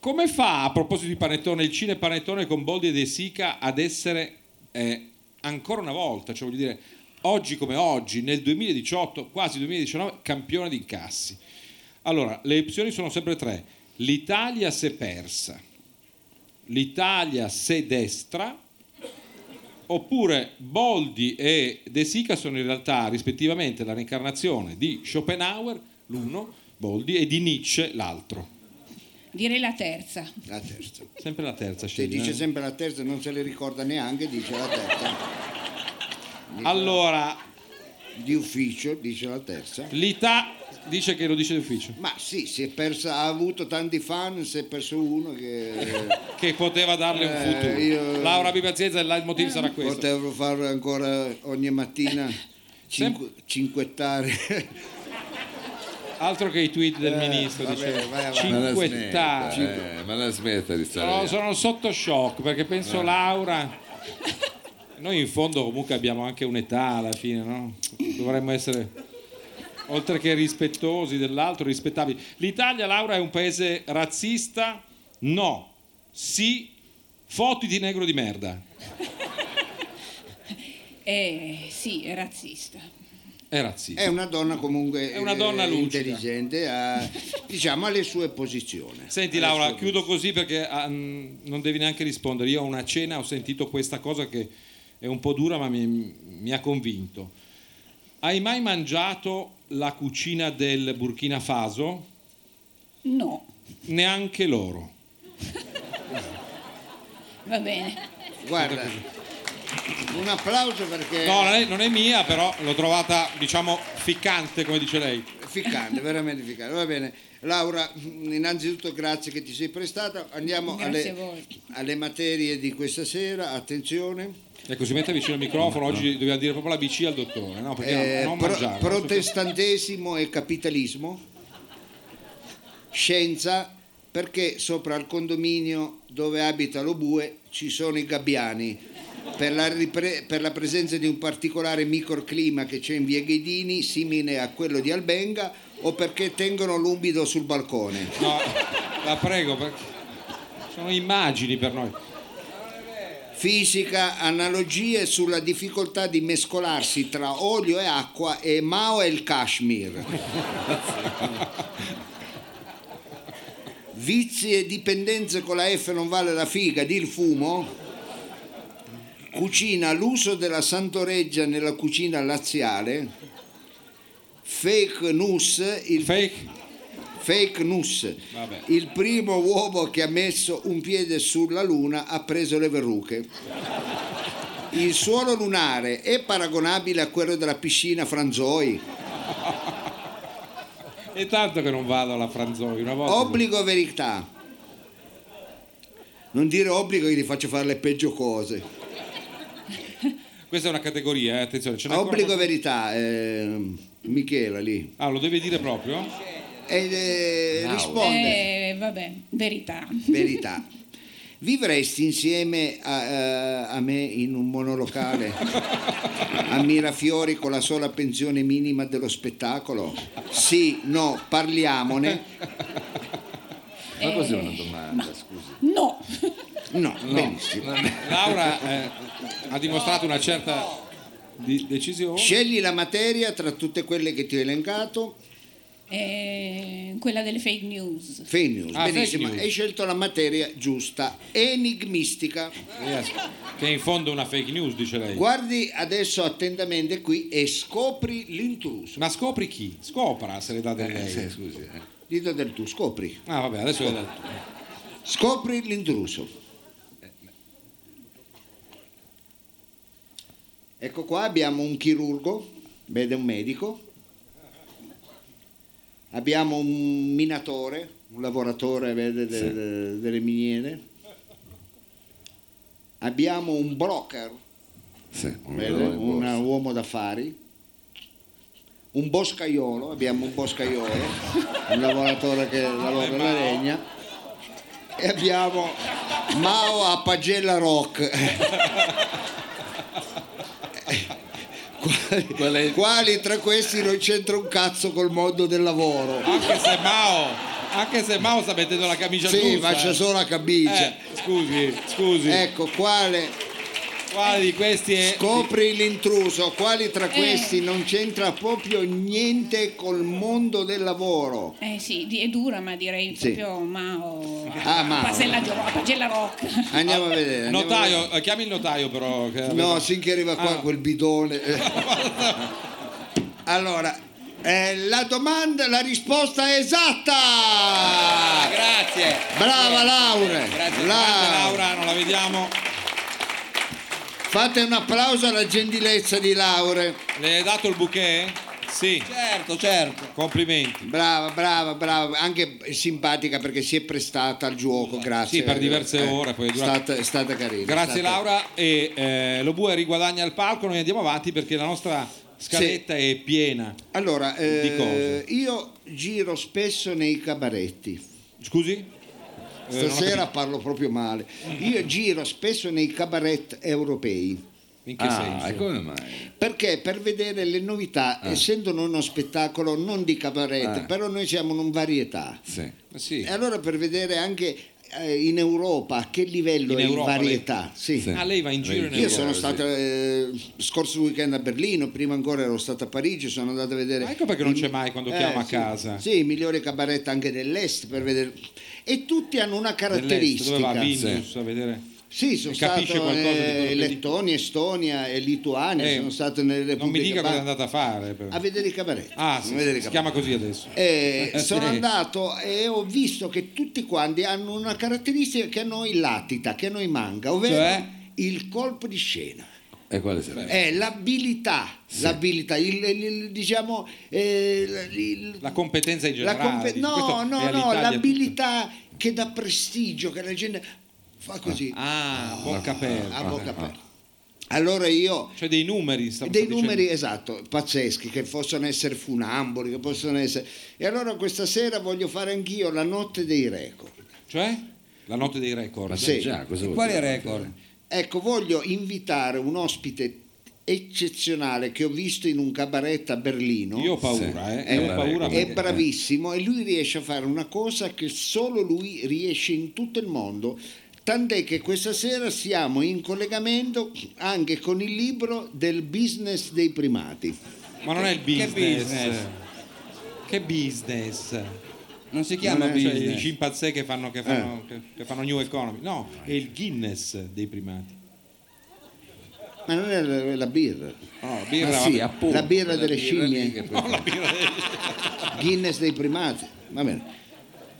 Speaker 2: come fa a proposito di panettone il cine panettone con Boldi e De Sica ad essere eh, ancora una volta, cioè voglio dire, oggi come oggi, nel 2018, quasi 2019, campione di incassi? Allora, le opzioni sono sempre tre. L'Italia se persa, l'Italia se destra, oppure Boldi e De Sica sono in realtà rispettivamente la reincarnazione di Schopenhauer, l'uno, Boldi, e di Nietzsche, l'altro.
Speaker 6: Direi la terza.
Speaker 3: La terza.
Speaker 2: Sempre la terza
Speaker 3: Se
Speaker 2: scegli,
Speaker 3: dice
Speaker 2: eh?
Speaker 3: sempre la terza, non se le ricorda neanche, dice la terza.
Speaker 2: Allora,
Speaker 3: Di ufficio, dice la terza.
Speaker 2: l'Ita dice che lo dice d'ufficio,
Speaker 3: Ma sì, si è persa, ha avuto tanti fan, si è perso uno che
Speaker 2: che poteva darle un
Speaker 3: Eh,
Speaker 2: futuro.
Speaker 3: io-
Speaker 2: Laura, abbi pazienza, il motivo sarà questo.
Speaker 3: potevo fare ancora ogni mattina cinque, cinquettare.
Speaker 2: Altro che i tweet del ministro,
Speaker 3: Eh, vabbè,
Speaker 2: diceva
Speaker 3: vai avanti.
Speaker 1: Ma la smetta,
Speaker 2: cinquettare.
Speaker 1: eh, ma la smetta di stare
Speaker 2: Sono,
Speaker 1: lì.
Speaker 2: sono sotto shock perché penso Laura. Noi in fondo comunque abbiamo anche un'età alla fine, no? Dovremmo essere oltre che rispettosi dell'altro, rispettabili. L'Italia, Laura, è un paese razzista? No. Sì. Foti di negro di merda.
Speaker 6: Eh, sì, è razzista.
Speaker 2: È razzista.
Speaker 3: È una donna comunque
Speaker 2: È una donna
Speaker 3: eh,
Speaker 2: lucida.
Speaker 3: intelligente, ha, diciamo alle sue posizioni.
Speaker 2: Senti Laura, chiudo così perché ah, mh, non devi neanche rispondere. Io a una cena ho sentito questa cosa che è un po' dura ma mi, mi ha convinto. Hai mai mangiato la cucina del Burkina Faso?
Speaker 6: No,
Speaker 2: Neanche loro.
Speaker 6: va bene.
Speaker 3: Guarda, un applauso perché
Speaker 2: No, non è, non è mia, però l'ho trovata, diciamo, ficcante, come dice lei.
Speaker 3: Ficcante, veramente ficcante. Va bene. Laura, innanzitutto grazie che ti sei prestata. Andiamo
Speaker 6: Grazie a
Speaker 3: alle,
Speaker 6: voi.
Speaker 3: alle materie di questa sera. Attenzione.
Speaker 2: Ecco, si mette vicino al microfono, oggi dobbiamo dire proprio la BC al dottore, no? Perché
Speaker 3: Eh,
Speaker 2: non
Speaker 3: pro-
Speaker 2: mangiare.
Speaker 3: protestantesimo e capitalismo. Scienza, perché sopra al condominio dove abita lo bue ci sono i gabbiani. Per la, ripre- per la presenza di un particolare microclima che c'è in via Ghedini, simile a quello di Albenga, o perché tengono l'umido sul balcone.
Speaker 2: No, la prego, perché sono immagini per noi.
Speaker 3: Fisica, analogie sulla difficoltà di mescolarsi tra olio e acqua e Mao e il Kashmir. Vizi e dipendenze con la F non vale la figa, di il fumo. Cucina, l'uso della santoreggia nella cucina laziale. Fake news, il
Speaker 2: Fake.
Speaker 3: Fake news.
Speaker 2: Vabbè.
Speaker 3: Il primo uomo che ha messo un piede sulla Luna ha preso le verruche. Il suolo lunare è paragonabile a quello della piscina Franzoi.
Speaker 2: È tanto che non vado alla Franzoni una volta.
Speaker 3: Obbligo o verità. Non dire obbligo che ti faccio fare le peggio cose.
Speaker 2: Questa è una categoria, eh, attenzione. ce n'è ancora
Speaker 3: Obbligo o
Speaker 2: qualcuno?
Speaker 3: verità, ehm, Michela lì.
Speaker 2: Ah, lo devi dire proprio?
Speaker 3: E eh, risponde.
Speaker 6: Eh, vabbè, verità.
Speaker 3: Verità. Vivresti insieme a, eh, a me in un monolocale a Mirafiori con la sola pensione minima dello spettacolo? Sì, no, parliamone.
Speaker 7: Ma così
Speaker 6: Eh,
Speaker 7: una domanda, scusi.
Speaker 6: No,
Speaker 3: No, benissimo.
Speaker 2: Laura eh, ha dimostrato una certa di- decisione.
Speaker 3: Scegli la materia tra tutte quelle che ti ho elencato.
Speaker 6: Eh, quella delle fake news.
Speaker 3: Fake news,
Speaker 2: Ah, fake
Speaker 3: benissimo.
Speaker 2: news.
Speaker 3: Hai scelto la materia giusta, enigmistica.
Speaker 2: Che in fondo è una fake news, dice lei.
Speaker 3: Guardi adesso attentamente qui e scopri l'intruso.
Speaker 2: Ma scopri chi? Scopra se le dà del lei.
Speaker 7: Sì, scusi. eh.
Speaker 3: Dito del tu, scopri.
Speaker 2: Ah, vabbè, adesso le dà-
Speaker 3: Scopri l'intruso. Ecco qua abbiamo un chirurgo, vede un medico, abbiamo un minatore, un lavoratore vede, de- de- delle miniere, abbiamo un broker,
Speaker 7: Sì, un
Speaker 3: vede,
Speaker 7: dolore in
Speaker 3: un
Speaker 7: borsa.
Speaker 3: uomo d'affari, un boscaiolo, abbiamo un boscaiolo, un lavoratore che
Speaker 2: Ah,
Speaker 3: lavora per la legna, e abbiamo Mao a Pagella Rock. Quali,
Speaker 7: Qual è-
Speaker 3: quali tra questi non c'entra un cazzo col mondo del lavoro?
Speaker 2: Anche se Mao, anche se Mao sta mettendo la camicia
Speaker 3: Sì,
Speaker 2: giusta.
Speaker 3: ma c'è
Speaker 2: eh.
Speaker 3: solo la camicia.
Speaker 2: Eh, scusi, scusi.
Speaker 3: Ecco, quale
Speaker 2: Quale di questi è
Speaker 3: scopri l'intruso, quali tra questi non c'entra proprio niente col mondo del lavoro?
Speaker 6: Eh sì, di- è dura, ma direi
Speaker 3: Sì.
Speaker 6: proprio Mao.
Speaker 3: Ah, Mao.
Speaker 6: Pasella Gio- Pagella Rock.
Speaker 3: Andiamo a vedere. andiamo a
Speaker 2: notaio? eh, Chiami il notaio però. che-
Speaker 3: No, sì che arriva qua
Speaker 2: Ah.
Speaker 3: quel bidone. allora, eh, la domanda, la risposta è
Speaker 4: Ah,
Speaker 3: esatta!
Speaker 4: grazie.
Speaker 3: Brava Laura!
Speaker 4: Grazie,
Speaker 2: Grande
Speaker 3: Laura.
Speaker 2: Laura, non la vediamo.
Speaker 3: Fate un applauso alla gentilezza di Laura.
Speaker 2: Le hai dato il bouquet? Sì,
Speaker 4: Certo, certo.
Speaker 2: complimenti.
Speaker 3: Brava, brava, brava, anche simpatica perché si è prestata al gioco, grazie. Eh,
Speaker 2: Sì, per diverse ore, poi è
Speaker 3: è
Speaker 2: durata-
Speaker 3: stata, è stata carina.
Speaker 2: Grazie
Speaker 3: è stata-
Speaker 2: Laura e eh, lo bue riguadagna il palco, noi andiamo avanti perché la nostra scaletta è piena.
Speaker 3: Allora, eh,
Speaker 2: cose.
Speaker 3: io giro spesso nei cabaretti.
Speaker 2: Scusi? Eh, non ho
Speaker 3: Stasera parlo proprio male. Io giro spesso nei cabaret europei
Speaker 2: capito. In che
Speaker 7: Ah,
Speaker 2: senso?
Speaker 7: e come mai?
Speaker 3: perché per vedere le novità,
Speaker 2: Ah.
Speaker 3: essendo noi uno spettacolo non di cabaret,
Speaker 7: Ah.
Speaker 3: però noi siamo un varietà.
Speaker 7: Sì.
Speaker 2: Eh, Sì.
Speaker 3: E allora per vedere anche eh, in Europa a che livello
Speaker 2: In
Speaker 3: è
Speaker 2: Europa,
Speaker 3: in varietà. Sì.
Speaker 7: Sì.
Speaker 2: Ah, lei va in giro in
Speaker 3: Io
Speaker 2: Europa.
Speaker 3: sono stato eh, scorso weekend a Berlino, prima ancora ero stato a Parigi, sono andato a vedere.
Speaker 2: Ma ecco perché non
Speaker 3: i-
Speaker 2: c'è mai quando chiama a
Speaker 3: sì.
Speaker 2: casa.
Speaker 3: Sì, i migliori cabaret anche dell'est per vedere. E tutti hanno una
Speaker 2: Dell'est,
Speaker 3: caratteristica.
Speaker 2: dove va a Vilnius a vedere?
Speaker 3: Sì, sono
Speaker 2: Capisce
Speaker 3: stato
Speaker 2: qualcosa di quello
Speaker 3: eh,
Speaker 2: che
Speaker 3: in
Speaker 2: dico?
Speaker 3: Lettonia, Estonia e Lituania,
Speaker 2: Eh,
Speaker 3: sono stato nelle
Speaker 2: Non mi
Speaker 3: Repubbliche
Speaker 2: dica cosa è
Speaker 3: Ba-
Speaker 2: andata a fare. però.
Speaker 3: a vedere i cabaret.
Speaker 2: Ah, sì,
Speaker 3: a vedere i
Speaker 2: si
Speaker 3: cabaret.
Speaker 2: chiama così adesso.
Speaker 3: Eh,
Speaker 2: Eh,
Speaker 3: sono
Speaker 2: sì.
Speaker 3: andato e ho visto che tutti quanti hanno una caratteristica che a noi latita, che a noi manca, ovvero
Speaker 4: Cioè?
Speaker 3: il colpo di scena.
Speaker 7: E quale sarà?
Speaker 3: È l'abilità, l'abilità, il, il- il- diciamo eh, l- il-
Speaker 2: La competenza in
Speaker 3: la
Speaker 2: generale.
Speaker 3: compe- no,
Speaker 2: questo
Speaker 3: no,
Speaker 2: è
Speaker 3: no,
Speaker 2: all'Italia
Speaker 3: l'abilità che dà prestigio, che la gente fa così
Speaker 2: tutto. Ah, bocca aperta.
Speaker 3: a bocca aperta. Allora io
Speaker 2: Cioè dei numeri. stavo
Speaker 3: dei
Speaker 2: dicendo.
Speaker 3: numeri esatto, pazzeschi, che possono essere funamboli, che possono essere. E allora questa sera voglio fare anch'io la notte dei record.
Speaker 2: Cioè? La notte dei record.
Speaker 7: Ma
Speaker 3: Sì.
Speaker 7: già, cosa vuol
Speaker 4: Quali
Speaker 7: dire?
Speaker 4: record?
Speaker 3: Ecco, voglio invitare un ospite eccezionale che ho visto in un cabaret a Berlino.
Speaker 2: Io ho paura,
Speaker 7: Sì.
Speaker 2: eh.
Speaker 7: Eh,
Speaker 2: Io ho
Speaker 7: vabbè,
Speaker 2: paura.
Speaker 7: quindi-
Speaker 3: è
Speaker 2: perché-
Speaker 3: bravissimo e lui riesce a fare una cosa che solo lui riesce in tutto il mondo. Tant'è che questa sera siamo in collegamento anche con il libro del business dei primati.
Speaker 2: Ma non è il
Speaker 4: Che
Speaker 2: business.
Speaker 4: business?
Speaker 2: Che business?
Speaker 4: Non si chiama
Speaker 2: Cioè, i
Speaker 4: business.
Speaker 2: scimpanzé che fanno, che,
Speaker 3: Eh.
Speaker 2: fanno, che, che fanno New Economy. No, è il Guinness dei primati.
Speaker 3: Ma non è la, la birra, Ah,
Speaker 2: No,
Speaker 7: Ma
Speaker 2: birra,
Speaker 7: sì,
Speaker 2: vabbè.
Speaker 7: appunto,
Speaker 3: la birra delle
Speaker 7: birra lì
Speaker 3: scimmie.
Speaker 7: che poi-
Speaker 3: Guinness dei primati. Va bene.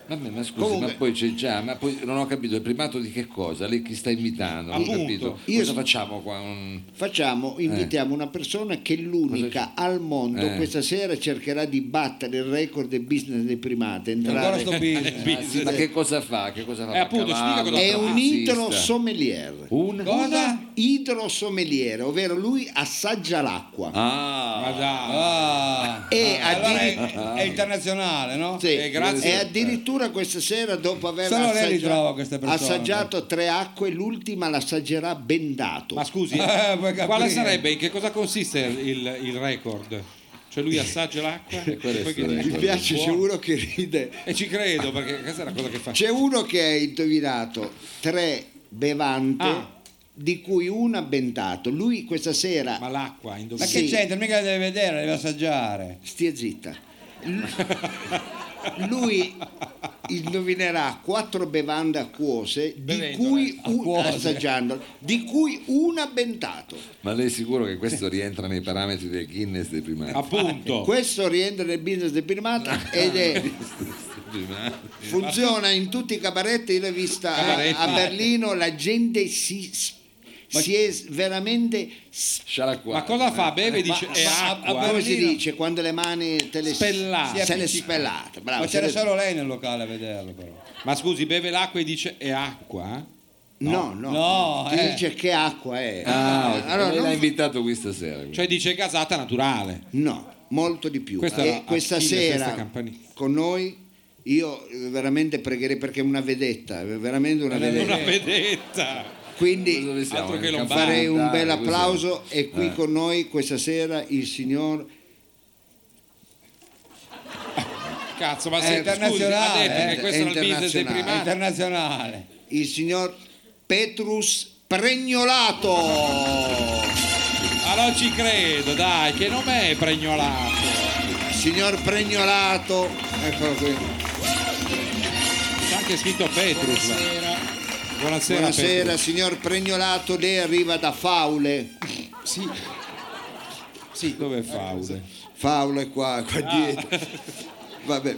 Speaker 7: Vabbè, ma scusi,
Speaker 3: Comunque-
Speaker 7: ma poi c'è già, ma poi non ho capito, il primato di che cosa? Lei chi sta invitando? Non
Speaker 2: Appunto.
Speaker 7: ho capito.
Speaker 3: Io
Speaker 7: cosa
Speaker 3: so-
Speaker 7: facciamo qua? Un-
Speaker 3: Facciamo,
Speaker 4: Eh.
Speaker 3: invitiamo una persona che è l'unica al mondo
Speaker 7: Eh.
Speaker 3: questa sera cercherà di battere il record del business dei primati. entrare-
Speaker 4: Ancora sto business.
Speaker 7: Ah, Ma che cosa fa? Che cosa fa?
Speaker 2: Eh, appunto,
Speaker 7: Fa cavallo,
Speaker 4: Ah,
Speaker 2: ci dica cosa
Speaker 3: È un
Speaker 7: tazzista?
Speaker 3: intero sommelier.
Speaker 7: Un?
Speaker 4: Cosa?
Speaker 3: idrosommeliere, ovvero lui assaggia l'acqua.
Speaker 2: Ma
Speaker 7: Ah,
Speaker 2: dai.
Speaker 4: Ah,
Speaker 3: E
Speaker 4: allora è-
Speaker 3: addiri-
Speaker 4: è, internazionale, no?
Speaker 3: Sì.
Speaker 2: Eh, grazie.
Speaker 3: E addirittura questa sera, dopo aver
Speaker 4: Solo lei li
Speaker 3: assaggia-
Speaker 4: trova queste persone.
Speaker 3: assaggiato tre acque, l'ultima l'assaggerà Bendato.
Speaker 2: Ma scusi,
Speaker 4: Eh, puoi capire.
Speaker 2: quale sarebbe? In che cosa consiste il, il record? Cioè lui assaggia l'acqua
Speaker 4: Eh,
Speaker 2: e
Speaker 7: Quello è
Speaker 2: poi
Speaker 7: il suo
Speaker 2: che-
Speaker 3: Mi
Speaker 7: record.
Speaker 3: piace, c'è uno che ride.
Speaker 2: E ci credo perché questa è la cosa che fa.
Speaker 3: C'è uno che ha indovinato tre bevande,
Speaker 2: Ah.
Speaker 3: di cui una Bendato. Lui questa sera,
Speaker 2: Ma l'acqua,
Speaker 4: Ma
Speaker 2: indovina.
Speaker 4: che
Speaker 3: Sì.
Speaker 4: c'entra? Mica la deve vedere, la deve assaggiare.
Speaker 3: stia zitta, L- lui indovinerà quattro bevande acquose, di
Speaker 2: Bevendole.
Speaker 3: cui, un-
Speaker 4: Acquose.
Speaker 3: assaggiandole, di cui una Bendato.
Speaker 7: ma lei è sicuro che questo rientra nei parametri del Guinness dei primati?
Speaker 2: Appunto.
Speaker 3: Questo rientra nel business del primato ed è funziona in tutti i cabaretti l'ho vista a-
Speaker 2: Cabaretti.
Speaker 3: a, Berlino la gente si, si è veramente
Speaker 7: Scialacquato.
Speaker 2: Ma cosa fa? Beve e dice
Speaker 4: Ma-
Speaker 2: è
Speaker 4: ma-
Speaker 2: acqua.
Speaker 4: a- a-
Speaker 3: come si
Speaker 4: Berlino.
Speaker 3: dice quando le mani te le
Speaker 2: Spellate.
Speaker 3: se le
Speaker 4: Si appiccica.
Speaker 3: spellate bravo
Speaker 4: Ma
Speaker 3: se
Speaker 4: c'era
Speaker 3: le-
Speaker 4: solo lei nel locale a vederlo, però.
Speaker 2: Ma scusi, beve l'acqua e dice è acqua?
Speaker 3: no no,
Speaker 4: No,
Speaker 3: ti
Speaker 4: eh.
Speaker 3: dice che acqua è
Speaker 7: Ah, ok.
Speaker 3: allora
Speaker 7: lei
Speaker 3: non-
Speaker 7: l'ha invitato qui stasera.
Speaker 2: Cioè dice gasata naturale.
Speaker 3: no molto di più
Speaker 2: Questa era
Speaker 3: e questa
Speaker 2: Achille, questa
Speaker 3: sera
Speaker 2: campanina.
Speaker 3: con noi io eh, veramente pregherei perché è una vedetta è veramente una
Speaker 4: Una
Speaker 3: vedetta
Speaker 2: Una vedetta.
Speaker 3: quindi
Speaker 7: Cosa ne siamo,
Speaker 2: Cioè, altro che
Speaker 7: in
Speaker 2: Lombardo.
Speaker 7: Campania?
Speaker 3: farei un bel
Speaker 7: Dai, cos'è?
Speaker 3: applauso e qui
Speaker 7: Eh.
Speaker 3: con noi questa sera il signor
Speaker 2: Cazzo, ma
Speaker 4: È
Speaker 2: se scusi, ha
Speaker 4: internazionale,
Speaker 2: detto che
Speaker 3: eh,
Speaker 2: questo era il business dei
Speaker 3: internazionale.
Speaker 4: È
Speaker 2: primati.
Speaker 4: internazionale.
Speaker 3: il signor Petrus Pregnolato.
Speaker 2: Ma non ci credo, dai, che nome è pregnolato?
Speaker 3: Signor Pregnolato, eccolo qui.
Speaker 2: C'è anche scritto Petrus. Buonasera. Buonasera,
Speaker 3: Buonasera, signor Pregnolato, lei arriva da Faule.
Speaker 2: Petrus. Sì. Sì, dove è Faude?
Speaker 3: Faule qua, qua
Speaker 2: Ah.
Speaker 3: dietro. Vabbè.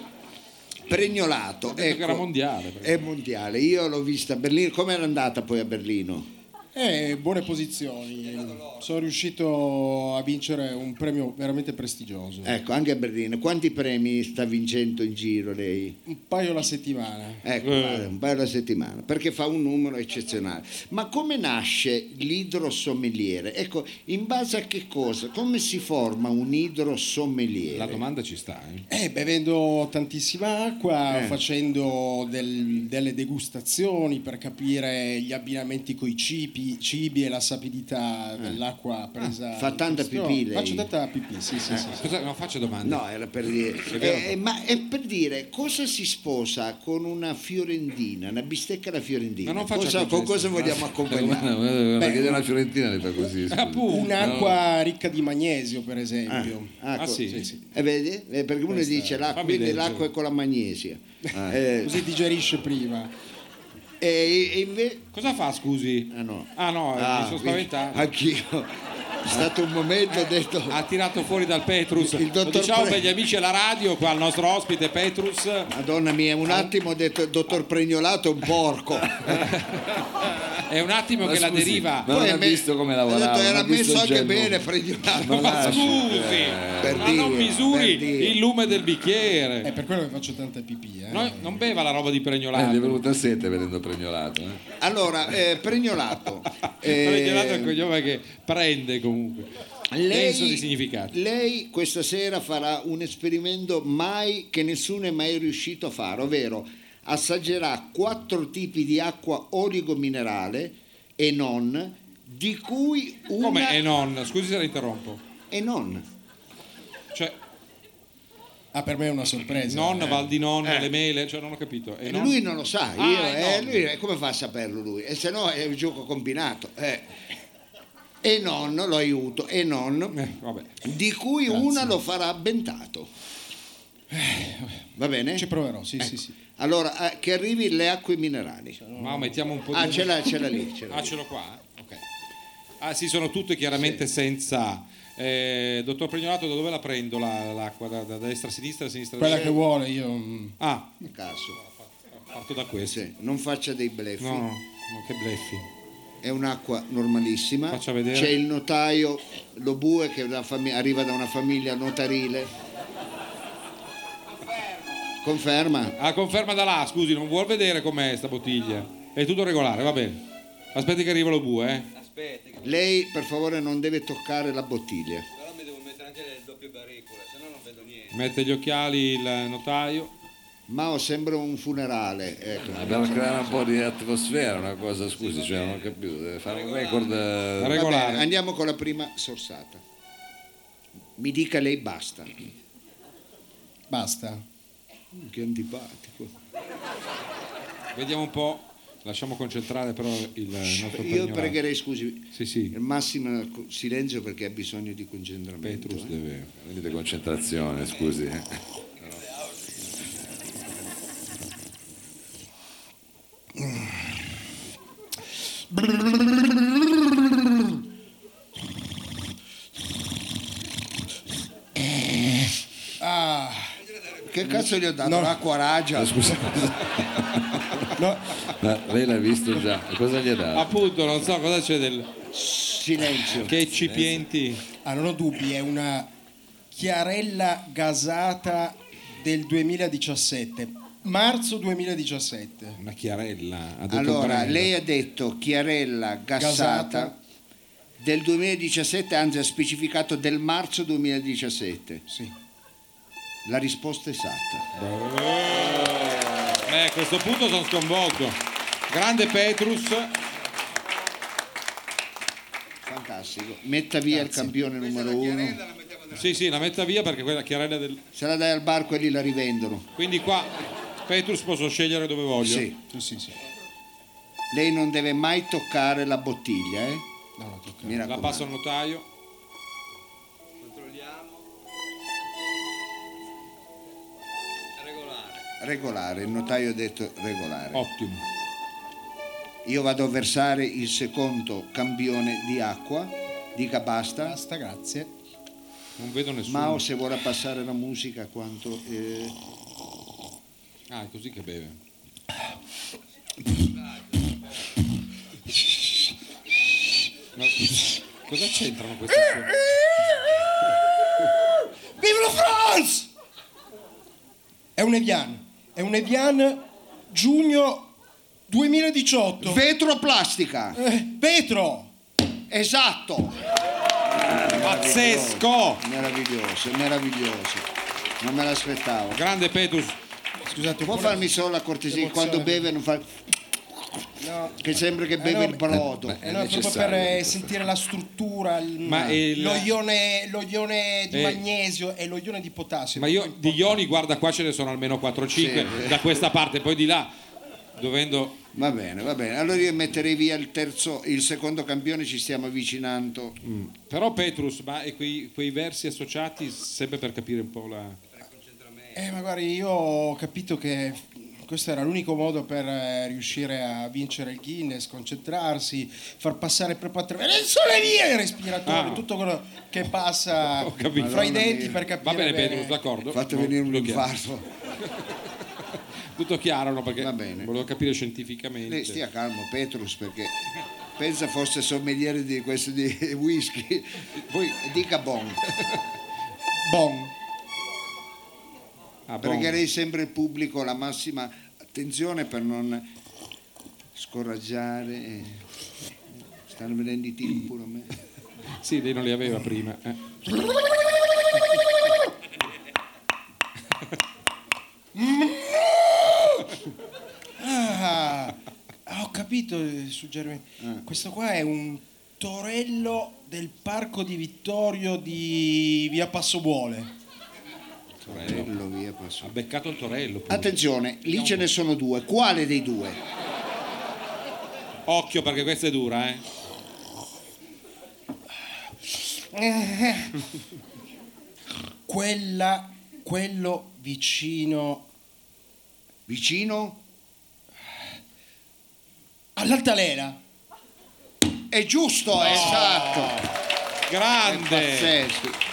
Speaker 3: Pregnolato,
Speaker 2: detto che era
Speaker 3: ecco,
Speaker 2: mondiale, però.
Speaker 3: È mondiale. Io l'ho vista a Berlino. Com'era andata poi a Berlino?
Speaker 8: Eh, buone posizioni. Sono riuscito a vincere un premio veramente prestigioso. Eh,
Speaker 3: Ecco, anche a Berlino. Quanti premi sta vincendo in giro lei?
Speaker 8: Un paio alla settimana.
Speaker 2: Mm.
Speaker 3: Ecco, guarda, un paio alla settimana, perché fa un numero eccezionale. Ma come nasce l'idrosommeliere? Ecco, in base a che cosa? Come si forma un
Speaker 2: La
Speaker 3: idrosommeliere?
Speaker 2: domanda ci sta, eh.
Speaker 8: Eh, bevendo tantissima acqua,
Speaker 3: Eh.
Speaker 8: facendo del- delle degustazioni per capire gli abbinamenti coi cibi, cibi e la sapidità dell'acqua presa.
Speaker 3: Eh. Ah, fa
Speaker 8: in
Speaker 3: tanta
Speaker 8: questione.
Speaker 3: pipì lei.
Speaker 8: Faccio tanta pipì, sì, sì, sì. sì.
Speaker 2: Cosa, no, faccio domande.
Speaker 3: No, era per dire.
Speaker 2: vero.
Speaker 3: Eh, ma è per dire cosa si sposa con una fiorendina, una bistecca alla fiorendina?
Speaker 2: Ma non faccia Eh,
Speaker 3: Cosa-
Speaker 2: quel
Speaker 3: con
Speaker 2: gesto,
Speaker 3: cosa vogliamo accompagnare?
Speaker 7: Perché della Fiorentina le fa così. scusi.
Speaker 2: Eh,
Speaker 3: Eh.
Speaker 2: appunto.
Speaker 8: Un'acqua ricca di magnesio, per esempio.
Speaker 3: Ah,
Speaker 2: Ah,
Speaker 3: co-
Speaker 2: sì?
Speaker 3: eh, vedi? Eh, perché uno dice l'acqua,
Speaker 2: fammi
Speaker 3: quindi
Speaker 2: leggere.
Speaker 3: l'acqua è con la magnesia.
Speaker 2: Ah.
Speaker 3: Eh,
Speaker 8: Così digerisce prima.
Speaker 3: e- e invece.
Speaker 2: Cosa fa, scusi?
Speaker 3: Ah, no.
Speaker 2: Ah no,
Speaker 3: Ah,
Speaker 2: mi sono
Speaker 3: quindi-
Speaker 2: spaventato.
Speaker 3: Anch'io. È stato un momento, ho detto.
Speaker 2: Ha tirato fuori dal Petrus.
Speaker 3: Il dottor
Speaker 2: Lo diciamo
Speaker 3: Pre-
Speaker 2: per gli amici alla radio, qua il nostro ospite Petrus.
Speaker 3: Madonna mia, un attimo ho detto dottor Pregnolato è un porco.
Speaker 2: È un attimo
Speaker 7: Ma
Speaker 2: che la
Speaker 7: scusi, Ma
Speaker 2: deriva.
Speaker 7: non
Speaker 3: Poi
Speaker 7: ha
Speaker 3: me-
Speaker 7: visto come
Speaker 3: ho
Speaker 7: lavorava.
Speaker 3: detto,
Speaker 7: non
Speaker 3: era
Speaker 7: ha visto
Speaker 3: messo
Speaker 7: il
Speaker 3: anche
Speaker 7: gel
Speaker 3: bene
Speaker 7: nudo.
Speaker 3: Pregnolato.
Speaker 7: Ma
Speaker 2: Ma
Speaker 7: lasci,
Speaker 2: scusi,
Speaker 7: eh,
Speaker 2: ma
Speaker 3: per
Speaker 2: Ah, non
Speaker 3: dire,
Speaker 2: misuri
Speaker 3: per dire. Eh.
Speaker 2: il lume del bicchiere.
Speaker 8: È per quello che faccio tanta pipì. Eh.
Speaker 2: No, non beva la roba di
Speaker 7: Eh, gli è
Speaker 2: pregnolato.
Speaker 7: venuta sete vedendo pregnolato. eh.
Speaker 3: Allora, eh, Pregnolato. eh,
Speaker 2: pregnolato è il cognome che prende comunque. Penso di significato.
Speaker 3: lei questa sera farà un esperimento mai che nessuno è mai riuscito a fare, ovvero assaggerà quattro tipi di acqua oligominerale e non, di cui una
Speaker 2: Come e non? Scusi se la interrompo.
Speaker 3: e non.
Speaker 2: Cioè,
Speaker 8: Ah, per me è una sorpresa.
Speaker 2: non,
Speaker 8: Eh.
Speaker 2: val di non, le mele, cioè non ho capito. E
Speaker 3: E
Speaker 2: non?
Speaker 3: Esatto. Eh, Lui non lo sa,
Speaker 2: Ah,
Speaker 3: io,
Speaker 2: è
Speaker 3: eh,
Speaker 2: nonno.
Speaker 3: lui, eh, come fa a saperlo lui? E se no è un gioco combinato. eh. E non, lo aiuto, e non,
Speaker 2: Eh, vabbè.
Speaker 3: di cui una lo farà bentato. Va bene?
Speaker 8: Ci proverò, sì,
Speaker 3: Ecco.
Speaker 8: sì, sì.
Speaker 3: Allora, eh, che arrivi le acque minerali.
Speaker 2: Ma mettiamo un po' di...
Speaker 3: Ah, ce l'ha, ce l'ha lì. ce l'ha
Speaker 2: Ah,
Speaker 3: lì.
Speaker 2: ce l'ho qua? Ok. Ah, sì, sono tutte chiaramente senza... Eh, dottor Pregnolato, da dove la prendo la- l'acqua? Da, da destra a sinistra, da sinistra a
Speaker 3: Eh.
Speaker 8: Quella
Speaker 2: destra?
Speaker 8: che vuole io. mm.
Speaker 2: Ah,
Speaker 3: Caso.
Speaker 2: parto da questo.
Speaker 3: Sì, non faccia dei bleffi.
Speaker 2: No, no, no, che bleffi.
Speaker 3: È un'acqua normalissima.
Speaker 2: Faccia vedere.
Speaker 3: C'è il notaio Lobue che è una fami- arriva da una famiglia notarile. Conferma.
Speaker 2: Ah, conferma da là, scusi, non vuol vedere com'è sta bottiglia. È tutto regolare, va bene. Aspetti che arriva lo bue, eh.
Speaker 4: Aspetta, che
Speaker 3: Lei per favore non deve toccare la bottiglia.
Speaker 4: però mi devo mettere anche le doppie barricole, se no non vedo niente.
Speaker 2: Mette gli occhiali il notaio.
Speaker 3: Mao sembra un funerale. Ecco.
Speaker 7: Abbiamo creare un po' di atmosfera, una cosa, scusi, cioè, non ho capito, deve fare un record. eh,
Speaker 3: Va
Speaker 2: Regolare.
Speaker 3: bene, andiamo con la prima sorsata. Mi dica lei basta.
Speaker 8: Basta.
Speaker 3: Mm, Che antipatico.
Speaker 2: Vediamo un po'. Lasciamo concentrare però il nostro
Speaker 3: Io
Speaker 2: pregnerà.
Speaker 3: pregherei scusi.
Speaker 2: Sì, sì.
Speaker 3: Il massimo co- silenzio perché ha bisogno di concentramento.
Speaker 2: Petrus
Speaker 3: eh.
Speaker 2: deve.
Speaker 7: Venite concentrazione, scusi.
Speaker 3: Che cazzo gli ho dato?
Speaker 8: No.
Speaker 3: L'acqua ragia.
Speaker 7: Scusa,
Speaker 8: No,
Speaker 7: ma lei l'ha visto già, cosa gli ha dato?
Speaker 2: Appunto, non so cosa c'è del.
Speaker 3: Silenzio.
Speaker 2: Che eccipienti.
Speaker 8: ah, non ho dubbi, è una chiarella gasata del 2017, marzo 2017.
Speaker 2: Una chiarella. ha detto
Speaker 3: Allora,
Speaker 2: il brand.
Speaker 3: lei ha detto Chiarella gassata
Speaker 8: Gassata.
Speaker 3: del 2017, anzi ha specificato del marzo 2017.
Speaker 8: Sì.
Speaker 3: La risposta esatta.
Speaker 2: Beh, a questo punto sono sconvolto. Grande Petrus.
Speaker 3: Fantastico. Metta via il campione numero uno.
Speaker 2: Sì, sì, la metta via perché quella chiarella del.
Speaker 3: Se la dai al bar quelli la rivendono.
Speaker 2: Quindi qua Petrus posso scegliere dove voglio.
Speaker 3: Sì.
Speaker 8: Sì, sì, sì.
Speaker 3: Lei non deve mai toccare la bottiglia, eh?
Speaker 8: No, no, tocca.
Speaker 3: Mi
Speaker 2: La
Speaker 3: raccomando.
Speaker 2: passo al notaio.
Speaker 4: Controlliamo. Regolare.
Speaker 3: Regolare, il notaio ha detto regolare.
Speaker 2: Ottimo.
Speaker 3: Io vado a versare il secondo campione di acqua. Dica basta.
Speaker 8: Basta, grazie.
Speaker 2: Non vedo nessuno.
Speaker 3: Mao se vuole passare la musica quanto... eh,
Speaker 2: Ah, è così che beve. Ma cosa c'entrano queste cose?
Speaker 8: Vive la France! È un Evian, è un Evian giugno 2018.
Speaker 3: Vetroplastica!
Speaker 8: Eh, Petro!
Speaker 3: Esatto!
Speaker 2: Pazzesco!
Speaker 3: Meraviglioso, meraviglioso. Non me l'aspettavo.
Speaker 2: Grande Petrus.
Speaker 8: Scusate, un
Speaker 3: Può
Speaker 8: po' la-
Speaker 3: farmi solo la cortesia,
Speaker 8: Emozione.
Speaker 3: quando beve non fa...
Speaker 8: No.
Speaker 3: Che sembra che
Speaker 8: no,
Speaker 3: beve il
Speaker 8: ma-
Speaker 3: brodo.
Speaker 8: Eh no, proprio
Speaker 7: necessario,
Speaker 8: per eh,
Speaker 7: questo.
Speaker 8: sentire la struttura, il-
Speaker 2: Ma il-
Speaker 8: lo, ione, lo ione di
Speaker 2: Eh.
Speaker 8: magnesio e lo ione di potassio.
Speaker 2: Ma io di Ioni, guarda qua ce ne sono almeno 4-5 da questa parte, poi di là, dovendo...
Speaker 3: Va bene, va bene. Allora io metterei via il terzo, il secondo campione, ci stiamo avvicinando.
Speaker 2: Però Petrus, ma e quei, quei versi associati, sempre per capire un po' la...
Speaker 8: Eh, ma guardi, io ho capito che questo era l'unico modo per eh, riuscire a vincere il Guinness, concentrarsi, far passare proprio attraverso il sole via il respiratore,
Speaker 2: Ah.
Speaker 8: tutto quello che passa
Speaker 2: Ho capito.
Speaker 8: fra i
Speaker 3: Madonna
Speaker 8: denti
Speaker 3: mia.
Speaker 8: per capire
Speaker 2: Va bene Petrus,
Speaker 8: bene.
Speaker 2: d'accordo.
Speaker 3: Fate
Speaker 2: No,
Speaker 3: venire un
Speaker 2: tutto chiaro.
Speaker 3: infarto.
Speaker 2: Tutto chiaro, no? Perché
Speaker 3: Va bene.
Speaker 2: volevo capire
Speaker 3: Lei
Speaker 2: scientificamente.
Speaker 3: Eh, stia calmo, Petrus, perché pensa fosse sommeliere di questo di whisky. Poi dica bon.
Speaker 8: Bon.
Speaker 2: Ah, buono.
Speaker 3: Pregherei sempre il pubblico la massima attenzione per non scoraggiare. eh. Stanno venendo i tipi pure a me.
Speaker 2: Sì, lei non li aveva prima. eh.
Speaker 8: Ah, ah, ho capito il suggerimento.
Speaker 3: Eh.
Speaker 8: Questo qua è un torello del parco di Vittorio di Via Passobuole.
Speaker 3: Torello, via, passo.
Speaker 2: Ha beccato il torello. pure.
Speaker 3: Attenzione, lì ce ne sono due. Quale dei due?
Speaker 2: Occhio perché questa è dura, eh.
Speaker 8: Quella, quello vicino
Speaker 3: Vicino?
Speaker 8: all'altalena.
Speaker 3: È giusto, esatto. È
Speaker 2: Grande!
Speaker 3: pazzesco.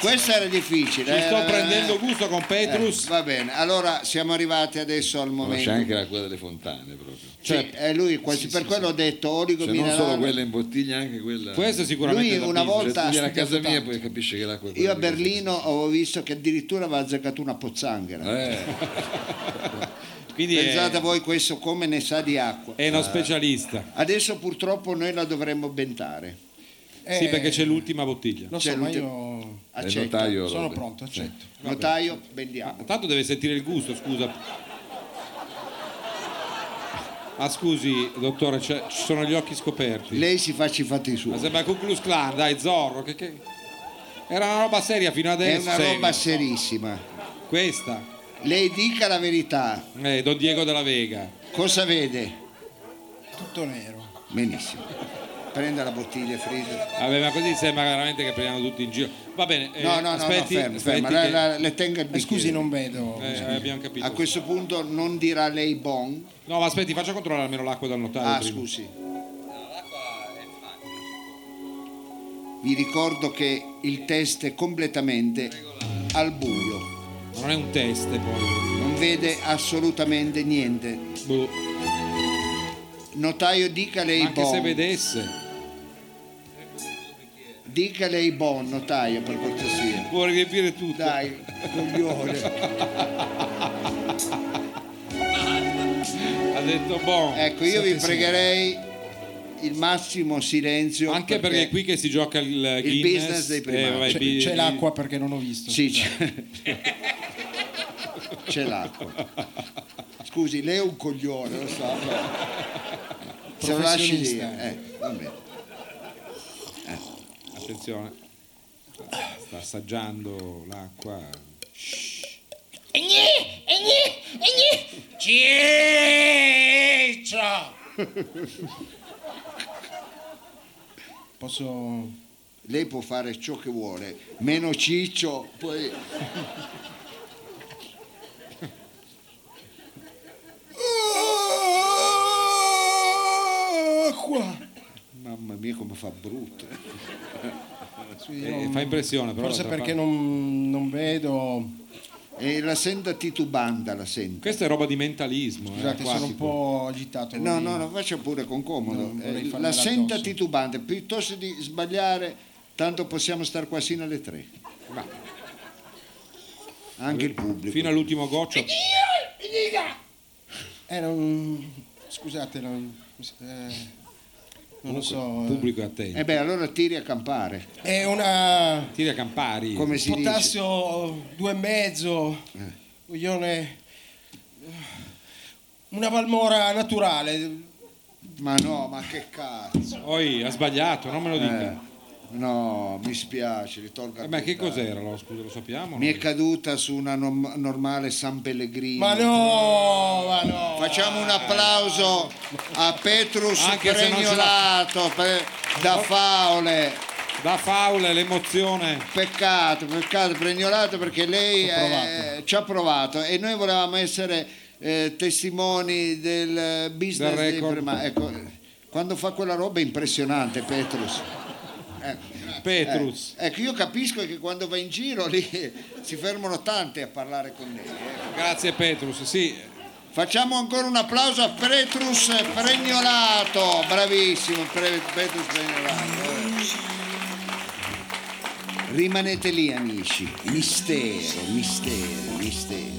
Speaker 3: Questa era difficile.
Speaker 2: Ci
Speaker 3: eh,
Speaker 2: sto
Speaker 3: eh,
Speaker 2: prendendo gusto con
Speaker 3: eh,
Speaker 2: Petrus.
Speaker 3: va bene, allora siamo arrivati adesso al
Speaker 7: Ma c'è
Speaker 3: momento.
Speaker 7: anche la quella delle fontane proprio.
Speaker 3: Sì, eh, lui, quasi per quello ho detto oligo
Speaker 7: Cioè, non solo
Speaker 3: minerale.
Speaker 7: quella in bottiglia, anche quella.
Speaker 2: Questo è sicuramente
Speaker 3: Eh. Lui
Speaker 2: da
Speaker 3: una
Speaker 2: Pisa.
Speaker 7: Cioè,
Speaker 3: volta
Speaker 7: tu vieni a
Speaker 3: ha
Speaker 7: casa mia
Speaker 3: scatettato.
Speaker 7: poi capisci che l'acqua è quella
Speaker 3: Io a
Speaker 7: di-
Speaker 3: Berlino avevo visto che addirittura aveva azzeccato una pozzanghera.
Speaker 7: Eh,
Speaker 2: Quindi
Speaker 3: Pensate Eh.
Speaker 2: è,
Speaker 3: voi questo come ne sa di acqua.
Speaker 2: è uno specialista.
Speaker 3: Adesso purtroppo noi la dovremmo bentare. Cioè,
Speaker 8: Eh,
Speaker 2: Sì, perché c'è l'ultima bottiglia.
Speaker 8: Lo
Speaker 3: c'è
Speaker 8: so, ma
Speaker 3: l'ultimo-
Speaker 8: io
Speaker 7: il
Speaker 3: Accetto.
Speaker 7: notaio
Speaker 8: ecco,
Speaker 7: Ah,
Speaker 8: sono
Speaker 7: Rode.
Speaker 8: pronto, accetto.
Speaker 3: Ah, certo. Notaio, bendiamo.
Speaker 2: Tanto deve sentire il gusto, scusa. Ah, scusi, dottore, c'è- ci sono gli occhi scoperti.
Speaker 3: Lei si faccia i fatti
Speaker 2: Ma
Speaker 3: suoi.
Speaker 2: sembra Ku Klux Klan, dai, Zorro. Che, che- Era una roba seria fino
Speaker 3: È
Speaker 2: adesso.
Speaker 3: una roba
Speaker 2: seria.
Speaker 3: serissima.
Speaker 2: Questa.
Speaker 3: Lei dica la verità.
Speaker 2: Eh, Don Diego della Vega.
Speaker 3: Cosa vede?
Speaker 8: Tutto nero. Eh,
Speaker 3: Benissimo. Prenda la bottiglia, Frida.
Speaker 2: Vabbè, ma così sembra veramente che prendiamo tutti in giro. Va bene, eh,
Speaker 3: No, no, no,
Speaker 2: aspetti,
Speaker 3: no, fermo,
Speaker 2: aspetti
Speaker 3: fermo.
Speaker 2: che-
Speaker 3: La- la- le tenga il
Speaker 8: Eh,
Speaker 3: bicchiere.
Speaker 8: scusi, non vedo.
Speaker 2: eh, abbiamo capito.
Speaker 3: A questo punto non dirà lei bon.
Speaker 2: No, ma aspetti, faccia controllare almeno l'acqua dal notaio.
Speaker 3: Ah,
Speaker 2: prima.
Speaker 3: scusi. Vi ricordo che il test è completamente al buio,
Speaker 2: Ma non è un test, poi.
Speaker 3: non vede assolutamente niente.
Speaker 2: Boh.
Speaker 3: Notaio, dica lei
Speaker 2: Anche se
Speaker 3: bon.
Speaker 2: vedesse.
Speaker 3: Dica lei bon, notaio, per cortesia.
Speaker 2: Può riempire tutto.
Speaker 3: Dai, coglione.
Speaker 2: Ha detto boh. buono.
Speaker 3: Ecco, io vi pregherei il massimo silenzio.
Speaker 2: Anche perché è qui che si gioca il Guinness. eh,
Speaker 3: business dei primati.
Speaker 2: vabbè,
Speaker 8: C'è,
Speaker 2: bi-
Speaker 8: c'è l'acqua perché non ho visto.
Speaker 3: Sì, c'è, c'è l'acqua. Scusi, lei è un coglione, lo sa. però- Se lo lasci lì,
Speaker 8: Professionista.
Speaker 3: eh, va bene.
Speaker 2: Attenzione. Sta assaggiando l'acqua.
Speaker 8: Posso.
Speaker 3: Lei può fare ciò che vuole, meno ciccio, poi
Speaker 8: Acqua!
Speaker 3: mamma mia come fa brutto. eh.
Speaker 2: Eh, fa impressione, però.
Speaker 8: Forse
Speaker 2: d'altra
Speaker 8: perché
Speaker 2: parte-
Speaker 8: non, non vedo.
Speaker 3: E la senta titubanda, la sento.
Speaker 2: Questa è roba di mentalismo. eh,
Speaker 8: Scusate, Esatto, sono un
Speaker 2: acquatico.
Speaker 8: po' agitato.
Speaker 3: No,
Speaker 8: vorrei-
Speaker 3: no, no, faccia pure con comodo.
Speaker 8: No, vorrei
Speaker 3: Eh, la
Speaker 8: farmela
Speaker 3: senta
Speaker 8: addosso.
Speaker 3: titubante, piuttosto di sbagliare, tanto possiamo star qua sino alle tre. Anche il pubblico.
Speaker 2: Fino all'ultimo goccio.
Speaker 8: Eh, non- Scusate, non, eh, non lo so. eh,
Speaker 2: Il pubblico è attento.
Speaker 3: E Eh beh, allora tiri a campare,
Speaker 8: È una.
Speaker 2: Tira Campari.
Speaker 3: come si dice. Eh.
Speaker 8: Potassio due e mezzo, coglione. Una valmora naturale.
Speaker 3: Ma no, ma che cazzo.
Speaker 2: Oi, ha sbagliato, non me lo
Speaker 3: Eh,
Speaker 2: dica.
Speaker 3: no, mi spiace, li tolgo.
Speaker 2: Eh,
Speaker 3: al
Speaker 2: ma che
Speaker 3: buttato.
Speaker 2: cos'era? Lo, scusa, lo sappiamo?
Speaker 3: Mi è caduta su una nom- normale San Pellegrino.
Speaker 8: Ma no, ma no.
Speaker 3: Facciamo un applauso a Petrus
Speaker 2: Anche se non Oh. ce l'ha-
Speaker 3: Pregnolato per- da Faule.
Speaker 2: Da faule, l'emozione.
Speaker 3: Peccato, peccato Pregnolato perché lei eh, ci ha provato e noi volevamo essere eh, testimoni del business
Speaker 2: Del
Speaker 3: dei
Speaker 2: record.
Speaker 3: prima- ecco, quando fa quella roba è impressionante Petrus.
Speaker 2: Petrus.
Speaker 3: Eh, ecco, io capisco che quando va in giro lì si fermano tanti a parlare con lei. eh.
Speaker 2: Grazie Petrus. Sì,
Speaker 3: Facciamo ancora un applauso a Petrus Pregnolato, bravissimo Pre- Petrus Pregnolato. eh. Rimanete lì amici, mistero, mistero, mistero.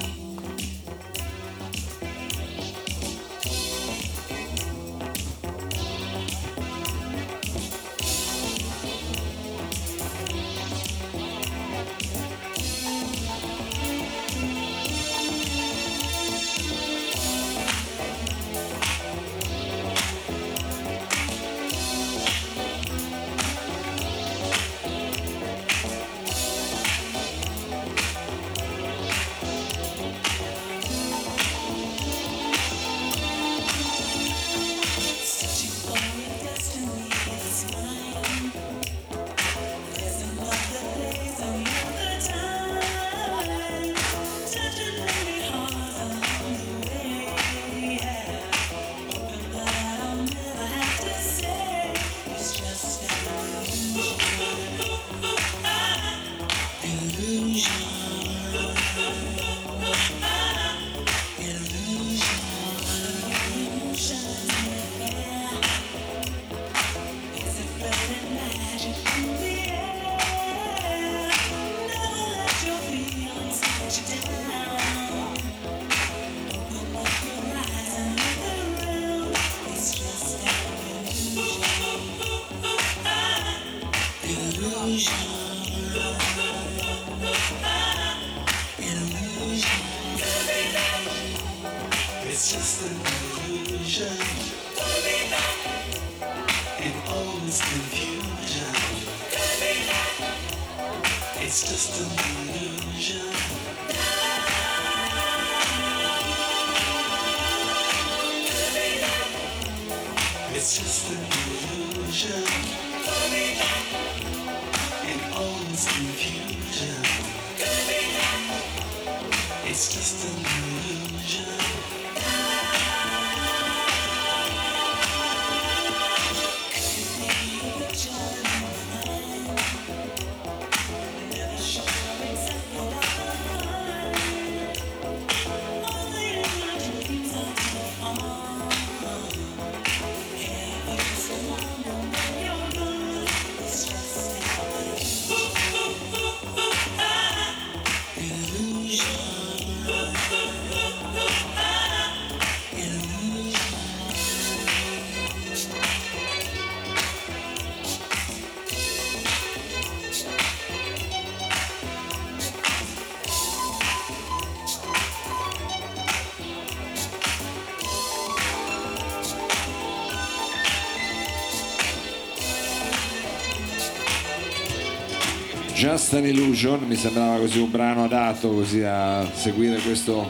Speaker 1: Just an Illusion mi sembrava così un brano adatto così a seguire questo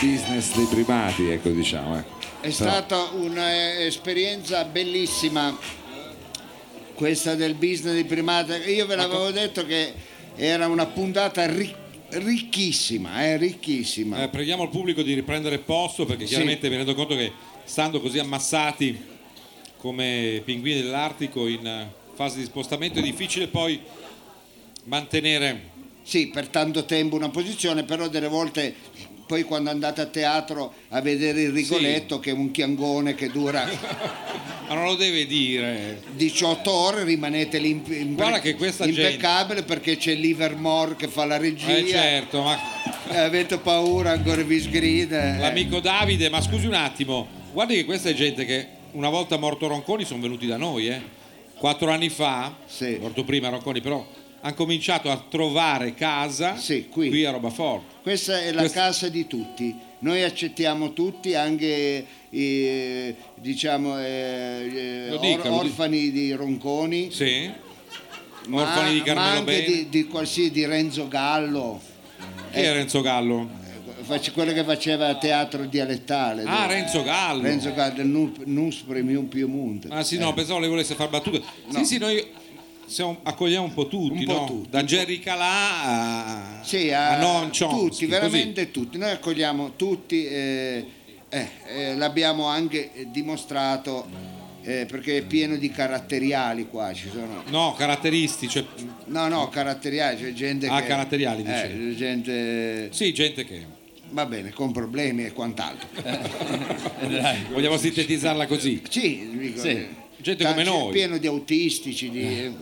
Speaker 1: business dei primati, ecco diciamo. ecco.
Speaker 3: È stata un'esperienza bellissima questa del business di primata. Io ve l'avevo detto che era una puntata ric- ricchissima, eh, ricchissima.
Speaker 2: Eh, preghiamo al pubblico di riprendere posto perché chiaramente mi rendo conto che stando così ammassati come pinguini dell'Artico in eh, fase di spostamento è difficile poi mantenere
Speaker 3: Sì, per tanto tempo una posizione, però delle volte poi quando andate a teatro a vedere il Rigoletto che è un chiangone che dura
Speaker 2: ma non lo deve dire
Speaker 3: 18 ore rimanete lì impe- impe-
Speaker 2: Guarda che questa
Speaker 3: impeccabile perché c'è Livermore che fa la regia
Speaker 2: eh certo ma
Speaker 3: e avete paura ancora vi sgrida eh.
Speaker 2: l'amico Davide ma scusi un attimo guardi che questa è gente che una volta morto Ronconi sono venuti da noi eh. quattro anni fa
Speaker 3: Sì.
Speaker 2: morto prima Ronconi però hanno cominciato a trovare casa
Speaker 3: Sì, qui.
Speaker 2: a Robaforte
Speaker 3: questa è la
Speaker 2: Questa-
Speaker 3: casa di tutti noi accettiamo tutti anche i diciamo eh, eh,
Speaker 2: Lo dica, lo
Speaker 3: or-
Speaker 2: dica.
Speaker 3: orfani di Ronconi
Speaker 2: sì
Speaker 3: ma,
Speaker 2: orfani di
Speaker 3: ma
Speaker 2: Carmelo
Speaker 3: anche
Speaker 2: Bene
Speaker 3: di, di qualsiasi di Renzo Gallo
Speaker 2: chi è Renzo Gallo?
Speaker 3: face- quello che faceva teatro dialettale
Speaker 2: ah
Speaker 3: dove-
Speaker 2: Renzo Gallo
Speaker 3: Eh, Renzo Eh. Gallo del Nus- Nus Premium Piemonte
Speaker 2: Ah sì, no, pensavo lei volesse far battute. Sì, sì, noi siamo- accogliamo un po' tutti,
Speaker 3: Un po'
Speaker 2: no?
Speaker 3: tutti,
Speaker 2: da Jerry Calà a,
Speaker 3: Sì,
Speaker 2: a
Speaker 3: a,
Speaker 2: Noam Chomsky,
Speaker 3: tutti,
Speaker 2: così.
Speaker 3: veramente tutti. Noi accogliamo tutti, eh, eh, eh, l'abbiamo anche eh, dimostrato eh, perché è pieno di caratteriali qua. Ci sono,
Speaker 2: No, caratteristici, cioè,
Speaker 3: no, no, caratteriali, c'è gente
Speaker 2: Ah,
Speaker 3: che.
Speaker 2: caratteriali, dicevi.
Speaker 3: eh, gente
Speaker 2: sì, gente che...
Speaker 3: va bene, con problemi e quant'altro.
Speaker 2: Vogliamo sintetizzarla così.
Speaker 3: Sì, dico, eh,
Speaker 2: gente
Speaker 3: ta-
Speaker 2: come
Speaker 3: c'è
Speaker 2: noi.
Speaker 3: Pieno di autistici, di- eh.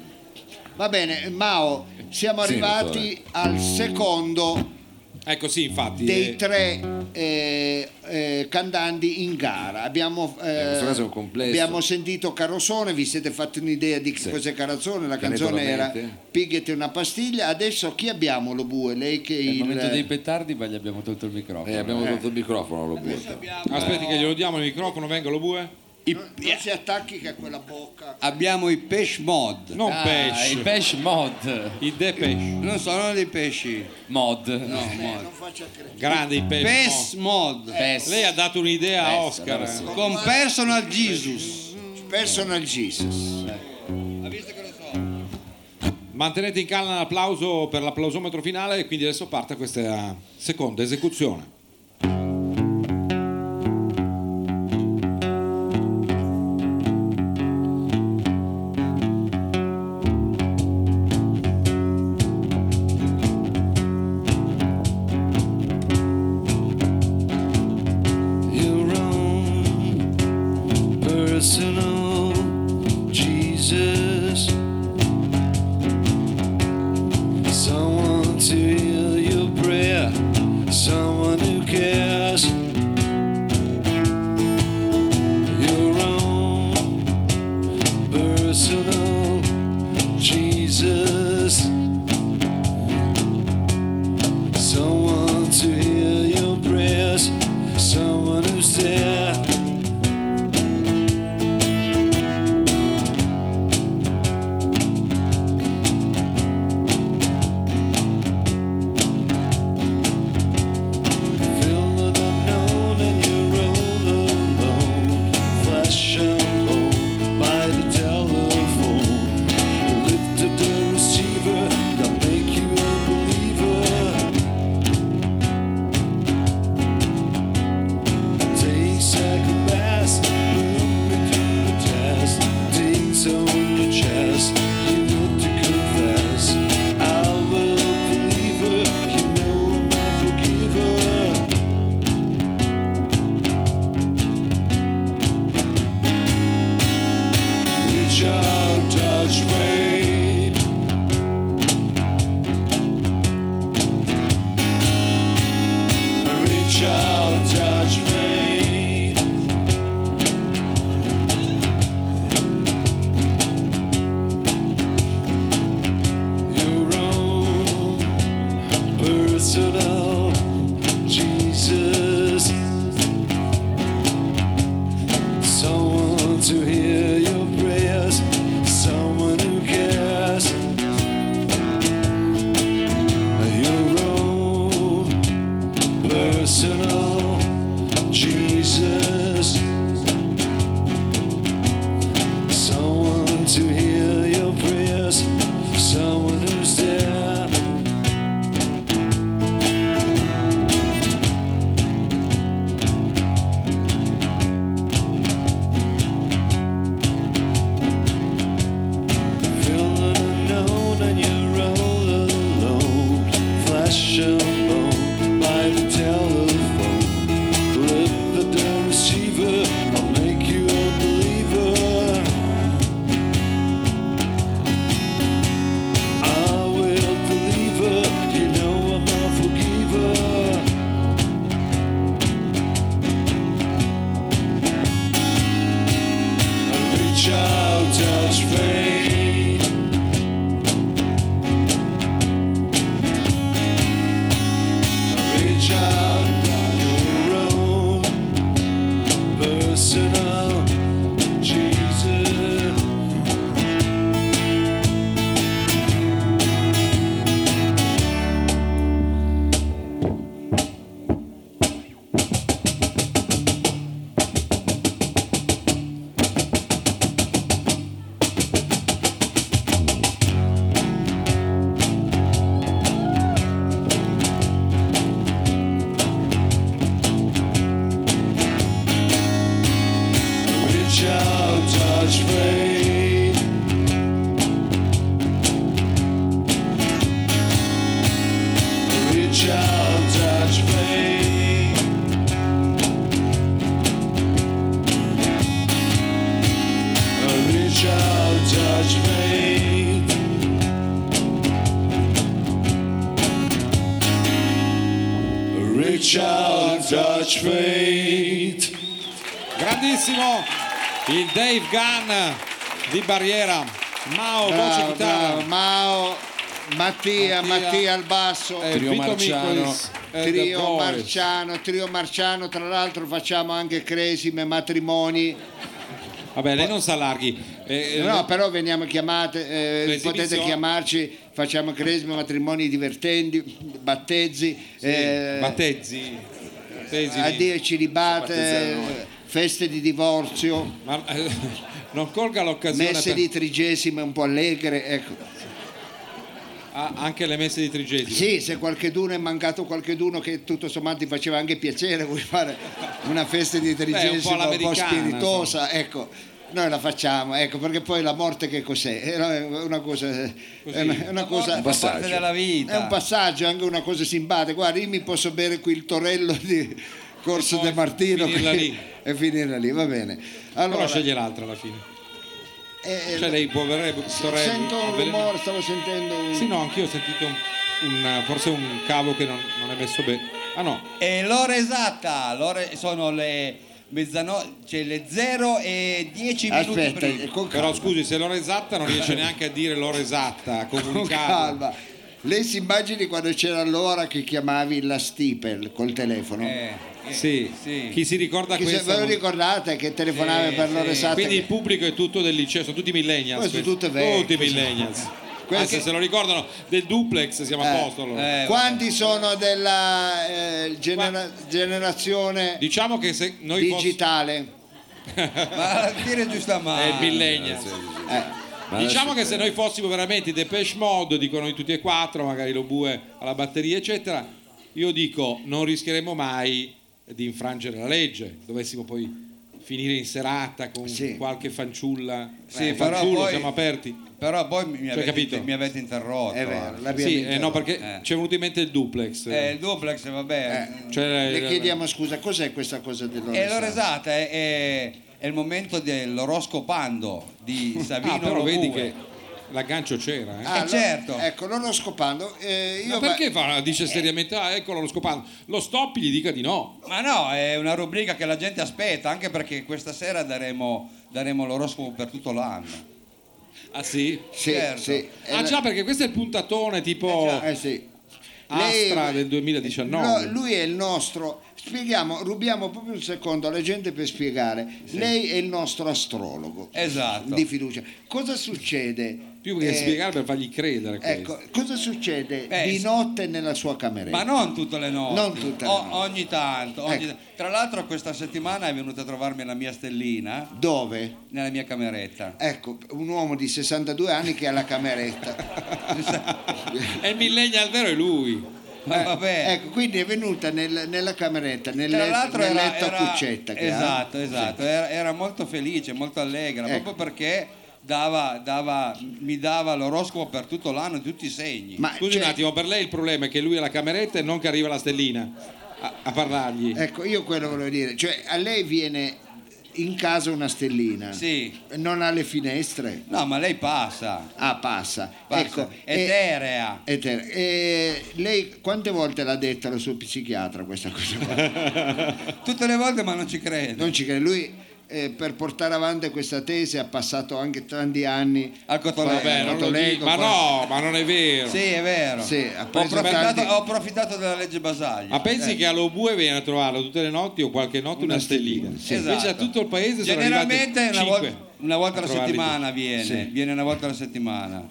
Speaker 3: Va bene, Mao, siamo
Speaker 7: Sì,
Speaker 3: arrivati al secondo
Speaker 2: Ecco, sì, infatti. eh,
Speaker 3: dei tre eh, eh, cantanti in gara. Abbiamo, eh,
Speaker 7: questo caso è un complesso.
Speaker 3: abbiamo sentito Carosone, vi siete fatti un'idea di che cos'è Carosone, la
Speaker 7: Tenetelo
Speaker 3: canzone
Speaker 7: a
Speaker 3: era
Speaker 7: mente.
Speaker 3: Piggete una pastiglia. Adesso chi abbiamo lo bue? Lei che
Speaker 4: Nel
Speaker 3: il...
Speaker 4: momento dei petardi, ma gli abbiamo tolto il
Speaker 7: Eh,
Speaker 4: microfono.
Speaker 7: abbiamo tolto il microfono, l'ho visto.
Speaker 2: Aspetti che glielo diamo il microfono, venga lo bue.
Speaker 3: non, non si attacchi che a quella bocca.
Speaker 4: Abbiamo i Pesh Mod.
Speaker 2: Non
Speaker 5: Ah,
Speaker 2: pesce.
Speaker 5: I pesci mod.
Speaker 2: I Depeche.
Speaker 4: Non sono dei pesci.
Speaker 5: Mod.
Speaker 4: No, mod.
Speaker 3: Non faccia credere.
Speaker 2: Grandi i pesce.
Speaker 4: Pes Mod.
Speaker 5: Pes.
Speaker 2: Lei ha dato un'idea a Oscar. eh?
Speaker 5: allora sì.
Speaker 4: Con Personal Jesus.
Speaker 3: Personal Jesus.
Speaker 4: Ha visto che lo so?
Speaker 2: Mantenete in calma l'applauso per l'applausometro finale e quindi adesso parte questa seconda esecuzione.
Speaker 5: Your own personal Jesus. Someone to hear your prayer. Someone who cares. Your own personal Jesus. Someone to hear your prayers. Someone who shall judge me. Your own personal Jesus. Someone to hear your prayers, someone who cares. Your own personal Jesus. Someone to hear your prayers, someone who's there. Feeling unknown and you're all alone. Flesh and bone by the telephone. Lift the damn receiver, I'll make you a believer. I will believe her, you know I'm a forgiver. I reach out, touch faith. Reach out your own personal Jesus. Reach out, touch me. Reach out, touch me. Reach out, touch me. Reach out, touch fate.
Speaker 2: Grandissimo il Dave Gunn di Barriera. Mao, voce
Speaker 3: Bravo, Ah, bravo.
Speaker 2: chitarra.
Speaker 3: Mao,
Speaker 2: Mattia.
Speaker 3: Mattia, Mattia al basso.
Speaker 2: eh,
Speaker 7: Trio
Speaker 2: Vito
Speaker 7: Marciano.
Speaker 2: Micolis, eh, The
Speaker 3: Trio
Speaker 2: Boys.
Speaker 3: Marciano, Trio Marciano, tra l'altro facciamo anche cresime, matrimoni,
Speaker 2: Vabbè, lei non si allarghi. Eh,
Speaker 3: no, però veniamo chiamate, eh,
Speaker 2: Le
Speaker 3: potete
Speaker 2: esibizioni.
Speaker 3: chiamarci, facciamo cresime, matrimoni divertenti, battezzi, eh,
Speaker 2: Battezzi. Battezzi.
Speaker 3: addio cilibate, feste di divorzio,
Speaker 2: Ma, eh, non colga l'occasione. per-
Speaker 3: messe di trigesime un po' allegre, ecco.
Speaker 2: Ah, anche le messe di trigesima.
Speaker 3: Sì, se qualcheduno è mancato qualcheduno che tutto sommato ti faceva anche piacere, vuoi fare una festa di
Speaker 2: Beh,
Speaker 3: trigesima
Speaker 2: un po'
Speaker 3: un po'
Speaker 2: all'americana,
Speaker 3: spiritosa, ecco, noi la facciamo, ecco, perché poi la morte che cos'è? Eh, È una- una cosa... eh, È una, è una cosa
Speaker 4: Fa parte della vita.
Speaker 3: è un passaggio, è anche una cosa simpatica. Guarda, io mi posso bere qui il torello di Corso
Speaker 2: E poi
Speaker 3: De Martino
Speaker 2: finirla
Speaker 3: qui-
Speaker 2: lì.
Speaker 3: e finirla lì, va bene.
Speaker 2: Però
Speaker 3: Allora,
Speaker 2: sceglie l'altra alla fine.
Speaker 3: eh, eh,
Speaker 2: Cioè lei può avere sorelle.
Speaker 3: sento un
Speaker 2: avvelena-
Speaker 3: rumore, stavo sentendo un...
Speaker 2: Sì, no, anch'io ho sentito un, un- forse un cavo che non, non è messo bene. Ah no,
Speaker 4: E l'ora esatta, l'ora- sono le mezzanotte, c'è le 0 e 10 minuti
Speaker 3: Aspetta, eh,
Speaker 4: prima.
Speaker 3: con calma.
Speaker 2: però scusi, se l'ora è esatta non riesce neanche a dire l'ora esatta, a
Speaker 3: Con
Speaker 2: comunicare.
Speaker 3: calma. Lei si immagini quando c'era l'ora che chiamavi la Stipel col telefono?
Speaker 4: Eh, eh,
Speaker 2: Sì.
Speaker 4: sì.
Speaker 2: chi si ricorda
Speaker 3: Che se
Speaker 2: questo?
Speaker 3: ve lo ricordate che telefonava
Speaker 4: Sì,
Speaker 3: per l'ora
Speaker 4: sì.
Speaker 3: esatta?
Speaker 2: Quindi il
Speaker 3: che-
Speaker 2: pubblico è tutto del liceo, sono tutti millennials.
Speaker 3: Questi
Speaker 2: questi.
Speaker 3: tutti vecchi.
Speaker 2: Tutti millennials. Questi
Speaker 3: Anche-
Speaker 2: se lo ricordano del duplex siamo a
Speaker 3: Eh,
Speaker 2: posto allora.
Speaker 4: eh,
Speaker 3: Quanti sono della eh, genera- generazione
Speaker 2: Diciamo che se noi
Speaker 3: digitale?
Speaker 4: Ma dire giusta
Speaker 2: foss-
Speaker 4: mano.
Speaker 2: eh, millennials.
Speaker 3: Eh,
Speaker 7: Ma
Speaker 2: Diciamo
Speaker 7: adesso-
Speaker 2: che se noi fossimo veramente Depeche Mode, dicono noi tutti e quattro, magari lo bue alla batteria, eccetera, io dico non rischieremo mai di infrangere la legge, dovessimo poi finire in serata con
Speaker 3: Sì.
Speaker 2: qualche fanciulla,
Speaker 4: Sì,
Speaker 2: Eh,
Speaker 4: però
Speaker 2: fanciullo,
Speaker 4: poi-
Speaker 2: siamo aperti.
Speaker 4: Però voi mi, mi avete,
Speaker 2: capito?
Speaker 4: mi avete interrotto.
Speaker 3: è vero, l'abbiamo
Speaker 2: Sì, eh, no,
Speaker 3: interrotto.
Speaker 2: perché
Speaker 4: Eh.
Speaker 2: ci è venuto in mente il duplex.
Speaker 4: Eh, il duplex, vabbè.
Speaker 3: Eh.
Speaker 2: Cioè,
Speaker 3: Le chiediamo scusa, cos'è questa cosa dell'ora
Speaker 2: Eh,
Speaker 4: E l'ora
Speaker 3: esatta?
Speaker 4: esatta è, è- è il momento dell'oroscopando di Savino
Speaker 2: Ah, però
Speaker 4: Lobue.
Speaker 2: vedi che L'aggancio c'era, eh.
Speaker 3: Ah, lo-
Speaker 4: certo.
Speaker 3: Ecco, loro scopando. eh,
Speaker 2: Ma
Speaker 3: io
Speaker 2: perché fa- dice seriamente, ah, eccolo lo scopando. Lo stoppi gli dica di no.
Speaker 4: Ma no, è una rubrica che la gente aspetta, anche perché questa sera daremo, daremo l'oroscopo per tutto l'anno.
Speaker 2: Ah sì?
Speaker 3: Sì,
Speaker 4: Certo.
Speaker 3: sì. Eh,
Speaker 2: Ah già, perché questo è il puntatone tipo
Speaker 4: Cioè,
Speaker 3: eh, sì.
Speaker 2: Astra
Speaker 3: Lei-
Speaker 2: del 2019.
Speaker 3: No, lui è il nostro. Spieghiamo, rubiamo proprio un secondo alla gente per spiegare. Lei è il nostro astrologo.
Speaker 4: Esatto.
Speaker 3: Di fiducia. Cosa succede?
Speaker 2: Più che
Speaker 3: Eh,
Speaker 2: spiegare per fargli credere
Speaker 3: Ecco,
Speaker 2: questo.
Speaker 3: cosa succede
Speaker 4: Beh,
Speaker 3: di
Speaker 4: s-
Speaker 3: notte nella sua cameretta?
Speaker 4: Eh, Ma non tutte le notti.
Speaker 3: Non tutte le notti.
Speaker 4: Ogni tanto. ogni
Speaker 3: Ecco.
Speaker 4: ta- Tra l'altro questa settimana è venuta a trovarmi la mia stellina
Speaker 3: Dove?
Speaker 4: nella mia cameretta.
Speaker 3: Ecco, un uomo di 62 anni che ha la
Speaker 4: Esatto.
Speaker 3: cameretta.
Speaker 2: È il millennial vero è lui.
Speaker 4: Ma vabbè.
Speaker 3: ecco, quindi è venuta nel- nella cameretta, nel,
Speaker 4: Tra
Speaker 3: let-
Speaker 4: l'altro
Speaker 3: nel
Speaker 4: era,
Speaker 3: letto
Speaker 4: era-
Speaker 3: a cuccetta. che ha.
Speaker 4: esatto, esatto, era, era molto felice, molto allegra,
Speaker 3: Ecco.
Speaker 4: proprio perché dava- dava- mi dava l'oroscopo per tutto l'anno, tutti i segni.
Speaker 3: Ma
Speaker 2: Scusi
Speaker 3: c'è-
Speaker 2: un attimo, per lei il problema è che lui è alla cameretta e non che arriva la stellina a, a parlargli.
Speaker 3: Ecco, io quello volevo dire, cioè a lei viene in casa una stellina,
Speaker 4: Sì.
Speaker 3: non ha le finestre,
Speaker 4: No, ma lei passa,
Speaker 3: ah passa,
Speaker 4: passa.
Speaker 3: ecco, e-
Speaker 4: eterea.
Speaker 3: etere. E Eh, lei quante volte l'ha detta la sua psichiatra questa cosa? qua?
Speaker 4: Tutte le volte ma non ci credo.
Speaker 3: non ci crede, lui eh, per portare avanti questa tesi ha passato anche tanti anni
Speaker 4: Al Cotolego. Eh,
Speaker 3: Fa-
Speaker 4: Vabbè,
Speaker 3: al
Speaker 2: non lo
Speaker 3: Cotolego,
Speaker 2: dico, ma
Speaker 3: eh, poi-
Speaker 2: no, ma non è vero.
Speaker 4: Sì, è vero.
Speaker 3: Sì, ha
Speaker 4: ho,
Speaker 3: preso
Speaker 4: approfittato,
Speaker 3: tanti-
Speaker 4: ho approfittato della legge Basaglia.
Speaker 2: Ma pensi che all'Obue viene a trovarlo tutte le notti o qualche notte una, stellina?
Speaker 4: Esatto.
Speaker 2: Invece a tutto il paese sono
Speaker 4: Generalmente
Speaker 2: arrivati
Speaker 4: una
Speaker 2: cinque
Speaker 4: volta, una volta
Speaker 2: a
Speaker 4: alla
Speaker 2: trovarli
Speaker 4: settimana viene,
Speaker 3: Sì.
Speaker 4: viene una volta alla settimana.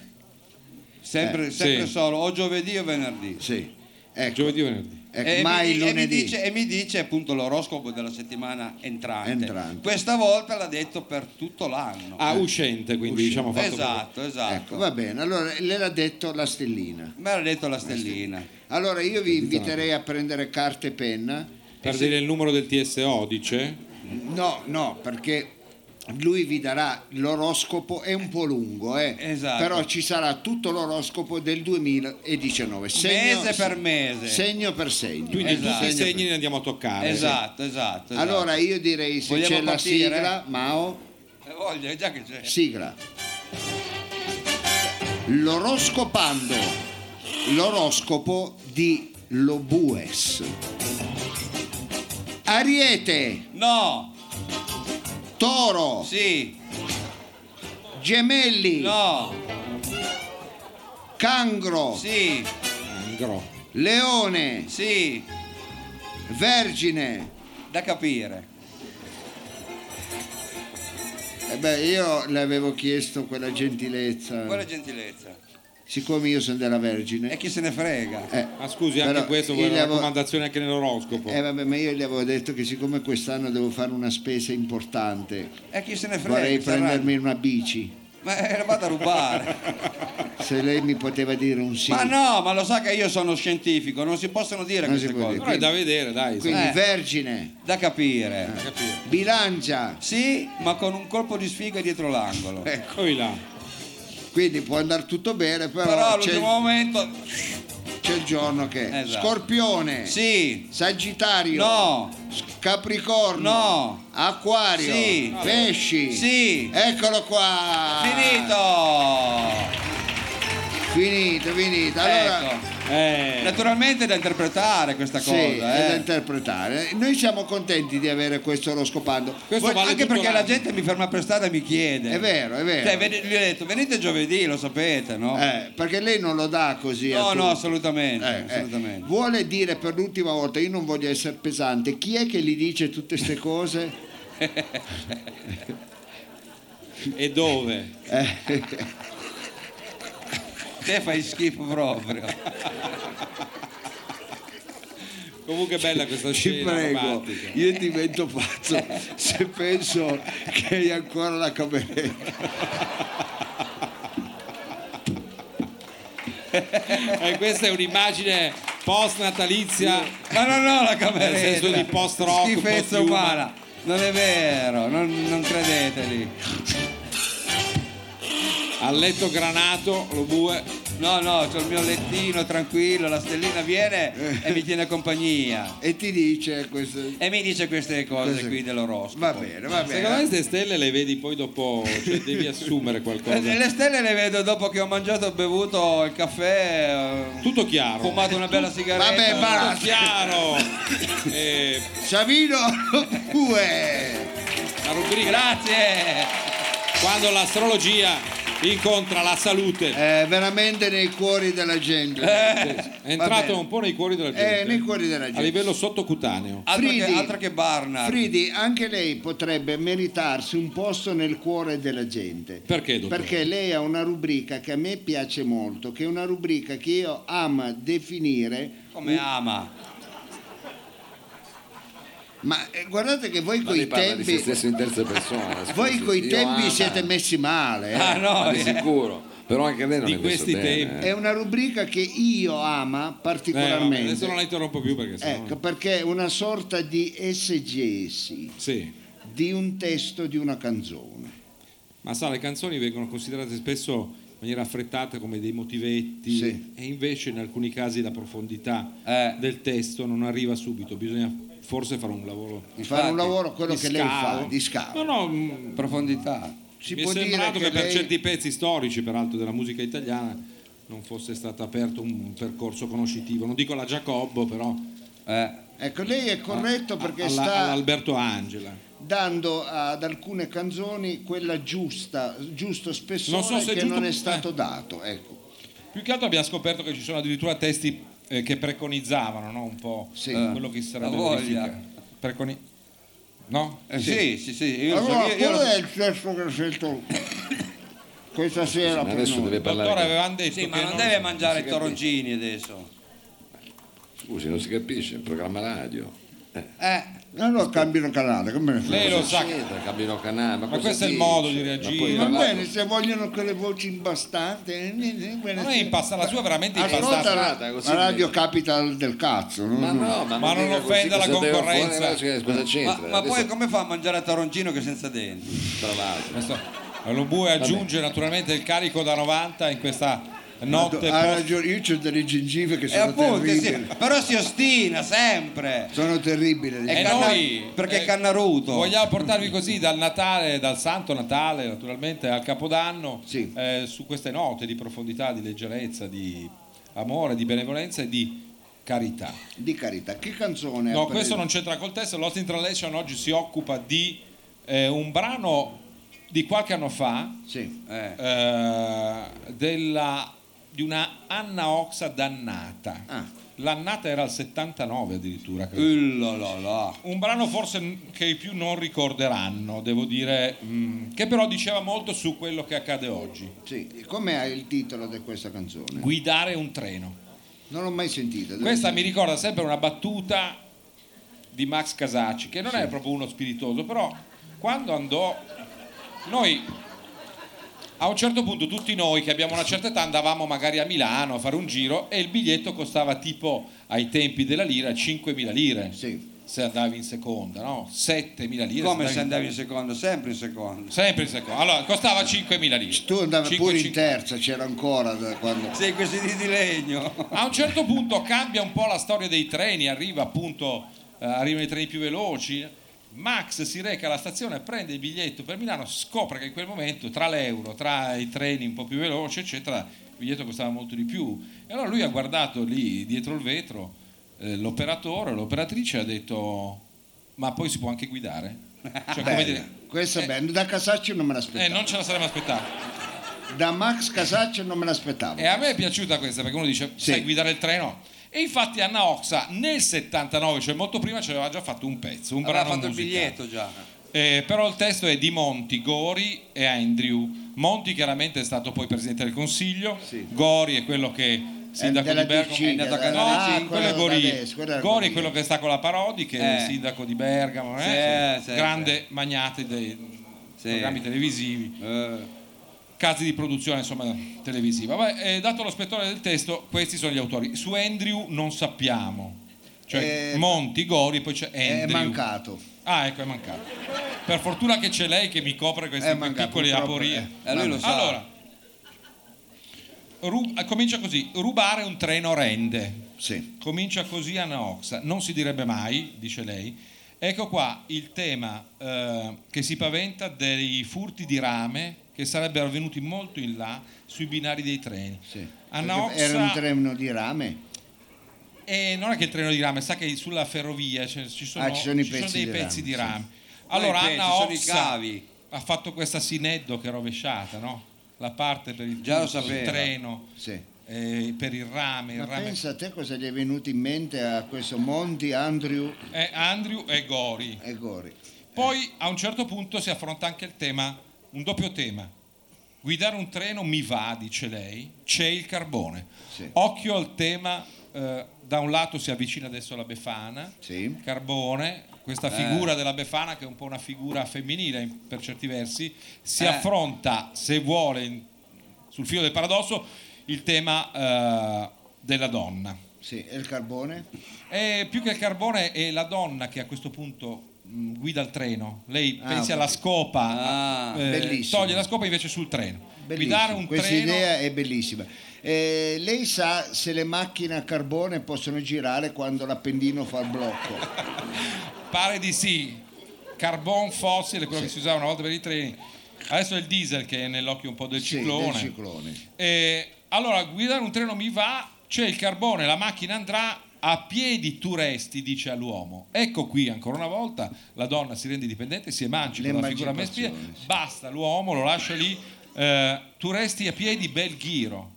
Speaker 4: Sempre,
Speaker 2: Eh,
Speaker 4: sempre
Speaker 2: sì.
Speaker 4: solo, o giovedì o venerdì.
Speaker 3: Sì,
Speaker 2: tutti.
Speaker 3: ecco,
Speaker 2: Giovedì o venerdì.
Speaker 3: ecco,
Speaker 4: E,
Speaker 3: mai
Speaker 4: mi, di- e mi
Speaker 3: lunedì.
Speaker 4: dice, e mi dice appunto l'oroscopo della settimana entrante.
Speaker 3: Entrante.
Speaker 4: Questa volta l'ha detto per tutto l'anno.
Speaker 2: Ah, uscente, quindi diciamo fatto
Speaker 4: esatto, esatto.
Speaker 3: Ecco, va bene, allora le l'ha detto la stellina.
Speaker 4: Me l'ha detto la stellina.
Speaker 3: Allora io vi inviterei a prendere carta e penna.
Speaker 2: per per dire il numero del TSO, dice?
Speaker 3: No, no, perché lui vi darà l'oroscopo, è un po' lungo, eh.
Speaker 4: Esatto.
Speaker 3: però ci sarà tutto l'oroscopo del 2019.
Speaker 4: Mese per mese.
Speaker 3: Segno per segno.
Speaker 2: Quindi
Speaker 4: Esatto.
Speaker 2: tutti i segni ne andiamo a toccare.
Speaker 4: Esatto, esatto, esatto.
Speaker 3: Allora io direi se
Speaker 4: Vogliamo
Speaker 3: c'è la
Speaker 4: partire?
Speaker 3: sigla, Mao,
Speaker 4: Eh, voglio, già che c'è.
Speaker 3: sigla. L'oroscopando, l'oroscopo di Lobues. Ariete,
Speaker 4: No,
Speaker 3: Toro,
Speaker 4: sì,
Speaker 3: Gemelli,
Speaker 4: no,
Speaker 3: Cangro,
Speaker 4: sì,
Speaker 2: Angro.
Speaker 3: Leone,
Speaker 4: sì,
Speaker 3: Vergine.
Speaker 4: da capire.
Speaker 3: Eh beh, io le avevo chiesto quella gentilezza,
Speaker 4: Quella gentilezza.
Speaker 3: siccome io sono della
Speaker 4: E
Speaker 3: Vergine.
Speaker 4: chi Ah, se ne frega?
Speaker 3: Eh,
Speaker 2: Ma scusi,
Speaker 3: però
Speaker 2: anche questo
Speaker 3: io
Speaker 2: vuole
Speaker 3: gli
Speaker 2: una
Speaker 3: avevo-
Speaker 2: raccomandazione anche nell'oroscopo.
Speaker 3: Eh vabbè, ma io gli avevo detto che siccome quest'anno devo fare una spesa importante,
Speaker 4: E chi se ne frega?
Speaker 3: vorrei
Speaker 4: sarà-
Speaker 3: prendermi una bici.
Speaker 4: Ma eravate a rubare.
Speaker 3: Se lei mi poteva dire un sì.
Speaker 4: Ma no, ma lo sa che io sono scientifico, non si possono dire
Speaker 3: Non si
Speaker 4: queste
Speaker 3: può
Speaker 4: cose.
Speaker 2: Però è da vedere, dai. sai,
Speaker 3: Quindi
Speaker 4: Eh.
Speaker 3: Vergine,
Speaker 4: Da capire.
Speaker 2: capire.
Speaker 3: Bilancia,
Speaker 4: Sì, ma con un colpo di sfiga dietro l'angolo.
Speaker 3: Eh,
Speaker 2: Eccoli là.
Speaker 3: quindi può andare tutto bene, però,
Speaker 4: Però
Speaker 3: c'è, Eh.
Speaker 4: all'ultimo momento.
Speaker 3: c'è il giorno che...
Speaker 4: Esatto.
Speaker 3: Scorpione,
Speaker 4: Sì,
Speaker 3: Sagittario,
Speaker 4: no,
Speaker 3: Capricorno,
Speaker 4: No.
Speaker 3: Acquario,
Speaker 4: Sì.
Speaker 3: Pesci.
Speaker 4: Sì.
Speaker 3: Eccolo qua.
Speaker 4: finito!
Speaker 3: Finito, finito. Allora,
Speaker 4: Ecco.
Speaker 2: Eh,
Speaker 4: Naturalmente è da interpretare questa
Speaker 3: sì,
Speaker 4: cosa,
Speaker 3: è da
Speaker 4: eh.
Speaker 3: interpretare. Noi siamo contenti di avere questo oroscopando.
Speaker 2: Questo
Speaker 4: Voi-
Speaker 2: vale
Speaker 4: anche
Speaker 2: tutto
Speaker 4: perché la
Speaker 2: l'anno.
Speaker 4: gente mi ferma prestata e mi chiede.
Speaker 3: È vero, è vero.
Speaker 4: Cioè, ven- gli ho detto, venite giovedì, lo sapete, no?
Speaker 3: Eh, perché lei non lo dà così a
Speaker 4: no,
Speaker 3: tutti.
Speaker 4: no, assolutamente.
Speaker 3: Eh, eh.
Speaker 4: assolutamente.
Speaker 3: Vuole dire per l'ultima volta, io non voglio essere pesante, chi è che gli dice tutte queste cose?
Speaker 2: e dove?
Speaker 4: Te fai schifo proprio.
Speaker 2: Comunque è bella questa
Speaker 3: Ti
Speaker 2: scena
Speaker 3: prego,
Speaker 2: romantica.
Speaker 3: io divento pazzo se penso che hai ancora la cameretta.
Speaker 2: Eh, questa è un'immagine post natalizia.
Speaker 4: Ma no, no, la cameretta.
Speaker 2: Nel senso di post-rock,
Speaker 4: Schifezza
Speaker 2: post-human.
Speaker 4: umana. Non è vero, non, non credeteli.
Speaker 2: Al letto granato, lo bue.
Speaker 4: No, no, c'ho il mio lettino tranquillo, la stellina viene e mi tiene compagnia.
Speaker 3: E ti dice questo...
Speaker 4: E mi dice queste cose
Speaker 3: Cose-
Speaker 4: qui dell'oroscopo.
Speaker 3: Va bene, va bene.
Speaker 2: Secondo me queste stelle le vedi poi dopo, cioè devi assumere
Speaker 4: Eh,
Speaker 2: qualcosa.
Speaker 4: Le stelle le vedo dopo che ho mangiato, bevuto il caffè, eh,
Speaker 2: Tutto chiaro.
Speaker 4: fumato una bella sigaretta.
Speaker 3: Vabbè,
Speaker 2: Tutto
Speaker 3: basta.
Speaker 2: chiaro. Eh,
Speaker 3: Savino Gue!
Speaker 2: la rubrica
Speaker 4: Grazie!
Speaker 2: quando l'astrologia incontra la salute.
Speaker 3: Eh, veramente nei cuori della gente.
Speaker 2: È entrato
Speaker 3: bene.
Speaker 2: un po' nei cuori della gente.
Speaker 3: Eh, nei cuori della
Speaker 2: Eh, A
Speaker 3: gente.
Speaker 2: livello sottocutaneo.
Speaker 4: Altro che,
Speaker 3: Fridi.
Speaker 4: altro che Barnard.
Speaker 3: Fridi, anche lei potrebbe meritarsi un posto nel cuore della gente.
Speaker 2: Perché, dottore?
Speaker 3: Perché lei ha una rubrica che a me piace molto, che è una rubrica che io ama definire.
Speaker 4: Come ama?
Speaker 3: Ma eh, guardate che voi
Speaker 7: Ma
Speaker 3: coi
Speaker 7: lei parla di se
Speaker 3: tempi.
Speaker 7: stesso in terza persona. scusi.
Speaker 3: Voi coi
Speaker 7: Io
Speaker 3: tempi
Speaker 7: ama,
Speaker 3: siete messi male. eh.
Speaker 4: Ah no,
Speaker 7: ma di
Speaker 4: eh.
Speaker 7: sicuro. Però anche lei non
Speaker 2: Di
Speaker 7: è messo
Speaker 2: questi
Speaker 7: bene,
Speaker 2: tempi.
Speaker 7: eh.
Speaker 3: È una rubrica che io ama
Speaker 2: Eh, vabbè,
Speaker 3: particolarmente.
Speaker 2: adesso non la interrompo più perché sennò...
Speaker 3: Ecco, perché è una sorta di esegesi
Speaker 2: Sì.
Speaker 3: di un testo di una canzone.
Speaker 2: Ma sa, le canzoni vengono considerate spesso in maniera affrettata come dei motivetti
Speaker 3: Sì.
Speaker 2: e invece in alcuni casi la profondità
Speaker 4: Eh.
Speaker 2: del testo non arriva subito, bisogna forse fare un lavoro
Speaker 3: Di fare un
Speaker 4: Infatti,
Speaker 3: lavoro quello
Speaker 2: di
Speaker 3: che lei
Speaker 2: scavo.
Speaker 3: fa, di scavo.
Speaker 2: No, no, mh,
Speaker 4: Profondità.
Speaker 3: Si
Speaker 2: mi è
Speaker 3: può dire
Speaker 2: sembrato che,
Speaker 3: che
Speaker 2: per
Speaker 3: lei-
Speaker 2: certi pezzi storici, peraltro della musica italiana, non fosse stato aperto un percorso conoscitivo, non dico la Giacobbo, però
Speaker 4: Eh.
Speaker 3: Ecco, lei è corretto perché
Speaker 2: alla-
Speaker 3: sta
Speaker 2: all'Alberto Angela.
Speaker 3: dando ad alcune canzoni quella giusta, giusto spessore
Speaker 2: Non so se è
Speaker 3: che
Speaker 2: giusto-
Speaker 3: non è
Speaker 2: eh.
Speaker 3: stato dato. Ecco.
Speaker 2: Più che altro abbiamo scoperto che ci sono addirittura testi eh, che preconizzavano no? un po'
Speaker 3: Sì.
Speaker 2: eh, quello che si sarebbe
Speaker 4: La voglia.
Speaker 2: verificato. Preconi- No?
Speaker 4: Eh, sì, sì, sì, io lo so,
Speaker 3: Allora,
Speaker 4: io- io lo
Speaker 3: quello
Speaker 4: so.
Speaker 3: è il testo che ho scelto questa sera
Speaker 7: Ma
Speaker 3: per
Speaker 7: Adesso
Speaker 3: noi.
Speaker 7: deve parlare.
Speaker 2: Dottore, avevamo detto
Speaker 4: Sì, ma
Speaker 2: che
Speaker 4: non
Speaker 2: non-
Speaker 4: deve mangiare i toroncini adesso.
Speaker 7: Scusi, non si capisce, il programma radio.
Speaker 4: Eh,
Speaker 3: Allora cambino canale, come ne frega?
Speaker 2: Lei lo sa, che-
Speaker 7: C'entra, cambiano canale. Ma,
Speaker 2: ma
Speaker 7: cosa
Speaker 2: questo è il
Speaker 7: dice?
Speaker 2: modo di
Speaker 7: Ma poi
Speaker 2: reagire.
Speaker 3: Va
Speaker 2: Ma
Speaker 7: parlare-
Speaker 3: bene, se vogliono quelle voci imbastate, eh,
Speaker 2: non è impasta- la sua è veramente
Speaker 3: Ascolta
Speaker 2: impastata.
Speaker 3: la, la Radio Capital del cazzo. no?
Speaker 7: Ma no, ma,
Speaker 2: Ma non
Speaker 7: dica così,
Speaker 2: offenda la
Speaker 7: cosa deve
Speaker 2: concorrenza.
Speaker 7: offendere? Cosa
Speaker 4: ma,
Speaker 7: c'entra?
Speaker 4: ma poi
Speaker 7: Adesso-
Speaker 4: come fa a mangiare a toroncino che senza denti?
Speaker 7: tra l'altro.
Speaker 2: Questo- Lo bue aggiunge naturalmente il carico da 90 in questa notte.
Speaker 3: Ha
Speaker 2: post-
Speaker 3: ragione, io ho delle gengive che
Speaker 4: E
Speaker 3: sono
Speaker 4: appunto, sì,
Speaker 3: terribili.
Speaker 4: però si ostina sempre.
Speaker 3: Sono terribili.
Speaker 4: E
Speaker 2: E
Speaker 4: canna-
Speaker 2: noi,
Speaker 4: perché
Speaker 2: eh,
Speaker 4: cannaruto.
Speaker 2: Vogliamo portarvi così dal Natale, dal Santo Natale naturalmente al Capodanno
Speaker 3: Sì.
Speaker 2: eh, su queste note di profondità, di leggerezza, di amore, di benevolenza e di carità.
Speaker 3: Di carità, che canzone
Speaker 2: No,
Speaker 3: ha preso?
Speaker 2: questo non c'entra col testo. Lost in Translation oggi si occupa di eh, un brano di qualche anno fa
Speaker 3: Sì.
Speaker 4: Eh,
Speaker 2: eh, della- di una Anna Oxa dannata.
Speaker 3: Ah.
Speaker 2: L'annata era al 79 addirittura.
Speaker 4: Eh.
Speaker 2: credo.
Speaker 4: ullalala.
Speaker 2: Un brano forse n- che i più non ricorderanno, devo dire, mm, che però diceva molto su quello che accade oggi.
Speaker 3: Sì, com'è il titolo di questa canzone?
Speaker 2: Guidare un treno.
Speaker 3: Non l'ho mai sentita. devo
Speaker 2: Questa mi
Speaker 3: dire.
Speaker 2: ricorda sempre una battuta di Max Casacci, che non è proprio uno spiritoso, però quando andò noi a un certo punto tutti noi che abbiamo una certa età andavamo magari a Milano a fare un giro e il biglietto costava tipo ai tempi della lira 5.000 lire.
Speaker 3: Sì.
Speaker 2: Se andavi in seconda, no? 7.000 lire.
Speaker 4: Come se
Speaker 2: andavi-
Speaker 4: andavi in secondo, sempre in secondo.
Speaker 2: Sempre in seconda. Allora, costava 5.000 lire.
Speaker 3: Tu andavi
Speaker 2: Cinque-
Speaker 3: pure in
Speaker 2: cinque-
Speaker 3: terza, c'era ancora da quando...
Speaker 4: Sei questi di, di legno.
Speaker 2: A un certo punto cambia un po' la storia dei treni, arriva appunto, eh, arrivano i treni più veloci. Max si reca alla stazione, prende il biglietto per Milano, scopre che in quel momento tra l'euro, tra i treni un po' più veloci, eccetera, il biglietto costava molto di più. E allora lui ha guardato lì dietro il vetro eh, l'operatore, l'operatrice e ha detto ma poi si può anche guidare? Cioè, come dire,
Speaker 3: Questa
Speaker 2: Eh.
Speaker 3: è bella. Da Casaccio non me
Speaker 2: eh,
Speaker 3: l'aspettavo.
Speaker 2: non ce la saremmo aspettata.
Speaker 3: Da Max Casaccio non me l'aspettavo.
Speaker 2: E a me è piaciuta questa perché uno dice
Speaker 3: Sì.
Speaker 2: sai guidare il treno. E infatti Anna Oxa nel 79, cioè molto prima, ci aveva già fatto un pezzo, un
Speaker 4: Avrà
Speaker 2: brano
Speaker 4: fatto il
Speaker 2: musicale.
Speaker 4: biglietto già.
Speaker 2: Eh, però il testo è di Monti, Gori e Andrew. Monti chiaramente è stato poi presidente del Consiglio,
Speaker 3: Sì.
Speaker 2: Gori è quello che sindaco
Speaker 3: della
Speaker 2: di Bergamo
Speaker 3: DC,
Speaker 2: è andato a
Speaker 3: della-
Speaker 2: Canale
Speaker 3: ah,
Speaker 2: 5, quello è
Speaker 3: quello
Speaker 2: Gori.
Speaker 3: da destra, quello era
Speaker 2: Gori è
Speaker 3: Gori.
Speaker 2: quello che sta con la Parodi, che è il
Speaker 4: Eh.
Speaker 2: sindaco di Bergamo, eh?
Speaker 4: Sì, sì,
Speaker 2: grande magnate dei
Speaker 4: Sì.
Speaker 2: programmi televisivi
Speaker 4: Eh,
Speaker 2: casi di produzione insomma, televisiva. Vabbè, eh, dato lo spettore del testo, questi sono gli autori. Su Andrew non sappiamo. Cioè
Speaker 3: Eh,
Speaker 2: Monti, Gori, poi c'è
Speaker 3: È
Speaker 2: Andrew.
Speaker 3: mancato.
Speaker 2: Ah, ecco, è mancato. Per fortuna che c'è lei che mi copre queste
Speaker 3: È mancato, eh.
Speaker 2: piccole
Speaker 3: purtroppo,
Speaker 2: aporie.
Speaker 3: eh.
Speaker 4: eh, lui lo sa.
Speaker 2: Allora, Ru- eh, comincia così, rubare un treno rende.
Speaker 3: Sì.
Speaker 2: Comincia così Anna Oxa, non si direbbe mai, dice lei. Ecco qua il tema eh, che si paventa dei furti di rame che sarebbero venuti molto in là sui binari dei treni.
Speaker 3: Sì.
Speaker 2: Anna
Speaker 3: Perché Era un
Speaker 2: Oxa-
Speaker 3: treno di rame.
Speaker 2: e non è che il treno di rame, sa che sulla ferrovia cioè, ci sono,
Speaker 3: Ah, ci sono i
Speaker 2: ci sono
Speaker 3: pezzi
Speaker 2: dei
Speaker 3: di
Speaker 2: pezzi
Speaker 3: rame,
Speaker 2: di
Speaker 3: sì.
Speaker 2: rame. Allora
Speaker 4: Poi i pezzi,
Speaker 2: Anna
Speaker 4: sono i
Speaker 2: Oxa
Speaker 4: cavi.
Speaker 2: ha fatto questa sineddo che è rovesciata, no? La parte per il,
Speaker 4: Già lo
Speaker 2: tutto, il
Speaker 4: sapeva.
Speaker 2: treno,
Speaker 3: Sì.
Speaker 2: eh, per il rame, il
Speaker 3: Ma
Speaker 2: rame.
Speaker 3: pensa a te cosa gli è venuto in mente a questo Monti, Andrew
Speaker 2: Eh, Andrew e Gori.
Speaker 3: e Gori.
Speaker 2: Poi a un certo punto si affronta anche il tema, un doppio tema. Guidare un treno mi va, dice lei, c'è il carbone.
Speaker 3: Sì.
Speaker 2: Occhio al tema, eh, da un lato si avvicina adesso la Befana,
Speaker 3: Sì. Eh.
Speaker 2: Carbone, questa figura della Befana che è un po' una figura femminile in- per certi versi, si
Speaker 4: Eh.
Speaker 2: affronta, se vuole, in- sul filo del paradosso, il tema eh, della donna.
Speaker 3: Sì, e il carbone?
Speaker 2: E Eh, più che il carbone è la donna che a questo punto mh, guida il treno. Lei
Speaker 3: Ah,
Speaker 2: pensi
Speaker 3: ho
Speaker 2: alla
Speaker 3: capito.
Speaker 2: scopa,
Speaker 4: Ah,
Speaker 2: eh,
Speaker 3: bellissimo.
Speaker 2: toglie la scopa invece sul treno.
Speaker 3: Bellissimo.
Speaker 2: Guidare un
Speaker 3: Questa
Speaker 2: treno...
Speaker 3: idea è bellissima. Eh, lei sa se le macchine a carbone possono girare quando l'appendino fa il blocco.
Speaker 2: Pare di sì, carbon fossile, quello che si usava una volta per i treni. Adesso è il diesel che è nell'occhio un po' del
Speaker 3: Sì, del
Speaker 2: ciclone.
Speaker 3: ciclone.
Speaker 2: Eh, allora, guidare un treno mi va, c'è il carbone, la macchina andrà, a piedi tu resti, dice all'uomo. Ecco qui, ancora una volta, la donna si rende dipendente, si emancipa dalla figura maschile,
Speaker 3: L'emancipazione, sì.
Speaker 2: basta, l'uomo lo lascia lì, eh, tu resti a piedi, bel ghiro.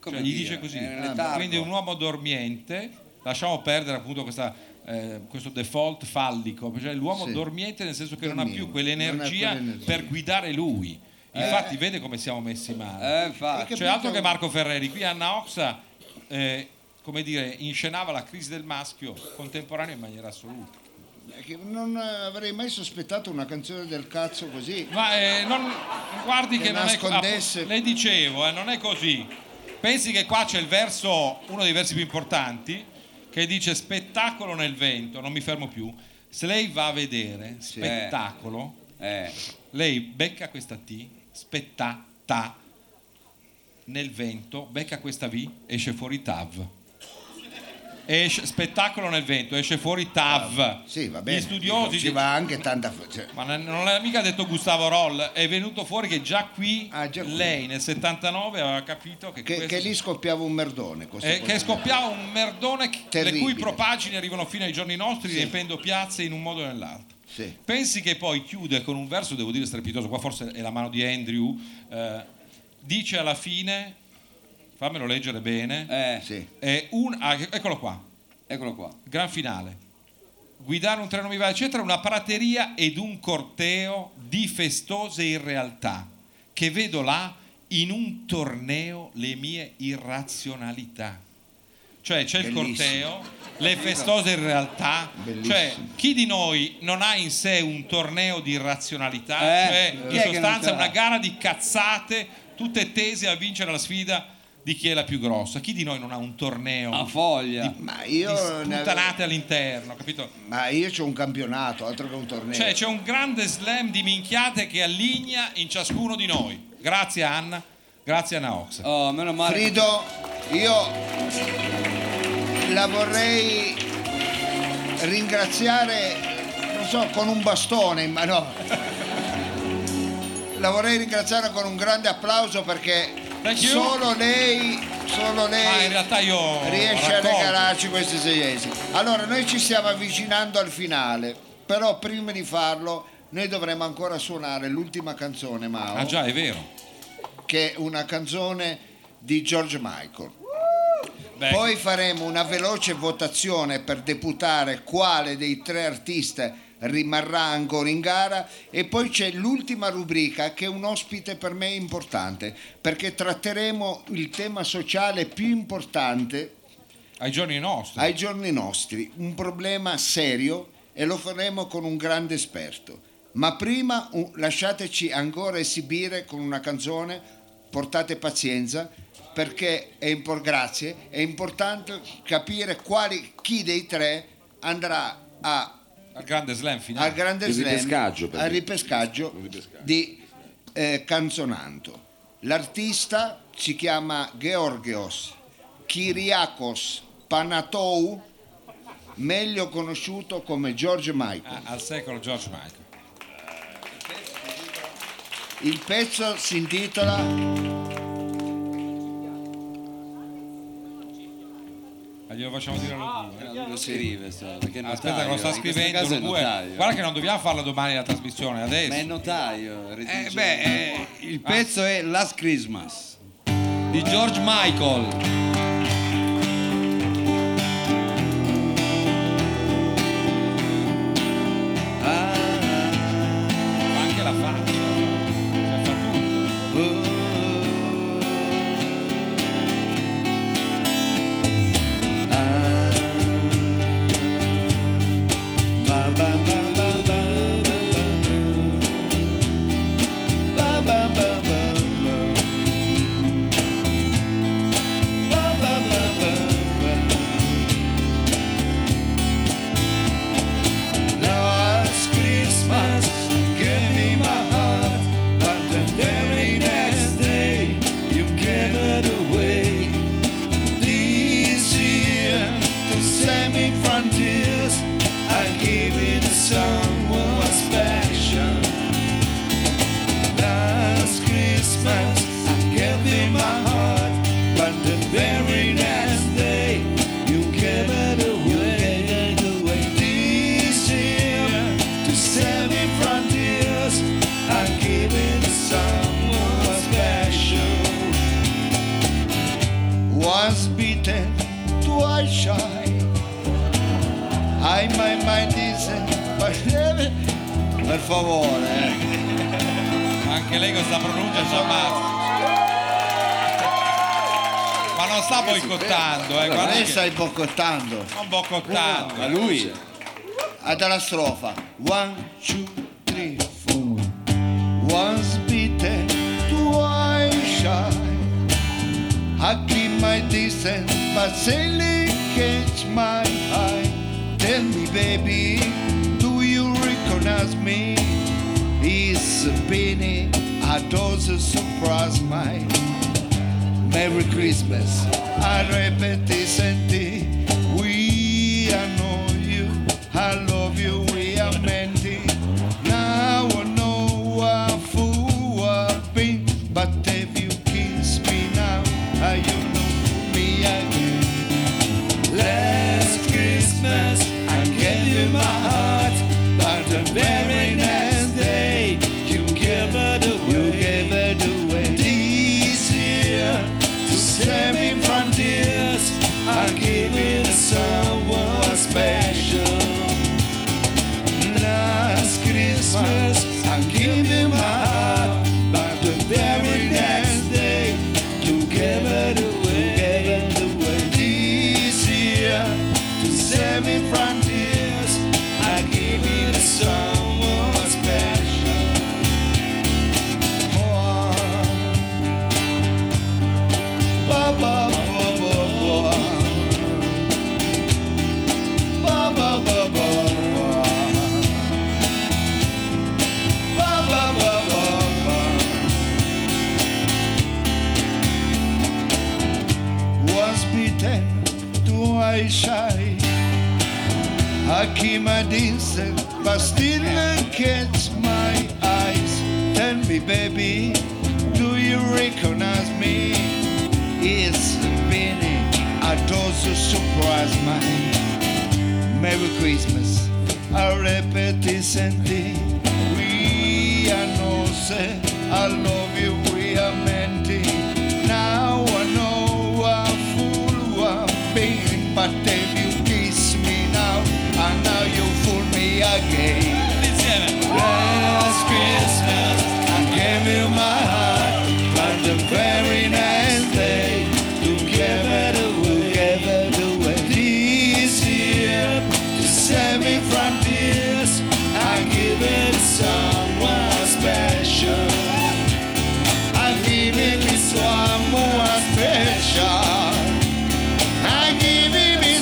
Speaker 4: Come
Speaker 2: Cioè, gli
Speaker 4: dire,
Speaker 2: dice così.
Speaker 4: era in letargo.
Speaker 2: Quindi è un uomo dormiente, lasciamo perdere appunto questa, eh, questo default fallico, cioè l'uomo
Speaker 3: Sì.
Speaker 2: dormiente nel senso che non ha
Speaker 3: Dormivo.
Speaker 2: più quell'energia,
Speaker 3: Non ha quell'energia. Eh.
Speaker 2: per guidare lui. Infatti vede come siamo messi male.
Speaker 4: Eh, infatti.
Speaker 3: Che
Speaker 2: C'è
Speaker 3: brutta-
Speaker 2: Cioè, altro che Marco Ferreri, qui Anna Oxa eh, come dire, inscenava la crisi del maschio contemporaneo in maniera assoluta.
Speaker 3: Eh, che Non avrei mai sospettato una canzone del cazzo così.
Speaker 2: Ma eh, non, guardi che,
Speaker 3: Che
Speaker 2: non è co-
Speaker 3: nascondesse.
Speaker 2: ah, Le dicevo, eh, non è così. Pensi che qua c'è il verso, uno dei versi più importanti, che dice spettacolo nel vento, non mi fermo più. Se lei va a vedere spettacolo,
Speaker 4: Eh,
Speaker 2: lei becca questa T, spettata nel vento, becca questa V, esce fuori TAV. Esce, spettacolo nel vento, esce fuori TAV.
Speaker 3: Sì, va bene.
Speaker 2: Gli studiosi
Speaker 3: Ci
Speaker 2: di-
Speaker 3: va anche tanta... fo- cioè,
Speaker 2: ma n- non l'ha mica detto Gustavo Roll, è venuto fuori che già qui,
Speaker 3: Ah, già qui.
Speaker 2: lei nel 79 aveva capito che,
Speaker 3: Che,
Speaker 2: questo-
Speaker 3: che lì scoppiava un merdone. questo
Speaker 2: eh, che
Speaker 3: posto.
Speaker 2: scoppiava un merdone che- le
Speaker 3: Terribile.
Speaker 2: cui propagini arrivano fino ai giorni nostri riempendo piazze in un modo o nell'altro.
Speaker 3: Sì.
Speaker 2: Pensi che poi chiude con un verso, devo dire strepitoso, qua forse è la mano di Andrew, eh, dice alla fine, fammelo leggere bene,
Speaker 4: eh,
Speaker 3: Sì.
Speaker 2: è un, ah, eccolo qua,
Speaker 4: eccolo qua.
Speaker 2: gran finale. Guidare un treno mi va, eccetera, una prateria ed un corteo di festose irrealtà che vedo là in un torneo le mie irrazionalità. Cioè c'è il
Speaker 3: Bellissimo.
Speaker 2: corteo, le festose irrealtà,
Speaker 3: Bellissimo.
Speaker 2: cioè chi di noi non ha in sé un torneo di irrazionalità,
Speaker 4: Eh,
Speaker 2: cioè
Speaker 4: chi
Speaker 2: in
Speaker 4: è che non ce
Speaker 2: sostanza
Speaker 4: l'ha?
Speaker 2: una gara di cazzate tutte tese a vincere la sfida di chi è la più grossa. Chi di noi non ha un torneo
Speaker 4: A foglia.
Speaker 3: Ma io... ne avevo-
Speaker 2: sputtanate all'interno, capito?
Speaker 3: Ma io c'ho un campionato, altro che un torneo.
Speaker 2: Cioè c'è un grande slam di minchiate che alligna in ciascuno di noi. Grazie Anna, grazie Anna Ox.
Speaker 4: Oh, meno male. che-
Speaker 3: Frido, io la vorrei ringraziare, non so, con un bastone, ma no. La vorrei ringraziare con un grande applauso perché
Speaker 2: Thank you.
Speaker 3: solo lei, solo
Speaker 2: Ma Ah, in
Speaker 3: lei
Speaker 2: realtà io
Speaker 3: riesce a
Speaker 2: raccolgo.
Speaker 3: regalarci questi sei esiti. Allora, noi ci stiamo avvicinando al finale, però prima di farlo noi dovremmo ancora suonare l'ultima canzone, Mao
Speaker 2: Ah già, è vero.
Speaker 3: che è una canzone di George Michael.
Speaker 2: Beh,
Speaker 3: Poi faremo una veloce votazione per deputare quale dei tre artisti rimarrà ancora in gara e poi c'è l'ultima rubrica che è un ospite per me importante perché tratteremo il tema sociale più importante
Speaker 2: ai giorni nostri.
Speaker 3: ai giorni nostri, un problema serio e lo faremo con un grande esperto. Ma prima un- lasciateci ancora esibire con una canzone, portate pazienza, perché è, impor- grazie, è importante capire quali- chi dei tre andrà a-
Speaker 2: Al grande slam
Speaker 3: al
Speaker 2: finale.
Speaker 3: grande
Speaker 7: Il
Speaker 3: slam,
Speaker 7: ripescaggio, per
Speaker 3: al
Speaker 7: dire.
Speaker 3: ripescaggio
Speaker 7: Il ripescaggio.
Speaker 3: di eh, Canzonanto.
Speaker 9: L'artista si chiama Georgios Kyriakos Panatou, meglio conosciuto come George Michael.
Speaker 2: Ah, al secolo George Michael.
Speaker 9: Il pezzo si intitola
Speaker 2: Ah, Glielo facciamo dire a lui.
Speaker 4: Lo scrive, so, perché è
Speaker 2: Aspetta, che lo
Speaker 4: notaio.
Speaker 2: sta
Speaker 4: In questo
Speaker 2: scrivendo.
Speaker 4: caso è
Speaker 2: Lupu, eh.
Speaker 4: notaio.
Speaker 2: Guarda che non dobbiamo farla domani la trasmissione adesso.
Speaker 4: Ma è notaio. Ah.
Speaker 2: Eh,
Speaker 4: redige.
Speaker 2: beh, eh,
Speaker 4: il pezzo è Last Christmas di George Michael.
Speaker 2: fa anche la faccia. Cioè, fa tutto.
Speaker 5: Last Christmas, gave me my heart, but the very next day you gave it away. This year, to semi frontiers, I gave it to someone special. Last Christmas, I gave it my heart, but the very next day you gave it away. This year, to semi frontiers, I gave it to someone special.
Speaker 9: Once beaten, twice shy. I my mind is Per favore, eh.
Speaker 2: Ma Anche lei con questa pronuncia, insomma. Ma non sta boicottando, eh.
Speaker 9: Ma
Speaker 2: Guarda
Speaker 9: lei
Speaker 2: che
Speaker 9: stai boicottando.
Speaker 2: non boicottando.
Speaker 4: Ma lui
Speaker 9: Ah, dalla strofa. One, two, three, four. Once beaten, twice shy. I keep my distance, but silly catch my eye. Tell me, baby, do you recognize me? It's a penny, I don't surprise my Merry Christmas. I repete senti. We I know you. I love you. We are menti. Now I know I fool I've been. But if you kiss me now, are you know me again?
Speaker 5: Last Christmas I gave you my heart, but the very next day you gave it away. You gave it away. This year to semi frontiers, I gave it to someone special. Last Christmas I gave you my heart, but the very next day you gave it away. Gave it away. This year to semi frontiers, I gave it to someone special. Oh. Ba, ba, ba, ba, ba. Ba, ba, ba, ba, ba. Ba, ba, ba, ba, ba.
Speaker 9: was beaten twice shy. I keep my distance, but still I catch my eyes. Tell me, baby, do you recognize me? It's been a dose of surprise, mine. Merry Christmas, a repeticenti. We announce, I love you, we are meant it. Now I know I'm full of pain, but if you kiss me now, and now you fool me again.
Speaker 5: Last Christmas, I gave you my heart, but the very next day, you gave it away. Gave it away. This year, to send me from tears, I give it to someone special. I give it to someone special. I give it to someone special.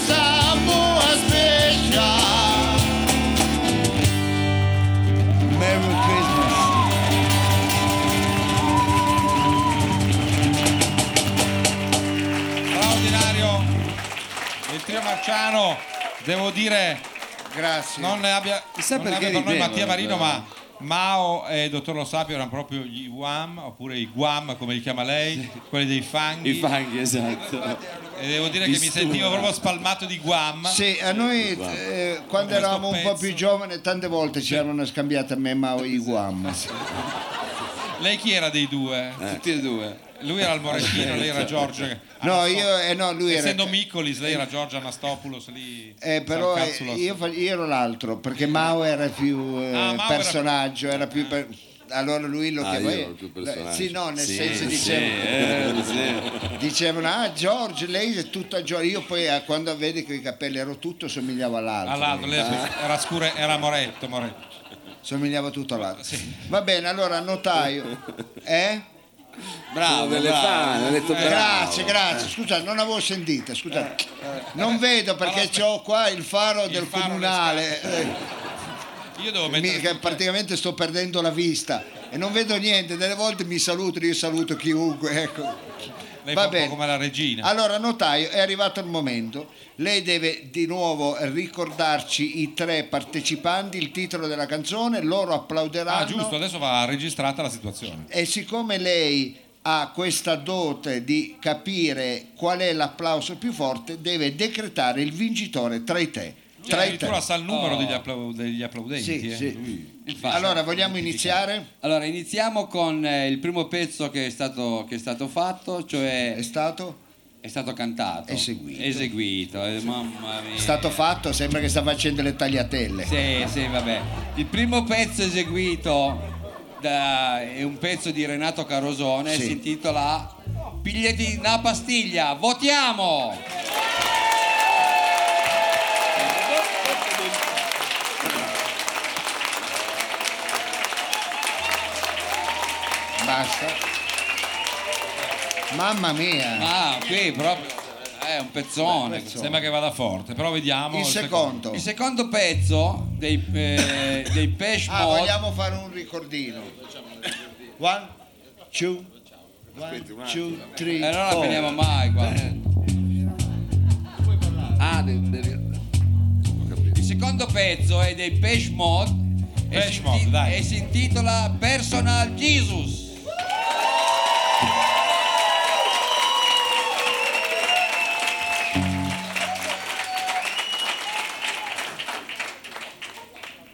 Speaker 2: Marciano, devo dire,
Speaker 3: Grazie.
Speaker 2: non ne abbia,
Speaker 7: Chissà
Speaker 2: non ne
Speaker 7: perché
Speaker 2: abbia per noi
Speaker 7: ridevano,
Speaker 2: Mattia Marino,
Speaker 7: però.
Speaker 2: ma Mao e Dottor Lo Sapio erano proprio gli Guam, oppure i Guam come li chiama lei, quelli dei fanghi.
Speaker 4: I fanghi, esatto.
Speaker 2: e devo dire che mi
Speaker 4: Mistura.
Speaker 2: sentivo proprio spalmato di Guam.
Speaker 3: Sì, a noi eh, quando
Speaker 2: Questo
Speaker 3: eravamo un po'
Speaker 2: pezzo.
Speaker 3: più giovani tante volte ci erano scambiate me e Mao i guam.
Speaker 2: Lei chi era dei due?
Speaker 4: Tutti e due.
Speaker 2: Lui era il Morettino, lei era Giorgio.
Speaker 3: No,
Speaker 2: Anasto-
Speaker 3: io eh, no, lui era
Speaker 2: Essendo Micolis, lei era Giorgio Anastopoulos lì.
Speaker 3: eh, però eh,
Speaker 2: Sarcazzulos.
Speaker 3: io, fa- io ero l'altro perché Mao era più eh,
Speaker 2: Ah, Mao era-
Speaker 3: personaggio, era, più per- allora lui lo
Speaker 7: Ah,
Speaker 3: chiamava
Speaker 7: io ero più personaggio.
Speaker 3: Sì, no, nel
Speaker 7: Sì,
Speaker 3: senso
Speaker 7: sì,
Speaker 3: dicevano
Speaker 4: Eh, sì.
Speaker 3: dicevano "Ah, George, lei è tutta George". Io poi eh, quando vedi che i capelli ero tutto somigliavo all'altro.
Speaker 2: All'altro, Ah, lei era, era scura, era Moretto, Moretto.
Speaker 3: Somigliava tutto all'altro. Va bene, allora notaio. Eh?
Speaker 4: Bravo,
Speaker 7: delle
Speaker 4: bravo.
Speaker 7: fan, ha detto bravo.
Speaker 3: Grazie, grazie. Scusate, non avevo sentito. Scusate. Non vedo perché
Speaker 2: Eh, Allora,
Speaker 3: ho qua il faro del
Speaker 2: faro alle
Speaker 3: comunale.
Speaker 2: Io devo
Speaker 3: eh, mi-
Speaker 2: mettere...
Speaker 3: che praticamente sto perdendo la vista e non vedo niente. Delle volte mi saluto, io saluto chiunque. Ecco.
Speaker 2: Lei
Speaker 3: va
Speaker 2: fa un po'
Speaker 3: bene.
Speaker 2: come la regina.
Speaker 3: Allora, notaio, è arrivato il momento. Lei deve di nuovo ricordarci i tre partecipanti, il titolo della canzone, loro applauderanno.
Speaker 2: ah, giusto, adesso va registrata la situazione.
Speaker 3: E siccome lei ha questa dote di capire qual è l'applauso più forte, deve decretare il vincitore tra i te.
Speaker 2: Lui
Speaker 3: Tra
Speaker 2: Cioè,
Speaker 3: i
Speaker 2: addirittura
Speaker 3: te.
Speaker 2: sa il numero degli, applau- degli applaudenti.
Speaker 3: Oh. Sì,
Speaker 2: eh.
Speaker 3: sì.
Speaker 4: Infatti.
Speaker 3: Allora, vogliamo iniziare?
Speaker 4: Allora, iniziamo con eh, il primo pezzo che è stato, che è stato fatto, cioè
Speaker 3: È stato,
Speaker 4: è stato cantato.
Speaker 3: Eh, Eseguito.
Speaker 4: Eseguito, eh, mamma mia.
Speaker 3: è stato fatto, sembra che sta facendo le tagliatelle.
Speaker 4: Sì, sì, vabbè. Il primo pezzo eseguito da- è un pezzo di Renato Carosone,
Speaker 3: Sì.
Speaker 4: si intitola Pigliati una pastiglia, votiamo!
Speaker 3: Basta. Mamma mia.
Speaker 4: Ah, qui proprio è un pezzone.
Speaker 2: Sembra che vada forte, però vediamo.
Speaker 3: Il secondo.
Speaker 4: Il secondo pezzo dei, eh, dei Pesh
Speaker 3: Ah,
Speaker 4: Mode-
Speaker 3: vogliamo fare un ricordino. One, two, one, two, three.
Speaker 4: Eh, non la
Speaker 3: four.
Speaker 4: finiamo mai qua.
Speaker 3: Eh.
Speaker 7: Ah, del- del- ho capito.
Speaker 4: Il secondo pezzo è dei Pesh Mod e,
Speaker 2: Depeche
Speaker 4: si
Speaker 2: Mode,
Speaker 4: inti-
Speaker 2: dai.
Speaker 4: e si intitola Personal Jesus.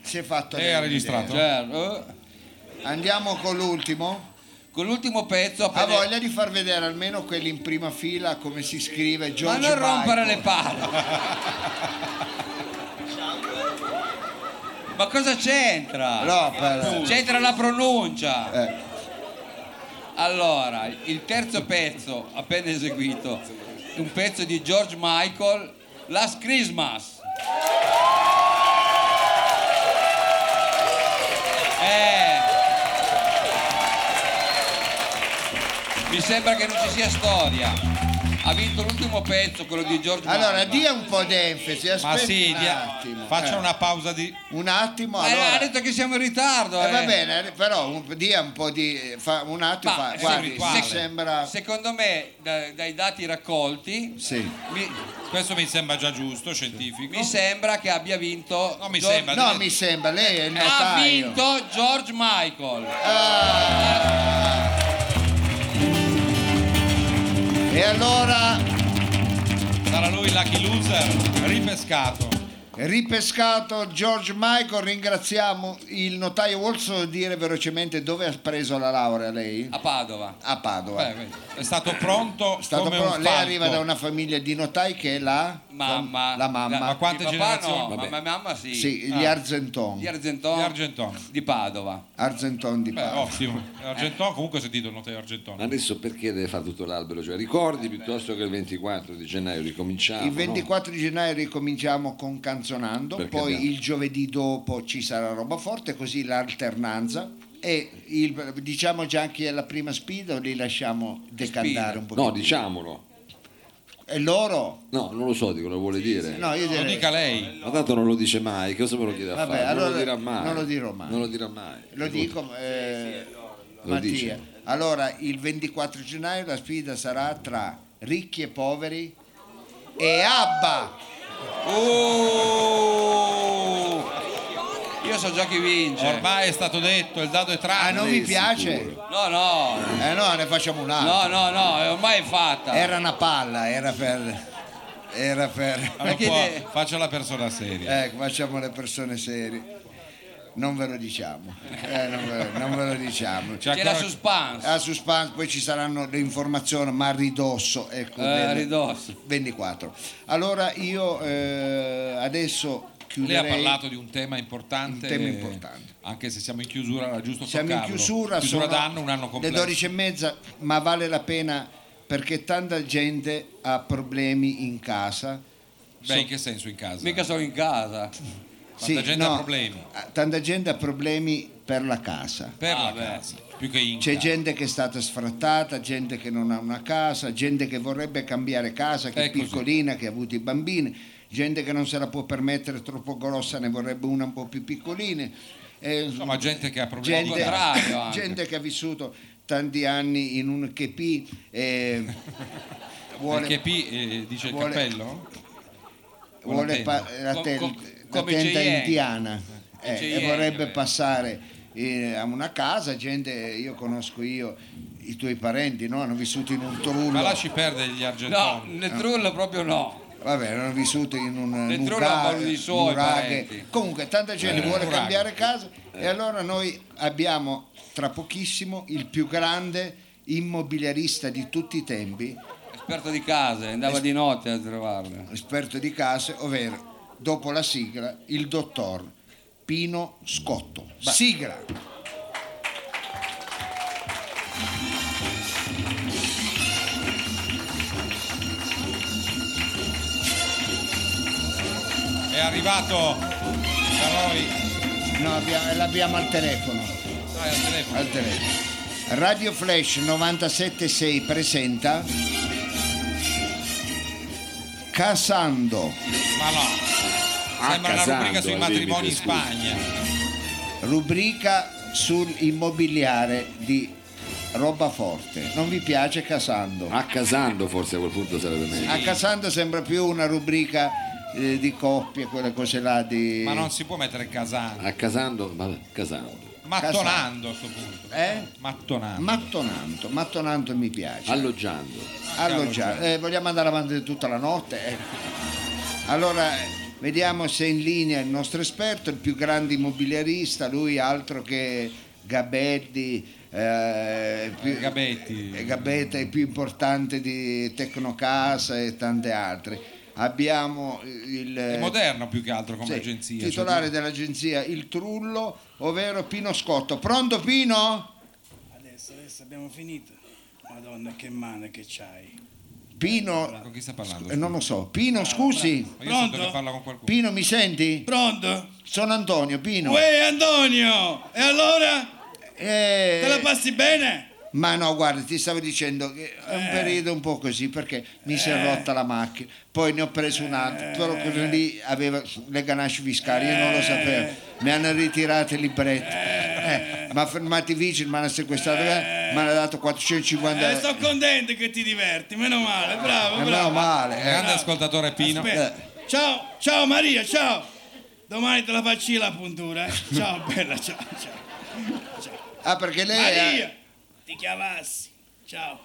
Speaker 3: Si è fatto.
Speaker 2: Lei ha
Speaker 3: bene l'idea.
Speaker 2: registrato?
Speaker 4: Certo. eh.
Speaker 3: Andiamo con l'ultimo.
Speaker 4: Con l'ultimo pezzo
Speaker 3: Ha
Speaker 4: appena-
Speaker 3: voglia di far vedere almeno quelli in prima fila come si scrive
Speaker 4: Ma
Speaker 3: George
Speaker 4: non rompere
Speaker 3: Michael.
Speaker 4: le palle. Ma cosa c'entra?
Speaker 3: No, per-
Speaker 4: C'entra la pronuncia.
Speaker 3: Eh.
Speaker 4: Allora, il terzo pezzo appena eseguito, un pezzo di George Michael, Last Christmas. Eh. Mi sembra che non ci sia storia. Ha vinto l'ultimo pezzo, quello di George
Speaker 3: Allora,
Speaker 4: Michael. Eh,
Speaker 3: dia un po' d'enfasi, aspetti
Speaker 2: Ma sì,
Speaker 3: un
Speaker 2: dia-
Speaker 3: attimo.
Speaker 2: faccia
Speaker 3: Eh,
Speaker 2: una pausa di...
Speaker 3: un attimo,
Speaker 4: Ma
Speaker 3: allora.
Speaker 4: ha detto che siamo in ritardo.
Speaker 3: Eh,
Speaker 4: eh.
Speaker 3: va bene, però un, dia un po' di... fa un attimo,
Speaker 4: Ma,
Speaker 3: fa,
Speaker 4: eh,
Speaker 3: guardi,
Speaker 2: rituale.
Speaker 3: mi sembra...
Speaker 4: Secondo me, da- dai dati raccolti,
Speaker 3: Sì.
Speaker 4: mi,
Speaker 2: Questo mi sembra già giusto, scientifico.
Speaker 4: mi sembra che abbia vinto.
Speaker 2: No, mi
Speaker 4: George-
Speaker 2: sembra.
Speaker 3: No, mi sembra, lei è il
Speaker 4: Ha
Speaker 3: notaio.
Speaker 4: vinto George Michael.
Speaker 3: Ah. E allora,
Speaker 2: Sarà lui il lucky loser, ripescato.
Speaker 3: Ripescato George Michael, ringraziamo il notaio Wolso dire velocemente dove ha preso la laurea lei?
Speaker 4: A Padova.
Speaker 3: A Padova.
Speaker 4: Beh, vedi.
Speaker 2: È stato pronto
Speaker 3: Stato
Speaker 2: come
Speaker 3: pro-
Speaker 2: un
Speaker 3: lei
Speaker 2: falco.
Speaker 3: arriva da una famiglia di notai che è la
Speaker 4: mamma. Ah.
Speaker 3: La mamma.
Speaker 2: Ma quante
Speaker 4: Di papà
Speaker 2: generazioni?
Speaker 4: No, ma
Speaker 2: Vabbè.
Speaker 4: ma mamma sì.
Speaker 3: Sì, gli Argenton.
Speaker 4: Di Argenton.
Speaker 2: Di Argenton.
Speaker 4: Di Padova.
Speaker 3: Argenton di
Speaker 2: Beh,
Speaker 3: Padova.
Speaker 2: ottimo. Argenton, comunque ho sentito il notaio Argenton.
Speaker 7: Ma adesso perché deve fare tutto l'albero? Cioè, ricordi piuttosto che il 24 di gennaio ricominciamo.
Speaker 1: Ah,
Speaker 3: Il
Speaker 7: no?
Speaker 3: 24 di gennaio ricominciamo con Canzonando,
Speaker 7: Perché
Speaker 3: poi
Speaker 7: abbiamo-
Speaker 3: il giovedì dopo ci sarà roba forte, così l'alternanza e il- diciamo già chi è la prima sfida o li lasciamo decantare un po'.
Speaker 7: No,
Speaker 1: diciamo-
Speaker 7: diciamolo.
Speaker 3: E loro?
Speaker 7: No, non lo so di cosa vuole
Speaker 1: Eh,
Speaker 7: dire.
Speaker 3: No, io
Speaker 2: Lo
Speaker 3: direi...
Speaker 2: dica lei.
Speaker 7: Ma tanto non lo dice mai, cosa me lo chiede a
Speaker 3: Vabbè,
Speaker 7: fare? non
Speaker 3: allora
Speaker 7: lo dirà mai.
Speaker 3: non lo dirò mai.
Speaker 7: Non lo dirà mai.
Speaker 3: Lo dico, eh, Mattia.
Speaker 7: dice.
Speaker 3: Allora, il 24 gennaio la sfida sarà tra ricchi e poveri e Abba.
Speaker 10: Oh!
Speaker 4: Uh! Io so già chi vince.
Speaker 2: Ormai è stato detto, il dado è
Speaker 3: Cioè. Ah,
Speaker 2: tranne.
Speaker 3: non vi piace?
Speaker 4: No, no,
Speaker 3: Eh no, ne facciamo un altro.
Speaker 4: no, no, no, è ormai fatta.
Speaker 3: Era una palla, era per... Era per...
Speaker 2: Allora
Speaker 4: perché
Speaker 2: qua
Speaker 4: ne-
Speaker 2: faccio la persona seria.
Speaker 3: Ecco, facciamo le persone serie. Non ve lo diciamo. Eh, non, ve, non ve lo diciamo.
Speaker 2: C'è
Speaker 4: C'era
Speaker 2: ancora-
Speaker 4: suspense. Eh,
Speaker 3: A suspense poi ci saranno le informazioni, ma a ridosso. Ecco,
Speaker 4: Eh, a ridosso.
Speaker 3: 24. Allora io eh, adesso
Speaker 2: Lei
Speaker 3: chiuderei.
Speaker 2: ha parlato di un tema importante.
Speaker 3: Eh, Un tema
Speaker 2: eh,
Speaker 3: importante.
Speaker 2: Anche se siamo in chiusura, era giusto
Speaker 3: Siamo in
Speaker 2: toccarlo.
Speaker 3: chiusura,
Speaker 2: Chiusura
Speaker 3: sono
Speaker 2: d'anno, un anno completo.
Speaker 3: Le 12 e mezza, ma vale la pena perché tanta gente ha problemi in casa.
Speaker 2: Beh, in che senso in casa?
Speaker 4: Mica sono in casa.
Speaker 2: Tanta gente ha problemi.
Speaker 3: Ah, Tanta gente ha problemi per la casa.
Speaker 2: Per la
Speaker 4: Ah, beh.
Speaker 2: casa, più che in
Speaker 3: C'è
Speaker 2: casa.
Speaker 3: gente che è stata sfrattata, gente che non ha una casa, gente che vorrebbe cambiare casa, che
Speaker 2: È
Speaker 3: è
Speaker 2: così.
Speaker 3: piccolina, che ha avuto i bambini, gente che non se la può permettere troppo grossa, ne vorrebbe una un po' più piccolina. Eh,
Speaker 2: Insomma, gente che ha problemi
Speaker 3: gente,
Speaker 2: di casa.
Speaker 4: contrario anche.
Speaker 3: gente che ha vissuto tanti anni in un chepi eh, vuole,
Speaker 2: Perché P eh, dice
Speaker 3: vuole-
Speaker 2: il cappello? con la
Speaker 3: vuole
Speaker 2: tenda.
Speaker 3: pa- la,
Speaker 4: Co-
Speaker 3: tel-
Speaker 4: co-
Speaker 3: la
Speaker 4: come
Speaker 3: tenda
Speaker 4: J.N.
Speaker 3: indiana eh,
Speaker 4: Come
Speaker 3: e
Speaker 4: J.N.,
Speaker 3: vorrebbe
Speaker 4: beh.
Speaker 3: passare eh, a una casa gente io conosco io i tuoi parenti no? hanno vissuto in un
Speaker 2: Ma
Speaker 3: trullo
Speaker 2: lasci perdere gli
Speaker 4: No,
Speaker 2: argentoni.
Speaker 4: nel trullo proprio no.
Speaker 3: vabbè hanno vissuto in un
Speaker 4: Nel trullo
Speaker 3: nugare,
Speaker 4: avevano i suoi
Speaker 3: nuraghe.
Speaker 4: parenti.
Speaker 3: comunque tanta gente
Speaker 2: Eh,
Speaker 3: vuole
Speaker 2: nuraghe. Eh.
Speaker 3: cambiare casa e allora noi abbiamo tra pochissimo il più grande immobiliarista di tutti i tempi
Speaker 4: Esperto di case, andava di notte a trovarle.
Speaker 3: esperto di case, ovvero dopo la sigla il dottor Pino Scotto. Sigla.
Speaker 2: È arrivato da noi
Speaker 3: No, abbiamo- l'abbiamo al telefono,
Speaker 2: dai, al telefono.
Speaker 3: al telefono. Radio Flash 976 presenta Casando,
Speaker 2: Ma no.
Speaker 3: Ah,
Speaker 2: Sembra una
Speaker 1: Casando,
Speaker 2: rubrica sui
Speaker 1: al
Speaker 2: matrimoni in
Speaker 1: limite, scusa.
Speaker 2: Spagna.
Speaker 3: rubrica sull'immobiliare di roba forte. Non vi piace Casando?
Speaker 1: A Casando forse a quel punto sarebbe meglio.
Speaker 3: A Casando sembra più una rubrica eh, di coppie, quelle cose là di...
Speaker 2: Ma non si può mettere casando.
Speaker 1: A Casando, ma Casando.
Speaker 3: Cioè.
Speaker 2: Mattonando a sto punto.
Speaker 3: Eh?
Speaker 2: Mattonando.
Speaker 3: Mattonanto, mattonanto mi piace.
Speaker 1: Alloggiando.
Speaker 3: alloggiare. Eh, vogliamo andare avanti tutta la notte. eh. Allora, eh, vediamo se è in linea il nostro esperto, il più grande immobiliarista, lui altro che Gabelli. eh, più-
Speaker 2: Gabetti.
Speaker 3: eh, Gabetta è più importante di Tecnocasa e tante altre. Abbiamo il,
Speaker 2: È moderno più che altro come
Speaker 3: sì,
Speaker 2: agenzia. cioè,
Speaker 3: titolare dell'agenzia Il Trullo, ovvero Pino Scotto. Pronto Pino?
Speaker 11: Adesso, adesso abbiamo finito. Madonna, che mano che c'hai.
Speaker 3: Pino,
Speaker 2: con chi sta parlando?
Speaker 3: eh, non lo so. Pino, scusi.
Speaker 2: Ma Io sento
Speaker 11: Pronto?
Speaker 2: che parla con qualcuno.
Speaker 3: Pino, mi senti?
Speaker 11: Pronto?
Speaker 3: Sono Antonio, Pino.
Speaker 11: Uè, Antonio! E allora?
Speaker 3: Eh,
Speaker 11: Te la passi bene? Eh.
Speaker 3: ma no, guarda, ti stavo dicendo che è un periodo un po' così perché mi si è rotta la macchina, poi ne ho preso un altro,
Speaker 11: Eh.
Speaker 3: però quello lì aveva le ganache fiscali, io non lo sapevo. Mi hanno ritirato il libretto. Eh, mi ha fermato i vigili, mi hanno sequestrato, eh, mi hanno dato 450
Speaker 11: Eh,
Speaker 3: euro.
Speaker 11: sto contento che ti diverti, meno male, bravo,
Speaker 3: Eh, meno
Speaker 11: bravo.
Speaker 3: male. eh.
Speaker 2: Grande ascoltatore Pino.
Speaker 11: Aspetta. Ciao, ciao Maria, ciao. Domani te la faccio io la puntura. eh. Ciao bella, ciao, ciao.
Speaker 3: Ah, perché
Speaker 8: Eh,
Speaker 3: lei. ha-
Speaker 11: Maria, ti chiamassi. Ciao.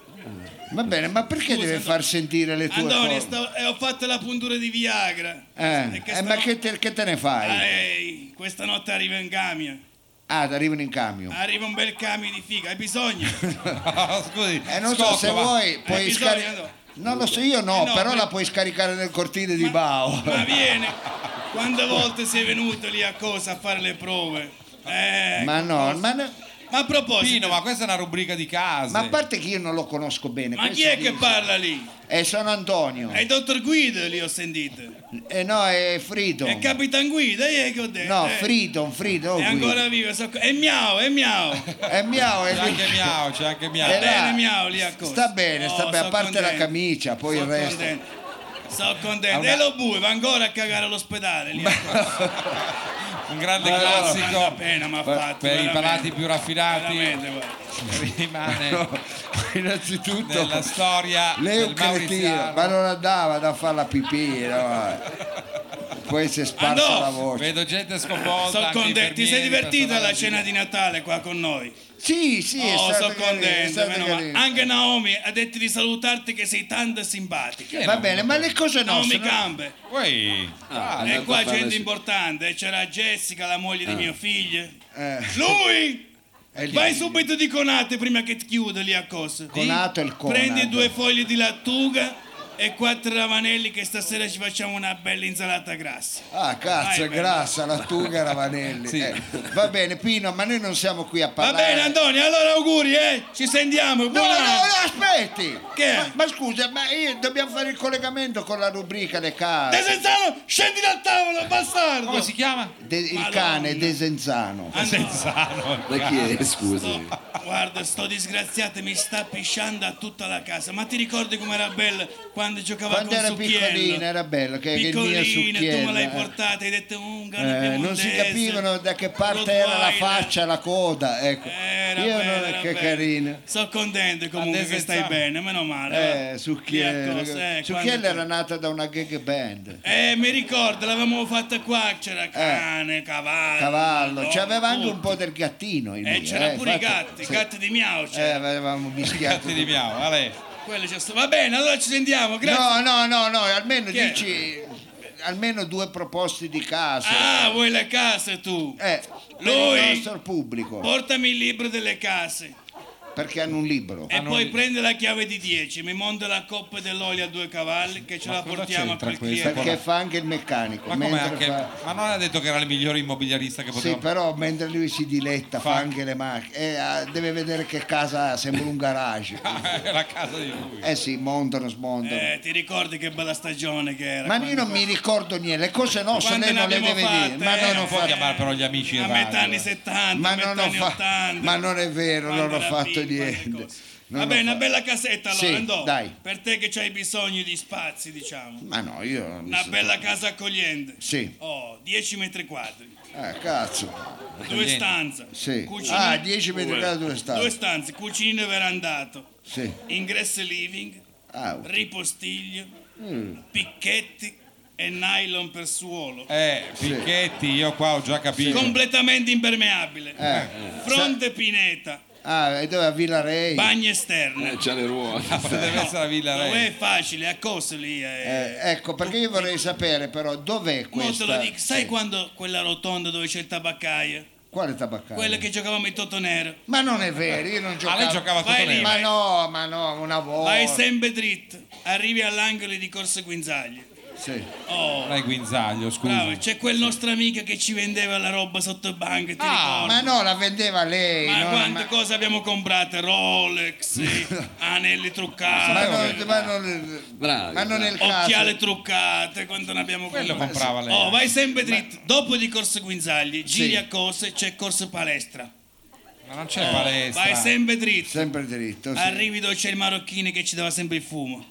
Speaker 3: Va bene, ma perché
Speaker 11: Scusa,
Speaker 3: deve
Speaker 11: Antonio.
Speaker 3: far sentire le tue
Speaker 11: Antonio,
Speaker 3: cose?
Speaker 11: sto- eh, ho fatto la puntura di Viagra.
Speaker 3: Eh,
Speaker 11: E
Speaker 3: eh,
Speaker 11: sta-
Speaker 3: ma che te, che te ne
Speaker 11: Ah,
Speaker 3: fai?
Speaker 11: ehi, questa notte arriva un camion.
Speaker 3: Ah, ti arrivano in camion.
Speaker 11: Arriva un bel camion di figa, hai bisogno?
Speaker 2: Scusi.
Speaker 3: Eh, non so
Speaker 2: Scotto,
Speaker 3: se
Speaker 2: va.
Speaker 3: vuoi, puoi
Speaker 11: bisogna,
Speaker 3: scaricare.
Speaker 11: no.
Speaker 3: Non lo so, io no,
Speaker 11: Eh, no,
Speaker 3: però
Speaker 11: ma-
Speaker 3: la puoi scaricare nel cortile di Bao.
Speaker 11: Ma vieni, quante volte sei venuto lì a cosa a fare le prove? Eh,
Speaker 3: Ma no, ma, no-
Speaker 11: ma
Speaker 2: Pino,
Speaker 11: a proposito,
Speaker 2: ma questa è una rubrica di case.
Speaker 3: ma a parte che io non lo conosco bene.
Speaker 11: ma chi
Speaker 3: questo
Speaker 11: è
Speaker 3: ti
Speaker 11: che
Speaker 3: dico.
Speaker 11: parla lì?
Speaker 3: Eh, sono Antonio.
Speaker 11: È il dottor Guido lì ho sentito.
Speaker 3: Eh, no, è Frido.
Speaker 11: È Capitan Guido, eh, che ho detto.
Speaker 3: No,
Speaker 11: eh.
Speaker 3: Frido, Frido.
Speaker 11: È
Speaker 3: Guido.
Speaker 11: ancora vivo, so- è miau, è miau.
Speaker 3: È miao, Eh, è
Speaker 2: C'è
Speaker 3: lì.
Speaker 2: anche Miao, c'è anche Miao.
Speaker 3: Eh, là.
Speaker 11: Bene, miau lì a cosa.
Speaker 3: Sta bene, sta
Speaker 11: Oh,
Speaker 3: bene, a
Speaker 11: so
Speaker 3: parte la
Speaker 11: contento.
Speaker 3: camicia, poi
Speaker 11: So
Speaker 3: il resto.
Speaker 11: contento. Sono contento. E lo bue, va ancora a cagare all'ospedale lì a cosa.
Speaker 2: Un grande
Speaker 11: la
Speaker 2: classico.
Speaker 11: pena, mi ha
Speaker 2: per-
Speaker 11: fatto,
Speaker 2: per i
Speaker 11: veramente.
Speaker 2: palati più raffinati
Speaker 11: Veramente, guarda.
Speaker 2: rimane
Speaker 3: Innanzitutto.
Speaker 2: nella storia
Speaker 3: Lei è un
Speaker 2: del mauriziano.
Speaker 3: cretino, ma non andava da fare la pipì. no? poi si è sparsa
Speaker 11: Ah, no!
Speaker 3: la voce.
Speaker 2: Vedo gente sconvolta.
Speaker 11: Sono
Speaker 2: anche
Speaker 11: contento, ti sei
Speaker 2: infermieri,
Speaker 11: divertito alla
Speaker 2: personale.
Speaker 11: cena di Natale qua con noi?
Speaker 3: Sì, sì, è
Speaker 11: Oh,
Speaker 3: stato
Speaker 11: sono
Speaker 3: carino, è
Speaker 11: contento,
Speaker 3: stato
Speaker 11: meno male.
Speaker 3: carino.
Speaker 11: Anche Naomi ha detto di salutarti che sei tanto simpatica.
Speaker 3: Va bene, ma le cose nostre.
Speaker 11: Naomi Gambe.
Speaker 2: Uè.
Speaker 3: Ah,
Speaker 11: e
Speaker 3: andato a
Speaker 11: qua
Speaker 3: fare
Speaker 11: gente
Speaker 3: sì.
Speaker 11: importante, eh, c'era Jessica, la moglie di mio figlio.
Speaker 3: Eh.
Speaker 11: Lui!
Speaker 3: il
Speaker 11: Vai
Speaker 3: figlio.
Speaker 11: subito di Conate prima che ti chiudo lì a cosa.
Speaker 3: Conato è il Conad.
Speaker 11: Prendi due foglie di lattuga e quattro ravanelli che stasera ci facciamo una bella insalata grassa.
Speaker 3: Ah, cazzo, è
Speaker 11: Vai,
Speaker 3: grassa la tuga Ravanelli. Eh, va bene, Pino, ma noi non siamo qui a
Speaker 11: Va
Speaker 3: parlare.
Speaker 11: bene Antonio, allora auguri, eh! Ci sentiamo,
Speaker 3: No,
Speaker 11: buon
Speaker 3: no,
Speaker 11: anno!
Speaker 3: no, aspetti!
Speaker 11: Che è?
Speaker 3: Ma, ma scusa, ma io- dobbiamo fare il collegamento con la rubrica Le
Speaker 11: De
Speaker 3: case.
Speaker 11: Senzano, scendi dal tavolo, bastardo!
Speaker 2: Come si chiama?
Speaker 3: De- il cane Desenzano.
Speaker 2: Senzano.
Speaker 12: Da chi è, scusi?
Speaker 11: Guarda, sto disgraziato, mi sta pisciando a tutta la casa. Ma ti ricordi com'era bella quando giocava
Speaker 3: Quando
Speaker 11: con
Speaker 3: era
Speaker 11: Succhiello?
Speaker 3: piccolina era bello, che, che il mio
Speaker 11: Piccolina, tu me
Speaker 8: eh.
Speaker 11: l'hai
Speaker 3: succhiello.
Speaker 11: portata, hai detto "Mm, un
Speaker 3: eh, eh, non si capivano da che parte era la faccia, la coda, ecco.
Speaker 11: Era
Speaker 3: Io
Speaker 11: bello, era
Speaker 3: non che
Speaker 11: bello.
Speaker 3: carina.
Speaker 11: Sono contento comunque che stai bene, meno male. va.
Speaker 3: Eh, Succhiello.
Speaker 11: Ecco, se,
Speaker 3: Succhiello
Speaker 11: quando-
Speaker 3: era nata da una gag band.
Speaker 11: Eh, mi ricordo, l'avevamo fatta qua, c'era
Speaker 3: Eh.
Speaker 11: cane, cavallo.
Speaker 3: Cavallo,
Speaker 11: madonna,
Speaker 3: c'aveva anche
Speaker 11: tutto.
Speaker 3: un po' del gattino in lui.
Speaker 11: E c'era
Speaker 3: eh,
Speaker 11: pure i
Speaker 3: infatti-
Speaker 11: gatti, i
Speaker 3: sì.
Speaker 11: gatti di miau. c'era.
Speaker 3: Eh, avevamo mischiato.
Speaker 2: Cazzi di miau, Ale.
Speaker 11: Quello c'è stato. Va bene, allora ci sentiamo, grazie.
Speaker 3: No, no, no, no, almeno
Speaker 11: Che-
Speaker 3: dici almeno due proposte di casa.
Speaker 11: Ah, vuoi le case tu?
Speaker 3: Eh, per
Speaker 11: Lui-
Speaker 3: il nostro pubblico,
Speaker 11: Portami il libro delle case
Speaker 3: perché hanno un libro.
Speaker 2: Ah,
Speaker 11: e poi prende la chiave di 10, mi monta la coppa dell'olio a due cavalli che ce la
Speaker 2: cosa
Speaker 11: portiamo a
Speaker 2: c'entra
Speaker 11: quel
Speaker 2: questo?
Speaker 11: cliente.
Speaker 3: Perché fa anche il meccanico.
Speaker 2: Ma, come
Speaker 3: mentre
Speaker 2: anche...
Speaker 3: fa-
Speaker 2: ma non ha detto che era il migliore immobiliarista che
Speaker 3: Sì,
Speaker 2: poteva
Speaker 3: però mentre lui si diletta, fa, anche le macchine. Eh, ah, deve vedere che casa ha, sembra un garage.
Speaker 2: È la casa di lui.
Speaker 3: Eh sì, montano, smontano.
Speaker 11: Eh, ti ricordi che bella stagione che era?
Speaker 3: Ma io non mi ricordo niente, le cose nostre
Speaker 11: Quando
Speaker 3: lei
Speaker 11: ne
Speaker 3: non le
Speaker 11: abbiamo
Speaker 3: deve
Speaker 11: fatte,
Speaker 3: dire. Ma
Speaker 11: eh,
Speaker 3: non ho
Speaker 11: un po'
Speaker 3: fatto.
Speaker 2: chiamare però gli amici in
Speaker 11: a
Speaker 2: radio.
Speaker 11: metà anni 70,
Speaker 3: Ma
Speaker 11: a
Speaker 3: non,
Speaker 11: metà
Speaker 3: ho
Speaker 11: anni
Speaker 3: fa-
Speaker 11: 80.
Speaker 3: ma non è vero,
Speaker 11: Quando
Speaker 3: non ho
Speaker 11: era
Speaker 3: fatto
Speaker 11: piccolo,
Speaker 3: niente. Non
Speaker 11: Va
Speaker 3: ho
Speaker 11: bene, una
Speaker 3: fatto-
Speaker 11: bella casetta allora,
Speaker 3: Sì,
Speaker 11: andò.
Speaker 3: dai.
Speaker 11: Per te che hai bisogno di spazi, diciamo.
Speaker 3: Ma no, io non mi
Speaker 11: Una
Speaker 3: so-
Speaker 11: bella casa accogliente.
Speaker 3: Sì.
Speaker 11: Oh, 10 metri quadri,
Speaker 3: Eh, cazzo.
Speaker 11: due stanze.
Speaker 3: Sì.
Speaker 11: cucina-
Speaker 3: Ah, 10 metri quadri, due
Speaker 2: Ah.
Speaker 3: stanze.
Speaker 11: Due stanze, cucina e verandato.
Speaker 3: Sì.
Speaker 11: Ingresso e living,
Speaker 3: Ah,
Speaker 11: ripostiglio, picchetti e nylon per suolo.
Speaker 2: Mm. Eh, Picchetti, io qua ho già capito.
Speaker 11: Completamente impermeabile.
Speaker 3: eh.
Speaker 11: Fronte pineta,
Speaker 3: Ah, e dove a Villa Rei?
Speaker 11: bagno esterno.
Speaker 12: Eh, C'ha le ruote.
Speaker 2: Deve essere la Villa
Speaker 11: Dov'è
Speaker 2: Re.
Speaker 11: è facile, a cosa lì?
Speaker 3: Eh, ecco, perché io vorrei sapere però dov'è
Speaker 11: Mo te
Speaker 3: questa...
Speaker 11: lo dico, sai
Speaker 3: Sì.
Speaker 11: quando quella rotonda dove c'è il tabaccaio?
Speaker 3: Quale tabaccaio?
Speaker 11: Quella che giocavamo in Toto Nero.
Speaker 3: Ma non è vero, io non
Speaker 2: Ah,
Speaker 3: giocavo...
Speaker 2: lei giocava tutto
Speaker 11: Vai lì,
Speaker 2: nero.
Speaker 3: Ma no, ma no, una
Speaker 2: Oh.
Speaker 3: volta...
Speaker 11: Vai sempre dritto, arrivi all'angolo di Corso Guinzaglia.
Speaker 3: Sì.
Speaker 11: Oh,
Speaker 2: Dai Guinzaglio, scusi.
Speaker 11: bravo, c'è quel nostro amico che ci vendeva la roba sotto banca, ti
Speaker 2: Ah,
Speaker 11: ricordi?
Speaker 3: Ma no, la vendeva lei.
Speaker 11: Ma
Speaker 3: no,
Speaker 11: quante
Speaker 3: ma-
Speaker 11: cose abbiamo comprate, Rolex, anelli truccati,
Speaker 3: ma non, ma non-
Speaker 12: Bravi,
Speaker 3: ma non è il caso.
Speaker 11: occhiale truccate, quanto ne abbiamo
Speaker 2: Quello
Speaker 11: comprate.
Speaker 2: comprava lei.
Speaker 11: Oh, vai sempre dritto. Dopo di Corso Guinzagli, giri
Speaker 3: Sì.
Speaker 11: a cose, c'è Corso Palestra.
Speaker 2: Ma non c'è palestra.
Speaker 11: Vai sempre dritto.
Speaker 3: Sempre dritto. sì.
Speaker 11: Arrivi dove c'è il marocchino che ci dava sempre il fumo.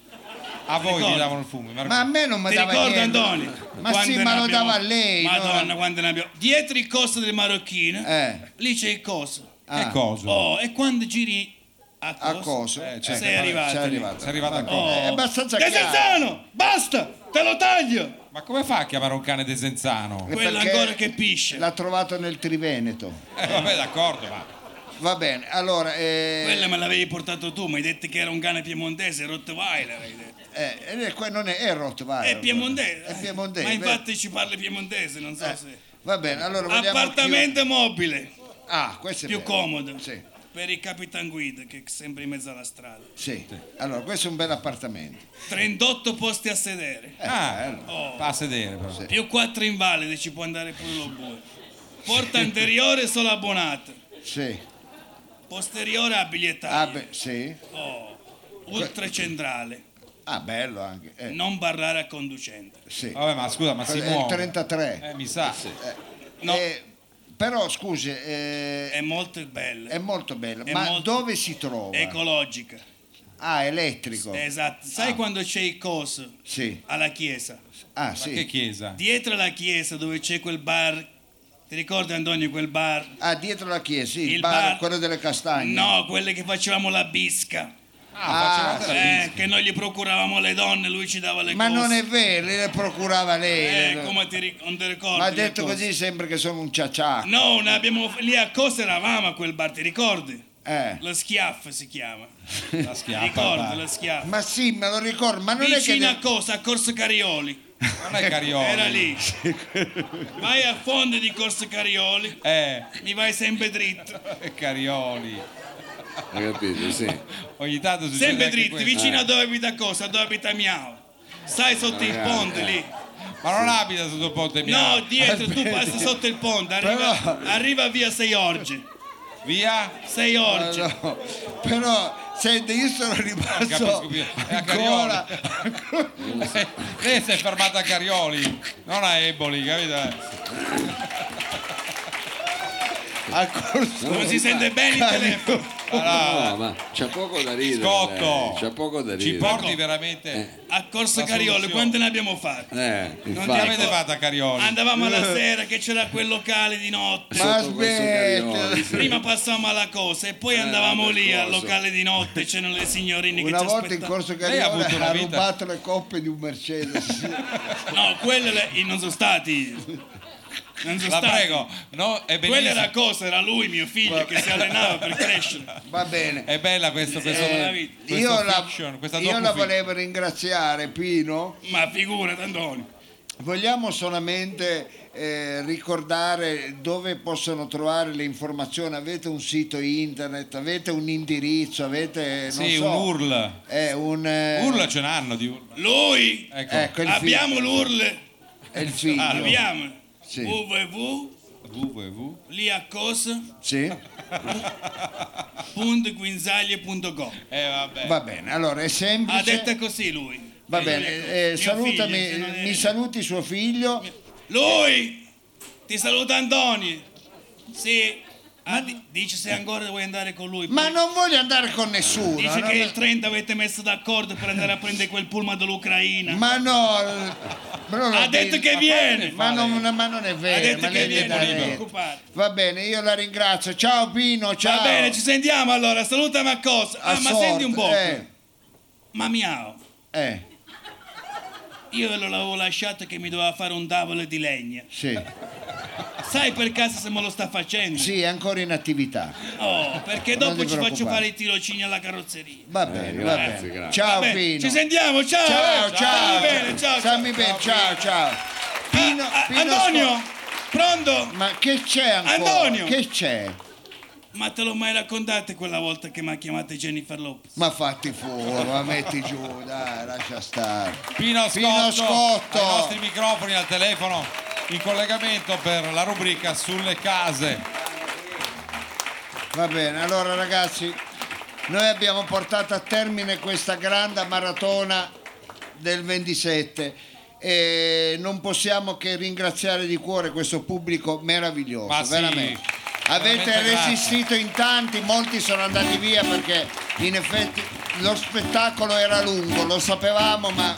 Speaker 2: A voi vi
Speaker 11: Ricordo.
Speaker 2: davano il fumo. Ma...
Speaker 3: Ma a me non mi
Speaker 11: Ti
Speaker 3: dava
Speaker 11: ricordo
Speaker 3: niente.
Speaker 11: Antonio?
Speaker 3: Ma
Speaker 11: Quando
Speaker 3: sì,
Speaker 11: ne
Speaker 3: ma lo
Speaker 11: abbiamo-
Speaker 3: dava lei. no?
Speaker 11: Madonna, quando ne abbiamo. Dietro il coso del marocchino,
Speaker 3: Eh.
Speaker 11: lì c'è il coso.
Speaker 2: Che
Speaker 3: Ah.
Speaker 2: coso?
Speaker 11: Oh, e quando giri a
Speaker 3: A
Speaker 11: coso?
Speaker 3: coso?
Speaker 2: Eh,
Speaker 11: cioè, Sei
Speaker 2: certo.
Speaker 11: arrivato.
Speaker 3: Sei
Speaker 11: lì.
Speaker 3: arrivato.
Speaker 2: Sei arrivato a
Speaker 3: Vabbè.
Speaker 11: Oh.
Speaker 3: È abbastanza
Speaker 11: De
Speaker 3: chiaro.
Speaker 11: Senzano, basta, te lo taglio.
Speaker 2: Ma come fa a chiamare un cane De Zenzano?
Speaker 3: Eh,
Speaker 11: Quello
Speaker 3: perché
Speaker 11: ancora che pisce.
Speaker 3: L'ha trovato nel Triveneto.
Speaker 2: Eh, vabbè, d'accordo, ma...
Speaker 3: Va bene, allora... eh,
Speaker 11: Quella me l'avevi portato tu, mi hai detto che era un cane piemontese, Rottweiler. hai detto.
Speaker 3: eh, eh, qua non è, è Rottweiler.
Speaker 11: È piemontese.
Speaker 3: È piemontese.
Speaker 11: Ma
Speaker 3: beh.
Speaker 11: infatti ci parli piemontese, non so se.
Speaker 3: Va bene, allora vogliamo...
Speaker 11: Appartamento mobile,
Speaker 3: chiudere- Ah, questo è
Speaker 11: più
Speaker 3: bello.
Speaker 11: comodo.
Speaker 3: Sì,
Speaker 11: Per il capitan guida che è sempre in mezzo alla strada.
Speaker 3: sì. Allora, questo è un bel appartamento.
Speaker 11: 38 posti a sedere.
Speaker 3: Eh.
Speaker 2: Ah,
Speaker 11: Oh.
Speaker 2: fa a sedere però.
Speaker 11: Più 4 invalide ci può andare pure lo bue. Porta anteriore solo abbonata.
Speaker 3: Sì.
Speaker 11: Posteriore a
Speaker 3: Ah,
Speaker 11: bigliettaria.
Speaker 3: beh, sì.
Speaker 11: Oh, ultracentrale.
Speaker 3: Ah, bello anche. eh,
Speaker 11: Non barrare al conducente.
Speaker 3: sì.
Speaker 2: Vabbè, ma scusa, ma si
Speaker 3: È il
Speaker 2: muove.
Speaker 3: 33.
Speaker 2: Eh, mi sa.
Speaker 11: No.
Speaker 3: Eh, però, scusi, eh,
Speaker 11: È molto bella.
Speaker 3: è molto bello.
Speaker 11: è
Speaker 3: Ma
Speaker 11: molto-
Speaker 3: dove si trova?
Speaker 11: Ecologica.
Speaker 3: Ah, elettrico.
Speaker 11: Esatto.
Speaker 3: Ah.
Speaker 11: Sai quando c'è il coso
Speaker 3: Sì.
Speaker 11: alla chiesa?
Speaker 3: Ah,
Speaker 2: Ma che
Speaker 3: sì.
Speaker 2: chiesa?
Speaker 11: Dietro la chiesa dove c'è quel bar. Ti ricordi Antonio quel bar?
Speaker 3: Ah, dietro la chiesa, sì, il,
Speaker 11: Il
Speaker 3: bar,
Speaker 11: bar-
Speaker 3: Ah, quello delle castagne.
Speaker 11: No, quelle che facevamo la bisca.
Speaker 3: Ah,
Speaker 11: eh, che noi gli procuravamo le donne, lui ci dava le
Speaker 3: ma
Speaker 11: cose.
Speaker 3: non è vero, le procurava lei.
Speaker 11: Eh, come ti ric- non ti ricordi?
Speaker 3: Ma ha
Speaker 11: le
Speaker 3: detto
Speaker 11: cose?
Speaker 3: così sembra che sono un ciacià.
Speaker 11: No, ne abbiamo lì a Cosa eravamo a quel bar, ti ricordi?
Speaker 3: Eh.
Speaker 11: La schiaffa si chiama.
Speaker 3: La
Speaker 11: Ti ricordi la schiaffa?
Speaker 3: Ma sì, me lo ricordo, ma non
Speaker 11: Vicino
Speaker 3: è
Speaker 11: a cosa? A Corso Carioli.
Speaker 2: Non è Eh, Carioli.
Speaker 11: Era lì. Vai a fondo di Corso Carioli.
Speaker 2: Eh,
Speaker 11: Mi vai sempre dritto.
Speaker 2: Carioli.
Speaker 4: Hai capito? Sì.
Speaker 2: Ogni tanto succede
Speaker 11: Sempre
Speaker 2: anche
Speaker 11: dritti,
Speaker 2: questo.
Speaker 11: vicino
Speaker 2: Eh.
Speaker 11: a dove abita cosa? Dove abita Miao. Stai sotto il
Speaker 2: Ragazzi,
Speaker 11: ponte
Speaker 2: eh.
Speaker 11: lì.
Speaker 2: Ma non abita sotto il ponte mio.
Speaker 11: No, dietro, tu passi sotto il ponte, arriva, arriva via Sei Orge.
Speaker 2: Via?
Speaker 11: Sei Orge.
Speaker 3: Ma no, Però, senti, io sono rimasto
Speaker 2: capisco più. È a
Speaker 3: ancora...
Speaker 2: Eh, Lei si è fermata a Carioli, non a Eboli, capito?
Speaker 3: al corso.
Speaker 11: Non si sente bene il telefono.
Speaker 3: Ah.
Speaker 4: No, ma c'è poco da ridere.
Speaker 2: Scotto.
Speaker 4: lei,
Speaker 7: eh.
Speaker 4: C'è poco da
Speaker 2: Ci
Speaker 4: ridere.
Speaker 3: Ecco.
Speaker 2: porti veramente.
Speaker 11: A Corso
Speaker 2: La
Speaker 11: Carioli,
Speaker 2: soluzione.
Speaker 11: quante ne abbiamo fatte?
Speaker 4: Eh,
Speaker 2: Non
Speaker 4: infatti.
Speaker 2: ti avete fatta a Carioli.
Speaker 11: Andavamo alla
Speaker 2: Eh.
Speaker 11: sera che c'era quel locale di notte.
Speaker 3: Ma
Speaker 4: Sotto questo Carioli, sì.
Speaker 3: aspetta.
Speaker 11: Prima passavamo alla cosa e poi andavamo
Speaker 4: per
Speaker 11: lì al
Speaker 4: cosa.
Speaker 11: locale di notte, c'erano le signorine
Speaker 3: Eh, Una
Speaker 11: che ci
Speaker 3: volta in
Speaker 11: aspettavano.
Speaker 3: corso
Speaker 2: Lei ha
Speaker 3: Cariole
Speaker 2: avuto una
Speaker 3: ha
Speaker 2: vita-
Speaker 3: rubato le coppe di un Mercedes.
Speaker 11: No, quelle le- i- non sono stati. Non sono
Speaker 2: La
Speaker 11: stati.
Speaker 2: prego, no, è
Speaker 11: Quella era
Speaker 2: bellissima,
Speaker 11: cosa, era lui, mio figlio, che si allenava per crescere.
Speaker 3: Va bene.
Speaker 2: è bella questo, questo,
Speaker 11: Eh,
Speaker 2: questo
Speaker 3: Io, la,
Speaker 2: fiction, questa
Speaker 3: io la
Speaker 2: docufiction.
Speaker 3: volevo ringraziare Pino
Speaker 11: Ma figurati Antonio.
Speaker 3: Vogliamo solamente eh, ricordare dove possono trovare le informazioni. Avete un sito internet, avete un indirizzo, avete non
Speaker 2: Sì,
Speaker 3: so,
Speaker 2: un URL.
Speaker 3: eh, un, eh,
Speaker 2: URL ce n'hanno di URL.
Speaker 11: Lui!
Speaker 2: Ecco.
Speaker 3: Ecco, il
Speaker 11: abbiamo l'URL,
Speaker 3: figlio. È il figlio.
Speaker 2: Ah,
Speaker 11: abbiamo
Speaker 3: Sì.
Speaker 11: www
Speaker 2: www.
Speaker 3: Sì?
Speaker 2: Eh vabbè.
Speaker 3: Va bene, allora è
Speaker 11: Ha
Speaker 3: semplice.
Speaker 11: detto così lui.
Speaker 3: Va
Speaker 11: Eh,
Speaker 3: bene,
Speaker 11: ecco,
Speaker 3: eh,
Speaker 11: mio
Speaker 3: salutami,
Speaker 11: figlio, se non è-
Speaker 3: mi saluti suo figlio.
Speaker 11: Lui! Ti saluta Antonio. Sì. Ah, di- dice se ancora vuoi andare con lui.
Speaker 3: Ma
Speaker 11: Poi
Speaker 3: non voglio andare con nessuno.
Speaker 11: Dice
Speaker 3: no?
Speaker 11: che il 30 avete messo d'accordo per andare a prendere quel pullman dall'Ucraina.
Speaker 3: Ma no, l- ma non
Speaker 11: ha
Speaker 3: lo
Speaker 11: detto
Speaker 3: dico.
Speaker 11: che viene.
Speaker 3: Ma non, ma non è
Speaker 11: ha
Speaker 3: vero,
Speaker 11: detto
Speaker 3: ma
Speaker 11: che
Speaker 3: lei gli dà
Speaker 11: viene. Non
Speaker 3: detto.
Speaker 11: preoccupare.
Speaker 3: Va bene, io la ringrazio. Ciao Pino, ciao.
Speaker 11: Va bene, ci sentiamo allora. Salutami a cosa. Ah,
Speaker 3: A
Speaker 11: ma
Speaker 3: sorte,
Speaker 11: senti un po'.
Speaker 3: Eh,
Speaker 11: Ma miau.
Speaker 3: eh,
Speaker 11: Io lo l'avevo lasciato che mi doveva fare un tavolo di legna.
Speaker 3: sì.
Speaker 11: Sai per caso se me lo sta facendo?
Speaker 3: Sì, è ancora in attività.
Speaker 11: Oh, perché
Speaker 3: Non
Speaker 11: dopo
Speaker 3: ti
Speaker 11: ci faccio
Speaker 3: preoccupare.
Speaker 11: fare i tirocini alla carrozzeria.
Speaker 3: Va bene, va
Speaker 4: Eh, grazie,
Speaker 3: bene.
Speaker 4: grazie.
Speaker 3: Ciao
Speaker 11: Vabbè,
Speaker 3: Pino.
Speaker 11: Ci sentiamo, ciao.
Speaker 3: Ciao, ciao.
Speaker 11: Stammi bene, ciao.
Speaker 3: Stammi bene, ciao, ciao. Pino,
Speaker 11: Ah, ah,
Speaker 3: Pino
Speaker 11: Antonio,
Speaker 3: Sco-
Speaker 11: pronto?
Speaker 3: Ma che c'è ancora?
Speaker 11: Antonio!
Speaker 3: Che c'è?
Speaker 11: Ma te l'ho mai raccontato quella volta che mi ha chiamato Jennifer Lopez?
Speaker 3: Ma fatti fuori, ma metti giù, dai, lascia stare.
Speaker 2: Pino Scotto,
Speaker 3: Pino Scotto.
Speaker 2: ai nostri microfoni al telefono in collegamento per la rubrica sulle case.
Speaker 3: Va bene, allora ragazzi, noi abbiamo portato a termine questa grande maratona del 27 e non possiamo che ringraziare di cuore questo pubblico meraviglioso,
Speaker 2: Ma sì,
Speaker 3: veramente. Avete
Speaker 2: veramente grazie.
Speaker 3: resistito in tanti, molti sono andati via perché in effetti lo spettacolo era lungo, lo sapevamo, ma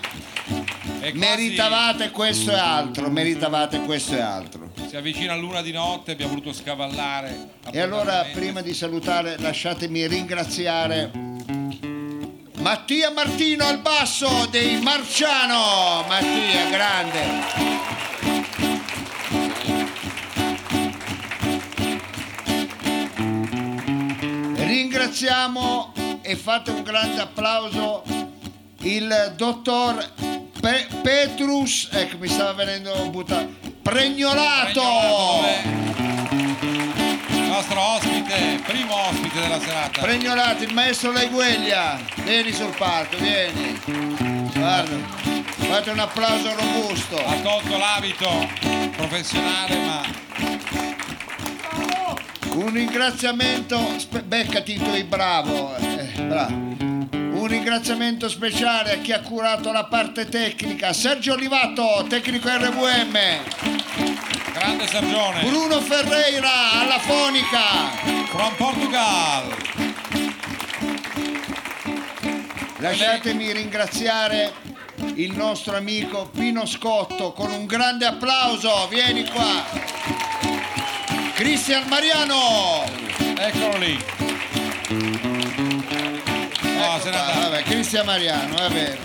Speaker 2: E quasi
Speaker 3: meritavate questo e altro, meritavate questo e altro.
Speaker 2: Si avvicina l'una di notte, abbiamo voluto scavallare.
Speaker 3: E allora
Speaker 2: appuntamenti.
Speaker 3: prima di salutare lasciatemi ringraziare Mattia Martino al basso dei Marciano. Mattia, grande. Ringraziamo e fate un grande applauso il dottor Pe- Petrus, ecco mi stava venendo buttato, pregnolato.
Speaker 2: Il nostro ospite, primo ospite della serata.
Speaker 3: Pregnolati, il maestro Legueglia, vieni sul palco, vieni. Guarda, fate un applauso robusto.
Speaker 2: ha tolto l'abito professionale, ma
Speaker 3: Un ringraziamento, spe- beccati tu il bravo, eh, bravo. Un ringraziamento speciale a chi ha curato la parte tecnica, Sergio Olivato, tecnico RVM,
Speaker 2: grande Sergione
Speaker 3: Bruno Ferreira alla fonica.
Speaker 2: from Portugal.
Speaker 3: Lasciatemi ringraziare il nostro amico Pino Scotto con un grande applauso, vieni qua. Cristian Mariano,
Speaker 2: Eccolo lì.
Speaker 3: Ecco,
Speaker 2: no, se n'è
Speaker 3: qua,
Speaker 2: andato.
Speaker 3: vabbè, Cristian Mariano, va bene.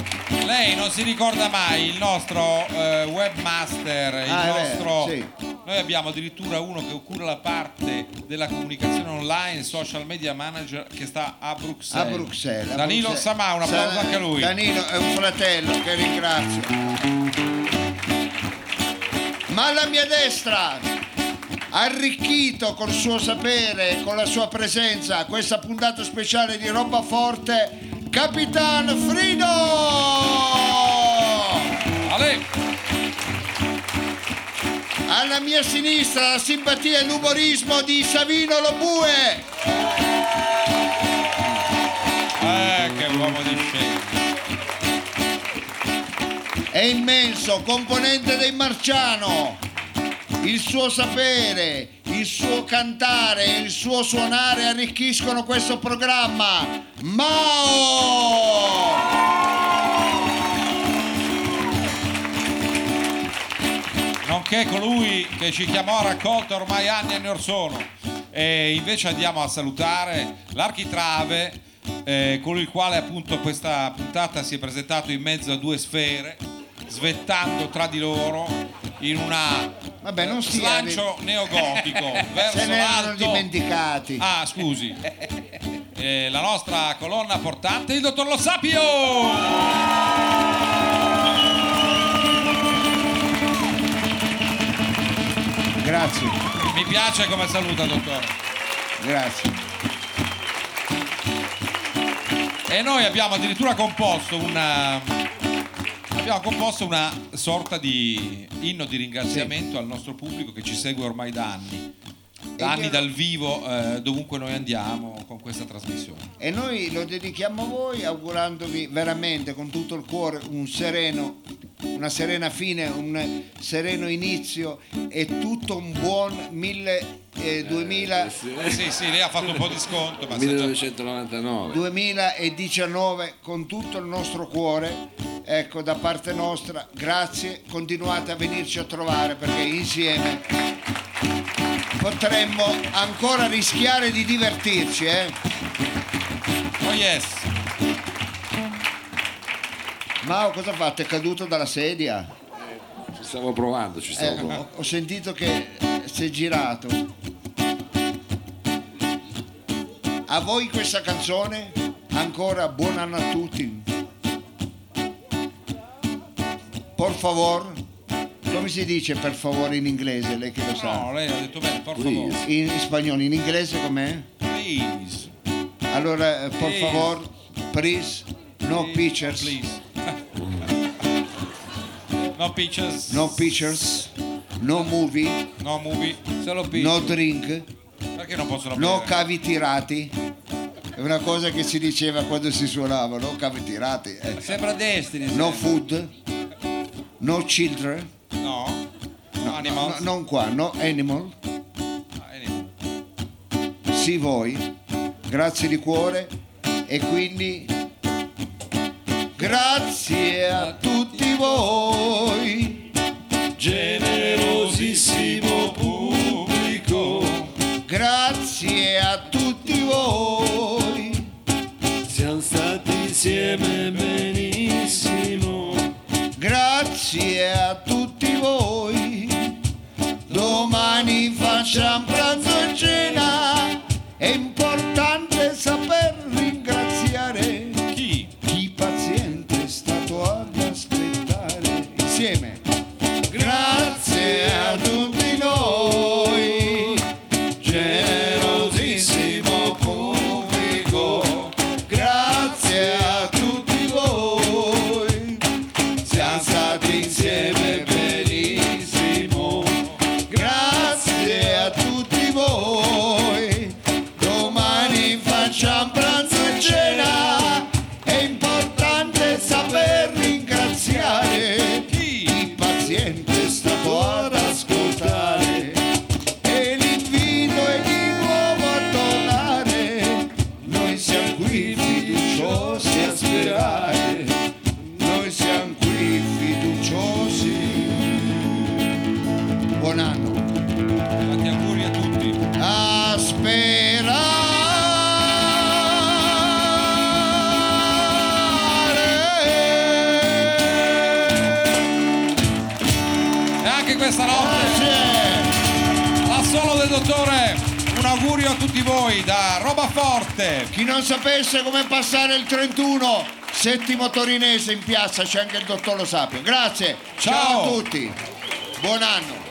Speaker 2: Lei non si ricorda mai il nostro eh, webmaster, il
Speaker 3: Ah, è vero,
Speaker 2: nostro. Noi abbiamo addirittura uno che cura la parte della comunicazione online, social media manager che sta a Bruxelles.
Speaker 3: A Bruxelles. a
Speaker 2: Danilo
Speaker 3: Bruxelles.
Speaker 2: Samà, un applauso
Speaker 3: Sa-
Speaker 2: anche a lui.
Speaker 3: Danilo è un fratello che ringrazio. Ma alla mia destra, arricchito col suo sapere, con la sua presenza, questa puntata speciale di Roba Forte, Capitan Frido! Alla mia sinistra la simpatia e l'umorismo di Savino Lobue!
Speaker 2: Eh, che uomo di scelta.
Speaker 3: è immenso, componente dei Marciano. Il suo sapere, il suo cantare, il suo suonare arricchiscono questo programma. Mao!
Speaker 2: Nonché colui che ci chiamò a raccolta ormai anni e anni or sono. E invece andiamo a salutare l'architrave, eh, con il quale appunto questa puntata si è presentato in mezzo a due sfere, svettando tra di loro in una
Speaker 3: Vabbè, non si
Speaker 2: slancio neogotico verso
Speaker 3: Se ne erano
Speaker 2: l'alto.
Speaker 3: dimenticati.
Speaker 2: Ah, scusi. Eh, la nostra colonna portante, il dottor Lo Sapio.
Speaker 3: Grazie,
Speaker 2: Mi piace come saluta, dottore.
Speaker 3: grazie.
Speaker 2: E noi abbiamo addirittura composto una abbiamo composto una sorta di inno di ringraziamento al nostro pubblico che ci segue ormai da anni. Da anni dal vivo, eh, dovunque noi andiamo con questa trasmissione.
Speaker 3: E noi lo dedichiamo a voi augurandovi veramente con tutto il cuore un sereno, una serena fine, un sereno inizio e tutto un buon mille, eh, 2000
Speaker 2: Eh sì, sì, lei ha fatto un po' di sconto, ma se già-
Speaker 1: 1999.
Speaker 3: 2019 con tutto il nostro cuore. Ecco, da parte nostra, grazie, continuate a venirci a trovare perché insieme potremmo ancora rischiare di divertirci. eh.
Speaker 2: Oh yes.
Speaker 3: Mao, cosa ha fatto? È caduto dalla sedia?
Speaker 1: Ci stavo provando, ci stavo
Speaker 3: Eh,
Speaker 1: provando.
Speaker 3: ho, ho sentito che si è girato. A voi questa canzone? Ancora buon anno a tutti. Por favor. Come si dice per favore in inglese? Lei che lo sa.
Speaker 2: No, lei ha detto bene, por favor.
Speaker 3: In, in spagnolo, in inglese com'è?
Speaker 2: Please.
Speaker 3: Allora, eh, por
Speaker 2: Please.
Speaker 3: favor, please, no pictures.
Speaker 2: No pictures,
Speaker 3: No pictures. No movie.
Speaker 2: no movie, solo
Speaker 3: No
Speaker 2: pictures.
Speaker 3: drink.
Speaker 2: Perché non possono
Speaker 3: No
Speaker 2: bere?
Speaker 3: cavi tirati. È una cosa che si diceva quando si suonava, no cavi tirati. eh.
Speaker 4: Sembra Destiny.
Speaker 3: No
Speaker 4: sembra.
Speaker 3: food. No children.
Speaker 2: No. No,
Speaker 3: No,
Speaker 2: animals. Ah,
Speaker 3: non qua, no animal.
Speaker 2: animal.
Speaker 3: Sì voi. Grazie di cuore e quindi grazie a tutti voi.
Speaker 9: Generosissimo pubblico,
Speaker 3: Grazie a tutti voi.
Speaker 9: siamo stati insieme benissimo.
Speaker 3: Grazie a tutti voi. Domani facciamo pranzo e cena. È importante saper ringraziare
Speaker 2: chi?
Speaker 3: Chi paziente è stato ad aspettare. Insieme. Grazie a tutti noi. Generosissimo pubblico. Grazie a tutti voi. Siamo stati insieme benissimo. Grazie a tutti voi.
Speaker 2: questa notte. L'assolo del dottore. Un augurio a tutti voi da Roba Forte.
Speaker 3: Chi non sapesse come passare il 31, settimo torinese in piazza, c'è anche il dottor Lo Sapio. Grazie, ciao,
Speaker 2: Ciao.
Speaker 3: a tutti, buon anno.